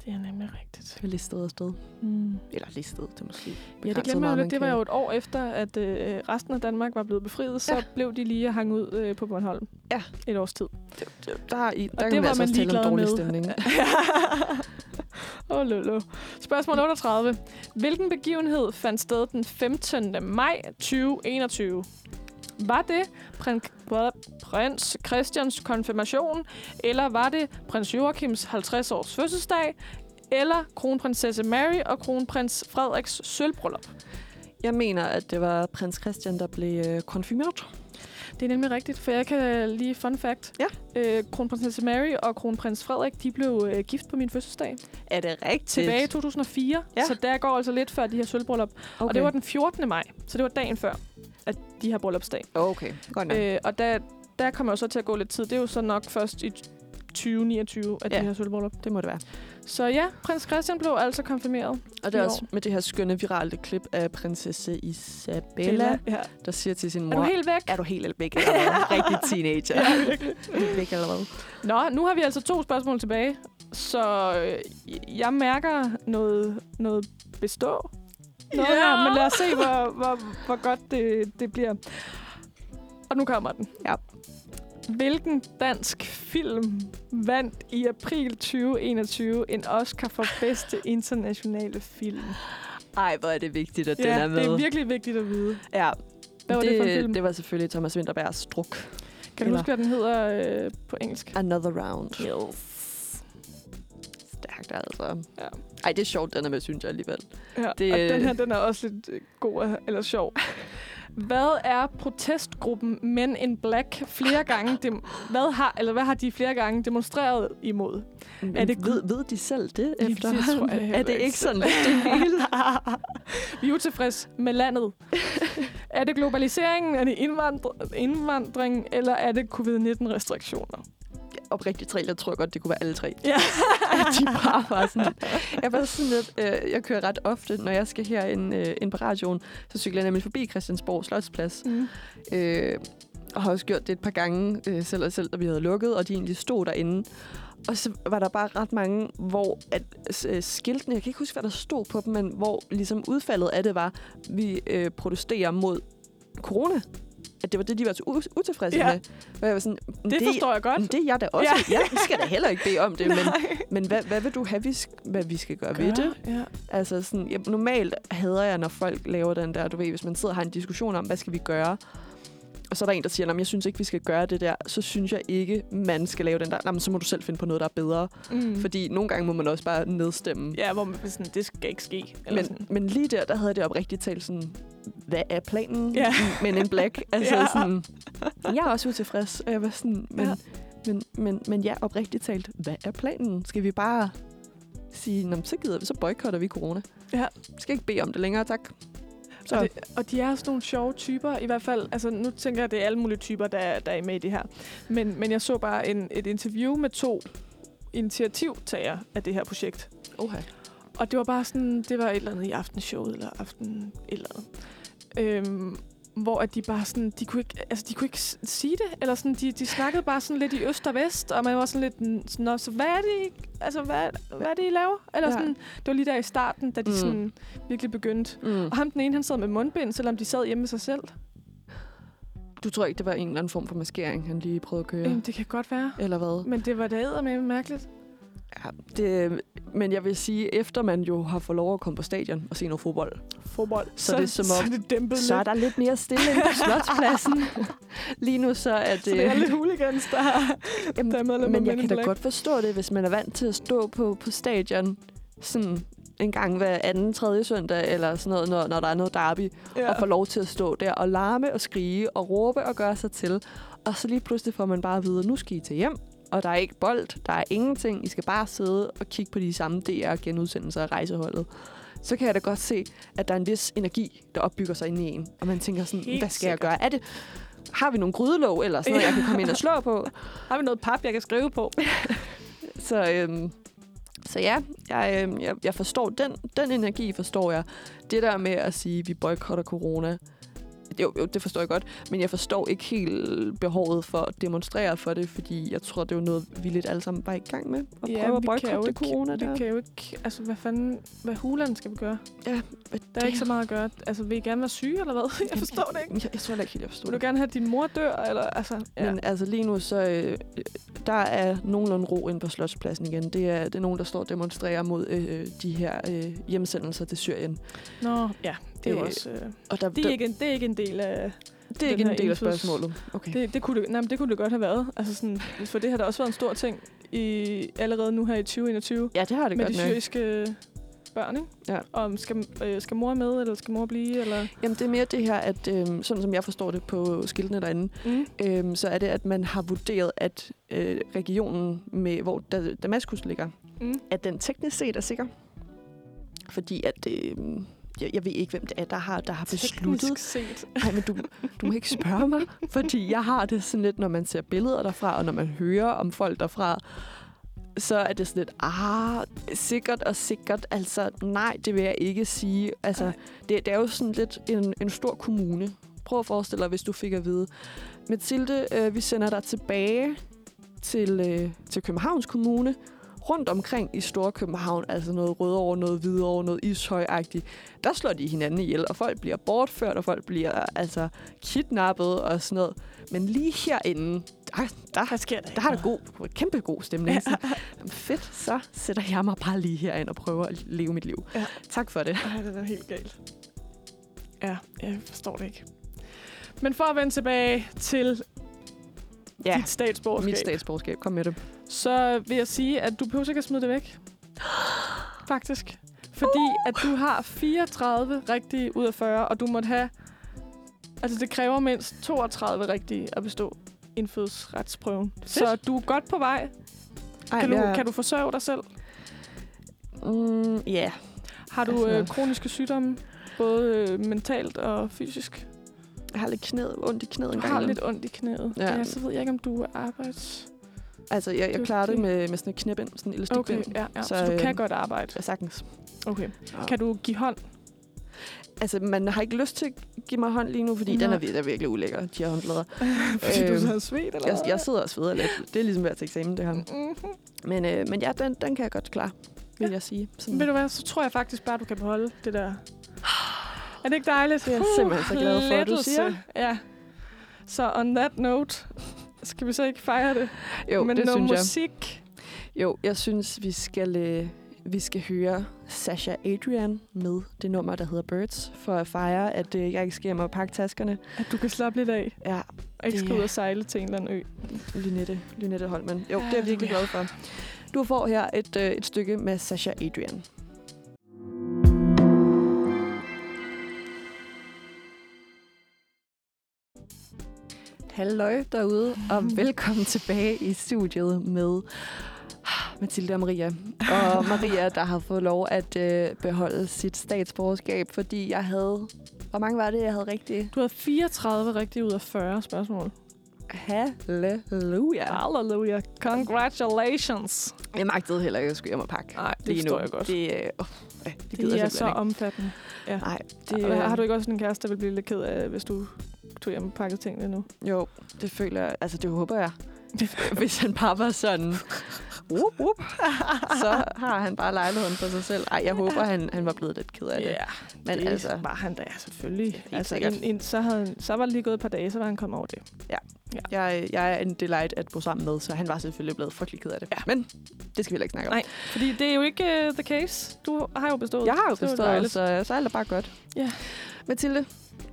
Speaker 3: Det er nemlig rigtigt.
Speaker 2: Det var listet afsted.
Speaker 3: Mm.
Speaker 2: Eller listet, det er måske
Speaker 3: Ja, det
Speaker 2: begrænset, hvor
Speaker 3: glemmer jeg jo
Speaker 2: meget
Speaker 3: lidt. Det
Speaker 2: man
Speaker 3: var
Speaker 2: kan-
Speaker 3: jo et år efter, at øh, resten af Danmark var blevet befriet, så ja.
Speaker 2: Ja.
Speaker 3: blev de lige og hang ud øh, på Bornholm.
Speaker 2: Ja.
Speaker 3: Et års tid.
Speaker 2: Der, i, der
Speaker 3: det
Speaker 2: kan man
Speaker 3: var
Speaker 2: altså
Speaker 3: man
Speaker 2: også tale om
Speaker 3: ligeglad
Speaker 2: dårlig stemning.
Speaker 3: med. Åh, oh, lolo. Spørgsmål 38. Hvilken begivenhed fandt sted den 15. maj 2021? Var det prin- prins Christians konfirmation, eller var det prins Joachims 50-års fødselsdag, eller kronprinsesse Mary og kronprins Frederiks sølvbryllup?
Speaker 2: Jeg mener, at det var prins Christian, der blev øh, konfirmeret.
Speaker 3: Det er nemlig rigtigt, for jeg kan lige fun fact.
Speaker 2: Ja.
Speaker 3: Øh, kronprinsesse Mary og kronprins Frederik, de blev øh, gift på min fødselsdag.
Speaker 2: Er det rigtigt?
Speaker 3: tilbage i 2004, ja.
Speaker 2: Ja.
Speaker 3: så der går altså lidt før de her sølvbryllup. Okay.
Speaker 2: Okay.
Speaker 3: Og det var den 14. maj, så det var dagen før, at de har bryllupsdag.
Speaker 2: Okay, godt nok. Øh,
Speaker 3: Øh, og der, der kommer jo så til at gå lidt tid. Det er jo så nok først i 2029, at ja.
Speaker 2: Ja.
Speaker 3: de har sølvbryllup.
Speaker 2: det må det være.
Speaker 3: Så ja, prins Christian blev altså konfirmeret.
Speaker 2: Og det er
Speaker 3: Jo.
Speaker 2: også med det her skønne virale klip af prinsesse Isabella,
Speaker 3: Ja.
Speaker 2: der siger til sin mor,
Speaker 3: Er du helt væk?
Speaker 2: er du helt væk eller hvad? Rigtig teenager.
Speaker 3: Ja, virkelig.
Speaker 2: Helt væk eller hvad?
Speaker 3: Nå, nu har vi altså to spørgsmål tilbage. Så øh, jeg mærker noget, noget bestå. Nå, yeah. ja, men lad os se, hvor, hvor, hvor godt det, det bliver. Og nu kommer den.
Speaker 2: Ja.
Speaker 3: Hvilken dansk film vandt i april 2021 en Oscar for bedste internationale film?
Speaker 4: Ej, hvor er det vigtigt, at den er med.
Speaker 3: det er virkelig vigtigt at vide.
Speaker 2: Ja.
Speaker 3: Hvad var det, det for en film?
Speaker 2: det var selvfølgelig Thomas Winterbergs druk.
Speaker 3: Kan du
Speaker 2: Eller-
Speaker 3: huske, hvad den hedder øh, på engelsk?
Speaker 2: Another Round.
Speaker 3: Yes.
Speaker 2: Stærkt altså.
Speaker 3: Ja.
Speaker 2: Ej, det er sjovt, den er med, synes jeg alligevel.
Speaker 3: Ja, det...
Speaker 4: Det-
Speaker 3: Og den her, den er også lidt øh, god at- eller sjov. Hvad er protestgruppen Men in Black flere gange... Dem, hvad, har, eller hvad har de flere gange demonstreret imod?
Speaker 2: Men
Speaker 3: Er det
Speaker 2: ved, ved de selv det
Speaker 3: det
Speaker 2: efter?
Speaker 3: tror jeg heller
Speaker 2: er det
Speaker 3: ikke
Speaker 2: ikke sådan lidt det hele?
Speaker 3: Vi er utilfredse med landet. er det globaliseringen, er det indvandr- indvandring, eller er det covid-19-restriktioner?
Speaker 2: Oprigtigt tre, jeg tror godt, det kunne være alle tre.
Speaker 3: Ja.
Speaker 2: de bare var sådan lidt. Jeg var sådan lidt, øh, jeg kører ret ofte, når jeg skal herinde øh, ind på radioen, så cykler jeg nemlig forbi Christiansborg Slotsplads.
Speaker 3: Mm.
Speaker 2: Øh, og har også gjort det et par gange, øh, selv og selv, da vi havde lukket, og de egentlig stod derinde. Og så var der bare ret mange, hvor at, øh, skiltene, jeg kan ikke huske, hvad der stod på dem, men hvor ligesom udfaldet af det var, vi øh, protesterer mod corona. At det var det, de var så u- utilfredse
Speaker 3: Ja.
Speaker 2: med. Og jeg var sådan, "Men
Speaker 3: Det, det forstår jeg godt.
Speaker 2: men det er jeg da også.
Speaker 3: Ja.
Speaker 2: Ja. Jeg skal da heller ikke bede om det, men,
Speaker 3: Nej.
Speaker 2: men hvad, hvad vil du have, vi sk- hvad vi skal gøre, gøre ved det?
Speaker 3: Ja.
Speaker 2: Altså sådan, jeg, normalt hader jeg, når folk laver den der, du ved, hvis man sidder og har en diskussion om, hvad skal vi gøre? Og så er der en, der siger, "Nå, men jeg synes ikke, vi skal gøre det der. Så synes jeg ikke, man skal lave den der. "Nå, men så må du selv finde på noget, der er bedre.
Speaker 3: Mm.
Speaker 2: Mm. Fordi nogle gange må man også bare nedstemme.
Speaker 3: Ja, hvor man sådan, det skal ikke ske. Eller men, sådan.
Speaker 2: Men, men lige der, der havde det oprigtigt talt sådan, hvad er planen
Speaker 3: Ja.
Speaker 2: ja. men en black? Altså
Speaker 3: Ja.
Speaker 2: ja. sådan, jeg er også utilfreds, og jeg var sådan, men,
Speaker 3: Ja.
Speaker 2: ja. men, men, men ja, oprigtigt talt, hvad er planen? Skal vi bare sige, "Nå, men så gider vi, så boykotter vi corona.
Speaker 3: Ja.
Speaker 2: Vi Skal ikke bede om det længere, tak. Så
Speaker 3: Og,
Speaker 2: det,
Speaker 3: det, og de er sådan nogle sjove typer, i hvert fald. Altså, nu tænker jeg, at det er alle mulige typer, der, der er med i det her. Men, men jeg så bare en, et interview med to initiativtagere af det her projekt.
Speaker 2: oha.
Speaker 3: Og det var bare sådan, det var et eller andet i aftenshowet, eller aften et eller andet. Øhm, hvor at de bare sådan, de kunne ikke, altså de kunne ikke s- sige det, eller sådan, de, de snakkede bare sådan lidt i øst og vest, og man var sådan lidt, "N- sådan, "Nå, så hvad er det, I- altså hvad, hvad er det, I laver? Eller
Speaker 2: Ja.
Speaker 3: sådan, det var lige der i starten, da de
Speaker 2: Mm.
Speaker 3: sådan virkelig begyndte.
Speaker 2: Mm.
Speaker 3: Og ham den ene, han sad med mundbind, selvom de sad hjemme med sig selv.
Speaker 2: Du tror ikke, det var en eller anden form for maskering, han lige prøvede at køre?
Speaker 3: Ja. Jamen, Øhm, det kan godt være.
Speaker 2: Eller hvad?
Speaker 3: Men det var da med mærkeligt.
Speaker 2: Ja, det, men jeg vil sige, efter man jo har fået lov at komme på stadion og se noget fodbold,
Speaker 3: Fodbold.
Speaker 2: Så er det som om-
Speaker 3: Så er det dæmpet
Speaker 2: så er
Speaker 3: lidt.
Speaker 2: der lidt mere stille end på slotspladsen. Lige nu så er det...
Speaker 3: Så det er lidt hooligans, der,
Speaker 2: Jamen,
Speaker 3: der er medlem
Speaker 2: men jeg kan da godt forstå det, hvis man er vant til at stå på, på stadion sådan en gang hver anden, tredje søndag eller sådan noget, når, når der er noget derby, ja. og får lov til at stå der og larme og skrige og råbe og gøre sig til. Og så lige pludselig får man bare at vide, nu skal I til hjem, og der er ikke bold, der er ingenting. I skal bare sidde og kigge på de samme DR-genudsendelser af rejseholdet. Så kan jeg da godt se, at der er en vis energi, der opbygger sig inde i en. Og man tænker sådan,
Speaker 3: Helt
Speaker 2: Helt hvad skal
Speaker 3: sikkert.
Speaker 2: jeg gøre? Er det, har vi nogle grydelåg eller sådan noget, jeg kan komme ind og slå på?
Speaker 3: Har vi noget pap, jeg kan skrive på?
Speaker 2: Så, øhm, så ja, jeg, øhm, jeg, jeg forstår den, den energi, forstår jeg. Det der med at sige, vi boykotter corona, jo, jo, det forstår jeg godt, men jeg forstår ikke helt behovet for at demonstrere for det, fordi jeg tror, det var noget, vi lidt alle sammen var i gang med, at prøve at boykotte det corona
Speaker 3: vi
Speaker 2: der.
Speaker 3: kan jo ikke... Altså, hvad fanden... Hvad hulen skal vi gøre?
Speaker 2: Hvad
Speaker 3: Der er ikke så
Speaker 2: det-
Speaker 3: meget at gøre. Altså, vil I gerne være syge, eller hvad? Jeg forstår det ikke.
Speaker 2: Jeg, jeg tror heller ikke helt, jeg forstår
Speaker 3: Vil du
Speaker 2: det.
Speaker 3: gerne have, at din mor dør, eller... Altså, ja.
Speaker 2: Ja. Men altså lige nu, så øh, der er nogenlunde ro inde på Slotspladsen igen. Det er, det er nogen, der står og demonstrerer mod øh, de her øh, hjemsendelser til Syrien.
Speaker 3: Nå, ja. Det er jo
Speaker 2: Øh,
Speaker 3: også... Øh,
Speaker 2: Og der,
Speaker 3: det,
Speaker 2: der,
Speaker 3: er ikke en, det er ikke en del af...
Speaker 2: det er ikke en
Speaker 3: den her
Speaker 2: del af
Speaker 3: indflydelse.
Speaker 2: spørgsmålet. Okay.
Speaker 3: Det, det, kunne det, nej, men det kunne det godt have været. Altså sådan, for det har da også været en stor ting i, allerede nu her i 2021.
Speaker 2: Ja, det har det
Speaker 3: med de
Speaker 2: godt nok.
Speaker 3: syriske øh, børn, ikke?
Speaker 2: Ja.
Speaker 3: Om skal, øh, skal mor med, eller skal mor blive, eller...
Speaker 2: Jamen, det er mere det her, at øhm, sådan som jeg forstår det på skiltene derinde,
Speaker 3: Mm.
Speaker 2: øhm, så er det, at man har vurderet, at øh, regionen, med, hvor Da- Damaskus ligger,
Speaker 3: Mm.
Speaker 2: at den teknisk set er sikker. Fordi at... øhm, jeg, jeg ved ikke, hvem det er, der har, der har besluttet
Speaker 3: Teknisk set.
Speaker 2: Nej, men du, du må ikke spørge mig, fordi jeg har det sådan lidt, når man ser billeder derfra, og når man hører om folk derfra, så er det sådan lidt, ah, sikkert og sikkert, altså nej, det vil jeg ikke sige. Altså,
Speaker 3: Ej.
Speaker 2: det, det er jo sådan lidt en, en stor kommune. Prøv at forestille dig, hvis du fik at vide, Mathilde, øh, vi sender dig tilbage til, øh, til Københavns Kommune, rundt omkring i Storkøbenhavn, altså noget Rødovre, noget Hvidovre, noget Ishøjagtigt, der slår de hinanden ihjel, og folk bliver bortført, og folk bliver altså kidnappet og sådan noget. Men lige herinde, der, der,
Speaker 3: Hvad sker der?
Speaker 2: der har der god, kæmpe god stemning. Sådan, "Jamen fedt, så sætter jeg mig bare lige herind og prøver at leve mit liv.
Speaker 3: Ja.
Speaker 2: Tak for det.
Speaker 3: Ej, det er da helt galt. Ja, jeg forstår det ikke. Men for at vende tilbage til ja. dit statsborgerskab,
Speaker 2: Mit statsborgerskab, kom med det.
Speaker 3: så vil jeg sige, at du behøver ikke at smide det væk. Faktisk. Fordi
Speaker 2: Uh!
Speaker 3: at du har 34 rigtige ud af 40, og du måtte have... Altså, det kræver mindst 32 rigtige at bestå indfødsretsprøven. Så du er godt på vej.
Speaker 2: Ej,
Speaker 3: Kan,
Speaker 2: jeg-
Speaker 3: du, kan du forsørge dig selv?
Speaker 2: Mm, ja.
Speaker 3: Har du
Speaker 2: Altså-
Speaker 3: øh, kroniske sygdomme, både øh, mentalt og fysisk?
Speaker 2: Jeg har lidt knæet, ondt i knæet
Speaker 3: Du
Speaker 2: en gang.
Speaker 3: har
Speaker 2: imellem.
Speaker 3: lidt ondt i knæet.
Speaker 2: Ja.
Speaker 3: Ja. ja. Så ved jeg ikke, om du er arbejds...
Speaker 2: Altså, jeg, jeg
Speaker 3: Dygtig.
Speaker 2: klarer det med, med sådan et knæbind, sådan en elastikbind.
Speaker 3: Okay, ja, ja. Så,
Speaker 2: Så,
Speaker 3: så du kan
Speaker 2: øhm,
Speaker 3: godt arbejde.
Speaker 2: Ja, sagtens.
Speaker 3: Okay. Kan du give hånd?
Speaker 2: Altså, man har ikke lyst til at give mig hånd lige nu, fordi den er,
Speaker 3: Nej.
Speaker 2: vir- den er virkelig ulækker, de her håndflader. Øhm,
Speaker 3: har svedt, eller
Speaker 2: Jeg, jeg sidder og sveder lidt. Det er ligesom været til eksamen, det her.
Speaker 3: Mm-hmm.
Speaker 2: Men, øh, men ja, den, den kan jeg godt klare, vil jeg sige. Sådan,
Speaker 3: Ved du hvad, så tror jeg faktisk bare, du kan beholde det der. Er det ikke dejligt?
Speaker 2: Det er jeg simpelthen så glad for, at du
Speaker 3: lettelse.
Speaker 2: siger.
Speaker 3: Ja. Så on that note, skal vi så ikke fejre det?
Speaker 2: jo,
Speaker 3: Men
Speaker 2: det
Speaker 3: noget
Speaker 2: synes jeg.
Speaker 3: musik.
Speaker 2: Jo, jeg synes, vi skal, øh, vi skal høre Sasha Adrian med det nummer, der hedder Birds, for at fejre, at øh, jeg ikke skal hjem og pakke taskerne.
Speaker 3: At du kan slappe lidt af,
Speaker 2: Ja,
Speaker 3: og ikke skal
Speaker 2: Det-
Speaker 3: ud og sejle til en eller anden ø.
Speaker 2: Lynette, Lynette Holmen. Jo, det er
Speaker 3: Ja,
Speaker 2: jeg virkelig
Speaker 3: ja.
Speaker 2: glad for. Du får her et, øh, et stykke med Sasha Adrian. Halløj derude, og velkommen tilbage i studiet med Mathilde og Maria. Og Maria, der har fået lov at øh, beholde sit statsborgerskab, fordi jeg havde... Hvor mange var det, jeg havde rigtigt?
Speaker 3: Du havde 34 rigtige ud af 40 spørgsmål.
Speaker 2: Halleluja.
Speaker 3: Halleluja. Congratulations.
Speaker 2: Jeg magtede heller ikke at skulle hjem og pakke.
Speaker 3: Nej, det forstår jeg godt.
Speaker 2: Det, øh, åh, ja, det gider
Speaker 3: Det er
Speaker 2: jeg
Speaker 3: så
Speaker 2: simpelthen
Speaker 3: omfattende.
Speaker 2: ikke. Nej,
Speaker 3: Det,
Speaker 2: det,
Speaker 3: har du ikke også en kæreste, der vil blive lidt ked af, hvis du tog hjem og pakkede tingene nu?
Speaker 2: Jo, det føler jeg. Altså, det håber jeg. Hvis han bare var sådan, whoop, whoop, så har han bare lejligheden for sig selv. Ej, jeg håber, han, han var blevet lidt ked af det. Men
Speaker 3: det
Speaker 2: altså,
Speaker 3: var han da, selvfølgelig.
Speaker 2: Helt
Speaker 3: Altså,
Speaker 2: sikkert.
Speaker 3: en, en, så, havde, han- så var det lige gået et par dage, så var han kommet over det.
Speaker 2: jeg, jeg er en delight at bo sammen med, så han var selvfølgelig blevet frygtelig ked af det. Ja. Men det skal vi heller ikke snakke om.
Speaker 3: Nej. Fordi det er jo ikke uh, the case. Du har jo bestået.
Speaker 2: Jeg har jo
Speaker 3: Så det er
Speaker 2: bestået,
Speaker 3: dejligt.
Speaker 2: så, så er det bare godt.
Speaker 3: Ja.
Speaker 2: Mathilde,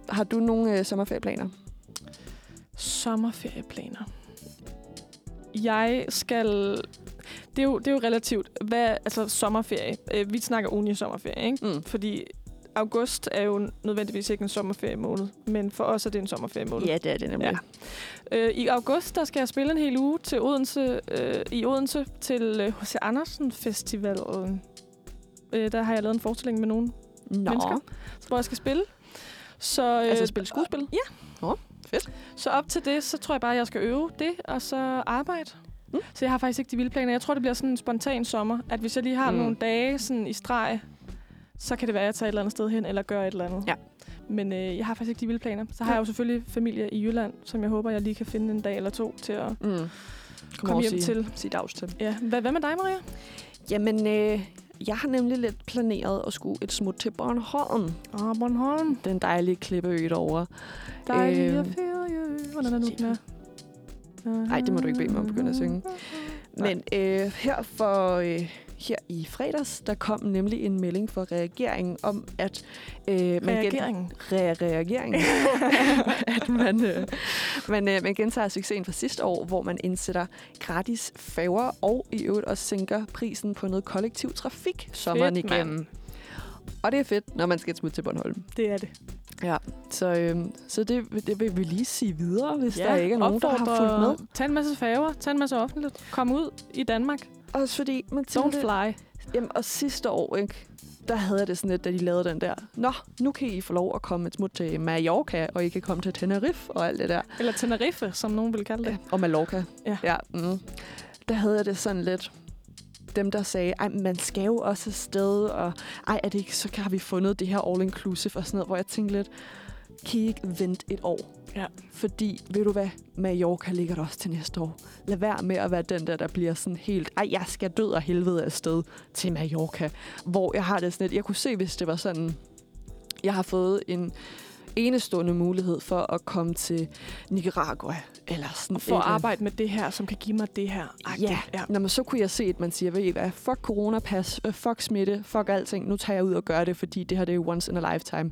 Speaker 2: har du nogle øh, sommerferieplaner?
Speaker 3: Sommerferieplaner. Jeg skal... Det er jo, det er jo relativt. Hvad, altså sommerferie. Øh, Vi snakker uni-sommerferie, ikke?
Speaker 2: Mm.
Speaker 3: Fordi august er jo nødvendigvis ikke en sommerferiemåned, men for os er det en sommerferiemåned.
Speaker 2: det er det
Speaker 3: Ja. Øh, I august der skal jeg spille en hel uge til Odense, øh, i Odense til øh, H.C. Andersen Festivalen. Øh, der har jeg lavet en forestilling med nogle
Speaker 2: Nå.
Speaker 3: mennesker, hvor jeg skal spille. Så, øh,
Speaker 2: Altså spille skuespil?
Speaker 3: Ja.
Speaker 2: Nå, fedt.
Speaker 3: Så op til det, så tror jeg bare, at jeg skal øve det, og så arbejde.
Speaker 2: Mm.
Speaker 3: Mm. Så jeg har faktisk ikke de vilde planer. Jeg tror, det bliver sådan en spontan sommer, at hvis jeg lige har
Speaker 2: Mm.
Speaker 3: mm. nogle dage sådan i streg, så kan det være, at jeg tager et eller andet sted hen, eller gør et eller andet.
Speaker 2: Ja.
Speaker 3: Men øh, jeg har faktisk ikke de vilde planer. Så har jeg jo selvfølgelig familie i Jylland, som jeg håber, jeg lige kan finde en dag eller to til at
Speaker 2: Mm.
Speaker 3: komme hjem til.
Speaker 2: Sige dags til.
Speaker 3: Ja. Hvad, hvad med dig, Maria?
Speaker 2: Jamen, øh, jeg har nemlig lidt planeret at skulle et smut til Bornholm.
Speaker 3: Åh, oh, Bornholm.
Speaker 2: Den dejlige klippeø derovre.
Speaker 3: Dejlig
Speaker 2: Øhm.
Speaker 3: at ferie. Hvordan er det nu, den er?
Speaker 2: Ej, det må du ikke bede mig om at begynde at synge. Men øh, her for... Øh, her i fredags, der kom nemlig en melding fra regeringen om, at øh, man, gen-
Speaker 3: Reageringen.
Speaker 2: re- reageringen. at man, øh, man, øh, man gentager succesen fra sidste år, hvor man indsætter gratis færger og i øvrigt også sænker prisen på noget kollektiv trafik sommeren
Speaker 3: Fedt, mand.
Speaker 2: igennem. Og det er fedt, når man skal et smut til Bornholm.
Speaker 3: Det er det.
Speaker 2: Så, øh, så det, det vil vi lige sige videre, hvis ja, der ikke er nogen, der har fulgt med.
Speaker 3: Tag en masse færger, tag en masse offentligt. Kom ud i Danmark.
Speaker 2: Også fordi,
Speaker 3: Don't
Speaker 2: Mathilde,
Speaker 3: fly.
Speaker 2: jamen, og sidste år, ikke, der havde jeg det sådan lidt, da de lavede den der, Nå, nu kan I få lov at komme et smut til Mallorca, og I kan komme til Tenerife og alt det der.
Speaker 3: Eller Tenerife, som nogen vil kalde det.
Speaker 2: Ja, og Mallorca.
Speaker 3: Ja.
Speaker 2: ja mm. Der havde jeg det sådan lidt, dem der sagde, ej, man skal jo også afsted, og ej, er det ikke, så har vi fundet det her all-inclusive og sådan noget, hvor jeg tænkte lidt, kan I ikke vente et år?
Speaker 3: Ja.
Speaker 2: Fordi, ved du hvad, Mallorca ligger der også til næste år. Lad være med at være den der, der bliver sådan helt, ej, jeg skal død og helvede afsted til Mallorca. Hvor jeg har det sådan lidt, jeg kunne se, hvis det var sådan, jeg har fået en enestående mulighed for at komme til Nicaragua. Eller sådan
Speaker 3: Og for
Speaker 2: et,
Speaker 3: at
Speaker 2: øh,
Speaker 3: arbejde med det her, som kan give mig det her. agtigt.
Speaker 2: Ja,
Speaker 3: ja.
Speaker 2: Nå, men så kunne jeg se, at man siger, ved I hvad, fuck coronapas, øh, fuck smitte, fuck alting, nu tager jeg ud og gør det, fordi det her det er jo once in a lifetime.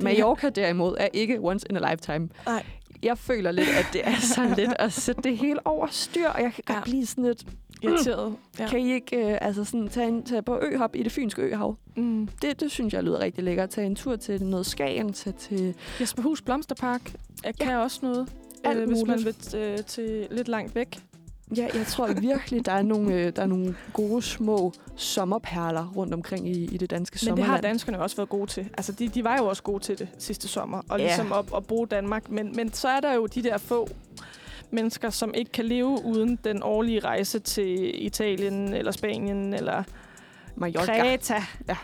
Speaker 2: Mallorca derimod er ikke once in a lifetime.
Speaker 3: Nej.
Speaker 2: Jeg føler lidt, at det er sådan lidt at sætte det hele over styr, og jeg kan godt
Speaker 3: Ja.
Speaker 2: blive sådan lidt,
Speaker 3: Irriteret. Ja.
Speaker 2: kan I ikke øh, altså sådan, tage, en, tage på øhop i det fynske øhav?
Speaker 3: Mm.
Speaker 2: Det, det synes jeg lyder rigtig lækkert. Tage en tur til noget Skagen, tage til...
Speaker 3: Jesperhus Blomsterpark jeg kan også noget.
Speaker 2: Alt
Speaker 3: øh, hvis man
Speaker 2: muligt.
Speaker 3: vil øh, til lidt langt væk.
Speaker 2: Ja, jeg tror virkelig, der er nogle, øh, der er nogle gode små sommerperler rundt omkring i, i det danske
Speaker 3: Men det
Speaker 2: sommerland.
Speaker 3: har danskerne også været gode til. Altså, de, de var jo også gode til det sidste sommer, og
Speaker 2: Ja.
Speaker 3: ligesom op at bruge Danmark. Men, men så er der jo de der få mennesker, som ikke kan leve uden den årlige rejse til Italien eller Spanien eller
Speaker 2: Mallorca.
Speaker 3: Kreta.
Speaker 2: Ja.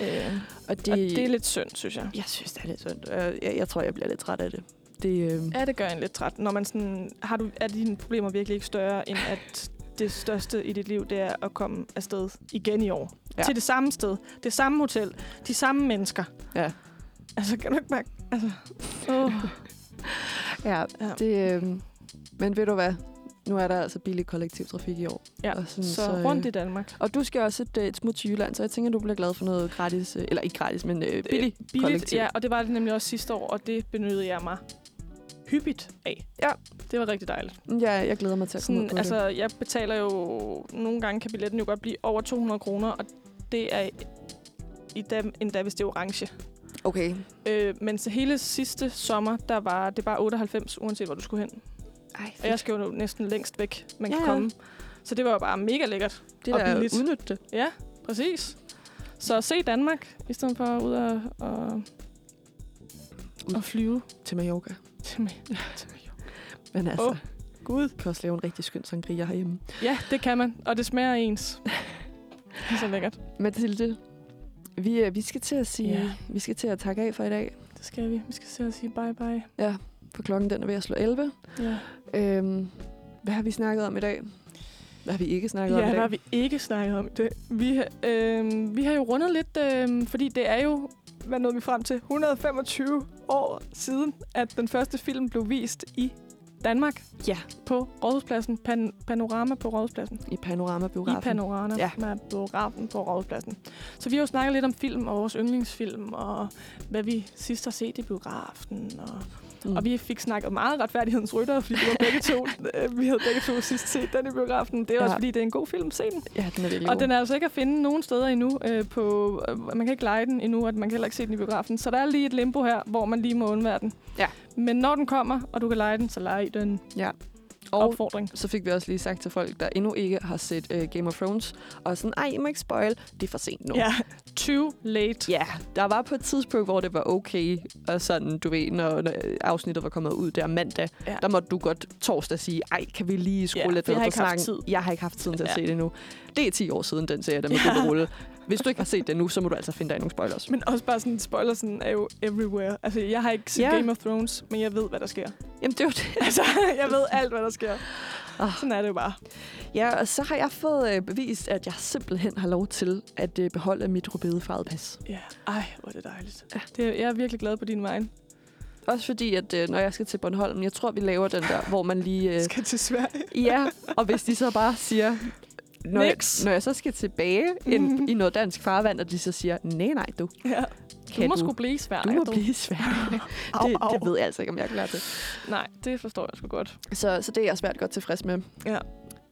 Speaker 3: Øh,
Speaker 2: Og det,
Speaker 3: og det er lidt synd, synes jeg.
Speaker 2: Jeg synes, det er lidt synd. Øh, Jeg, jeg tror, jeg bliver lidt træt af det. Det, øh,
Speaker 3: Ja, det gør en lidt træt, når man sådan, har du, er dine problemer virkelig ikke større, end at det største i dit liv, det er at komme afsted igen i år.
Speaker 2: Ja.
Speaker 3: Ja. Til det samme sted, det samme hotel, de samme mennesker.
Speaker 2: Ja.
Speaker 3: Altså, kan du ikke mærke? Altså, åh.
Speaker 2: ja,
Speaker 3: Ja.
Speaker 2: det, øh, men ved du hvad? Nu er der altså billig kollektivtrafik i år.
Speaker 3: Ja,
Speaker 2: og sådan,
Speaker 3: så,
Speaker 2: så, øh,
Speaker 3: rundt i Danmark.
Speaker 2: Og du skal også et, øh, et smut til Jylland, så jeg tænker, du bliver glad for noget gratis. øh, Eller ikke gratis, men øh, billig
Speaker 3: Billigt,
Speaker 2: kollektiv.
Speaker 3: ja, og det var det nemlig også sidste år, og det benyttede jeg mig hyppigt af.
Speaker 2: Ja.
Speaker 3: Det var rigtig dejligt.
Speaker 2: ja, jeg glæder mig til at komme ud
Speaker 3: Sådan,
Speaker 2: på altså,
Speaker 3: altså, jeg betaler jo... Nogle gange kan billetten jo godt blive over 200 kroner, og det er i dem, endda hvis det er orange.
Speaker 2: det. Okay.
Speaker 3: Øh, men så hele sidste sommer, der var det bare 98, uanset hvor du skulle hen.
Speaker 2: Ej,
Speaker 3: Og jeg skal jo næsten længst væk, man
Speaker 2: Ja,
Speaker 3: kan
Speaker 2: ja.
Speaker 3: komme. Så det var jo bare mega lækkert.
Speaker 2: det
Speaker 3: og
Speaker 2: der
Speaker 3: billigt.
Speaker 2: udnytte det.
Speaker 3: Ja, præcis. Så se Danmark, i stedet for ud og, og,
Speaker 2: Ud.
Speaker 3: og flyve
Speaker 2: Til Mallorca.
Speaker 3: til mig. til mig.
Speaker 2: Men altså,
Speaker 3: Åh,
Speaker 2: oh.
Speaker 3: Gud.
Speaker 2: kan også lave en rigtig skøn sangria herhjemme.
Speaker 3: Ja, det kan man. Og det smager ens. Det er så lækkert.
Speaker 2: Mathilde, vi, øh, vi skal til at sige,
Speaker 3: Ja.
Speaker 2: vi skal til at takke af for i dag.
Speaker 3: Det skal vi. Vi skal se og sige bye-bye.
Speaker 2: For klokken den er ved at slå 11.
Speaker 3: Ja.
Speaker 2: Øhm, hvad har vi snakket om i dag? Hvad har vi ikke snakket om
Speaker 3: Ja,
Speaker 2: i
Speaker 3: hvad har
Speaker 2: dag?
Speaker 3: vi ikke snakket om i dag? Vi, har- øh, vi har jo rundet lidt, øh, fordi det er jo, hvad nåede vi frem til, 125 år siden, at den første film blev vist i Danmark
Speaker 2: Ja.
Speaker 3: på Rådhuspladsen. Pan, panorama på Rådhuspladsen.
Speaker 2: I
Speaker 3: I
Speaker 2: Panorama-biografen.
Speaker 3: Panorama
Speaker 2: Ja.
Speaker 3: ja. med biografen på Rådhuspladsen. Så vi har jo snakket lidt om film og vores yndlingsfilm, og hvad vi sidst har set i biografen, og
Speaker 2: mm.
Speaker 3: og vi fik snakket meget retfærdighedens rytter, fordi det var begge to, øh, vi havde begge to sidst set den i biografen. Det er ja. også
Speaker 2: Ja.
Speaker 3: fordi, det er en god film, se den.
Speaker 2: Ja, den er virkelig
Speaker 3: Og den er altså ikke at finde nogen steder endnu. Øh, på, øh, man kan ikke lege den endnu, og man kan heller ikke se den i biografen. Så der er lige et limbo her, hvor man lige må undvære den.
Speaker 2: Ja.
Speaker 3: Men når den kommer, og du kan lege den, så lege den.
Speaker 2: og
Speaker 3: Opfordring.
Speaker 2: så fik vi også lige sagt til folk, der endnu ikke har set uh, Game of Thrones, og sådan, ej, I må ikke spoil, det er for sent nu.
Speaker 3: Ja. Too late.
Speaker 2: Ja, der var på et tidspunkt, hvor det var okay, og sådan, du ved, når, når afsnittet var kommet ud der mandag,
Speaker 3: Ja.
Speaker 2: der måtte du godt torsdag sige, ej, kan vi lige skrue
Speaker 3: Ja,
Speaker 2: lidt
Speaker 3: for jeg
Speaker 2: ned
Speaker 3: har
Speaker 2: for
Speaker 3: ikke haft
Speaker 2: snakken? Jeg har ikke haft tiden til at
Speaker 3: Ja.
Speaker 2: se det nu. Det er 10 år siden, den serie, der med ja. rulle. Hvis du ikke har set den nu, så må du altså finde dig i nogle spoilers.
Speaker 3: Men også bare sådan, spoilersen er jo everywhere. Altså, jeg har ikke set
Speaker 2: Ja.
Speaker 3: yeah. Game of Thrones, men jeg ved, hvad der sker.
Speaker 2: Jamen, det er jo det.
Speaker 3: Altså, jeg ved alt, hvad der sker.
Speaker 2: Ah.
Speaker 3: Sådan er det jo bare.
Speaker 2: Ja, og så har jeg fået øh, bevist, at jeg simpelthen har lov til at øh, beholde mit rubedefarvede pas.
Speaker 3: Ja, ej, hvor er det dejligt. Det, jeg er virkelig glad på din vej.
Speaker 2: Også fordi, at øh, når jeg skal til Bornholm, jeg tror, vi laver den der, hvor man lige... Øh,
Speaker 3: skal til Sverige.
Speaker 2: ja, og hvis de så bare siger... Når jeg,
Speaker 3: Niks.
Speaker 2: når jeg så skal tilbage ind i noget dansk farvand, og de så siger, nej, nej, du,
Speaker 3: Ja.
Speaker 2: Kan
Speaker 3: du må
Speaker 2: du-
Speaker 3: sgu blive i Sverige.
Speaker 2: du må blive i Sverige.
Speaker 3: Au,
Speaker 2: det,
Speaker 3: au.
Speaker 2: det ved jeg altså ikke, om jeg er klar til.
Speaker 3: Nej, det forstår jeg sgu godt.
Speaker 2: Så, så det er jeg svært godt tilfreds med.
Speaker 3: Ja.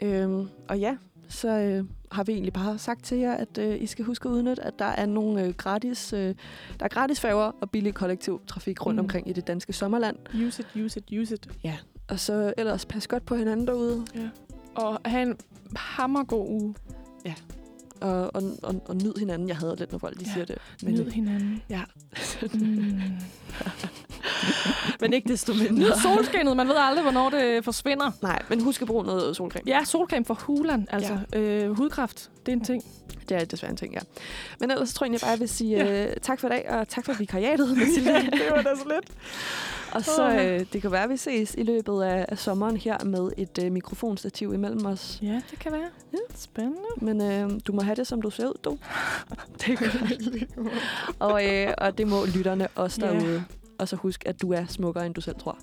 Speaker 2: Øhm, og ja, så øh, har vi egentlig bare sagt til jer, at øh, I skal huske at udnytte, at der er nogle øh, gratis, øh, der er gratis færger og billig kollektivtrafik rundt mm.
Speaker 3: Mm.
Speaker 2: omkring i det danske sommerland.
Speaker 3: Use it, use it, use it.
Speaker 2: Og så ellers pas godt på hinanden derude,
Speaker 3: Og have en hammergod uge.
Speaker 2: og, og, og, og nyd hinanden. Jeg hader lidt, når folk de
Speaker 3: Ja,
Speaker 2: siger det.
Speaker 3: Men
Speaker 2: Men,
Speaker 3: Nyd hinanden.
Speaker 2: Ja.
Speaker 3: Mm.
Speaker 2: men ikke desto mindre.
Speaker 3: Nyd solskinnet. Man ved aldrig, hvornår det forsvinder.
Speaker 2: Nej, men husk at bruge noget solcreme.
Speaker 3: Ja, solcreme for hulan. Altså, ja. øh, hudkræft. Det er en ting.
Speaker 2: Det er desværre en ting, ja. Men ellers tror jeg egentlig bare, at jeg vil sige øh, tak for i dag, og tak for vikariatet, Mathilde.
Speaker 3: det var da så lidt.
Speaker 2: Og så øh, det kan være, at vi ses i løbet af, af sommeren her med et øh, mikrofonstativ imellem os.
Speaker 3: Ja, det kan være. Ja. Spændende.
Speaker 2: Men øh, du må have det, som du ser ud, du.
Speaker 3: Det er
Speaker 2: Og, øh, og det må lytterne også
Speaker 3: Ja.
Speaker 2: derude. Og så husk, at du er smukkere, end du selv tror.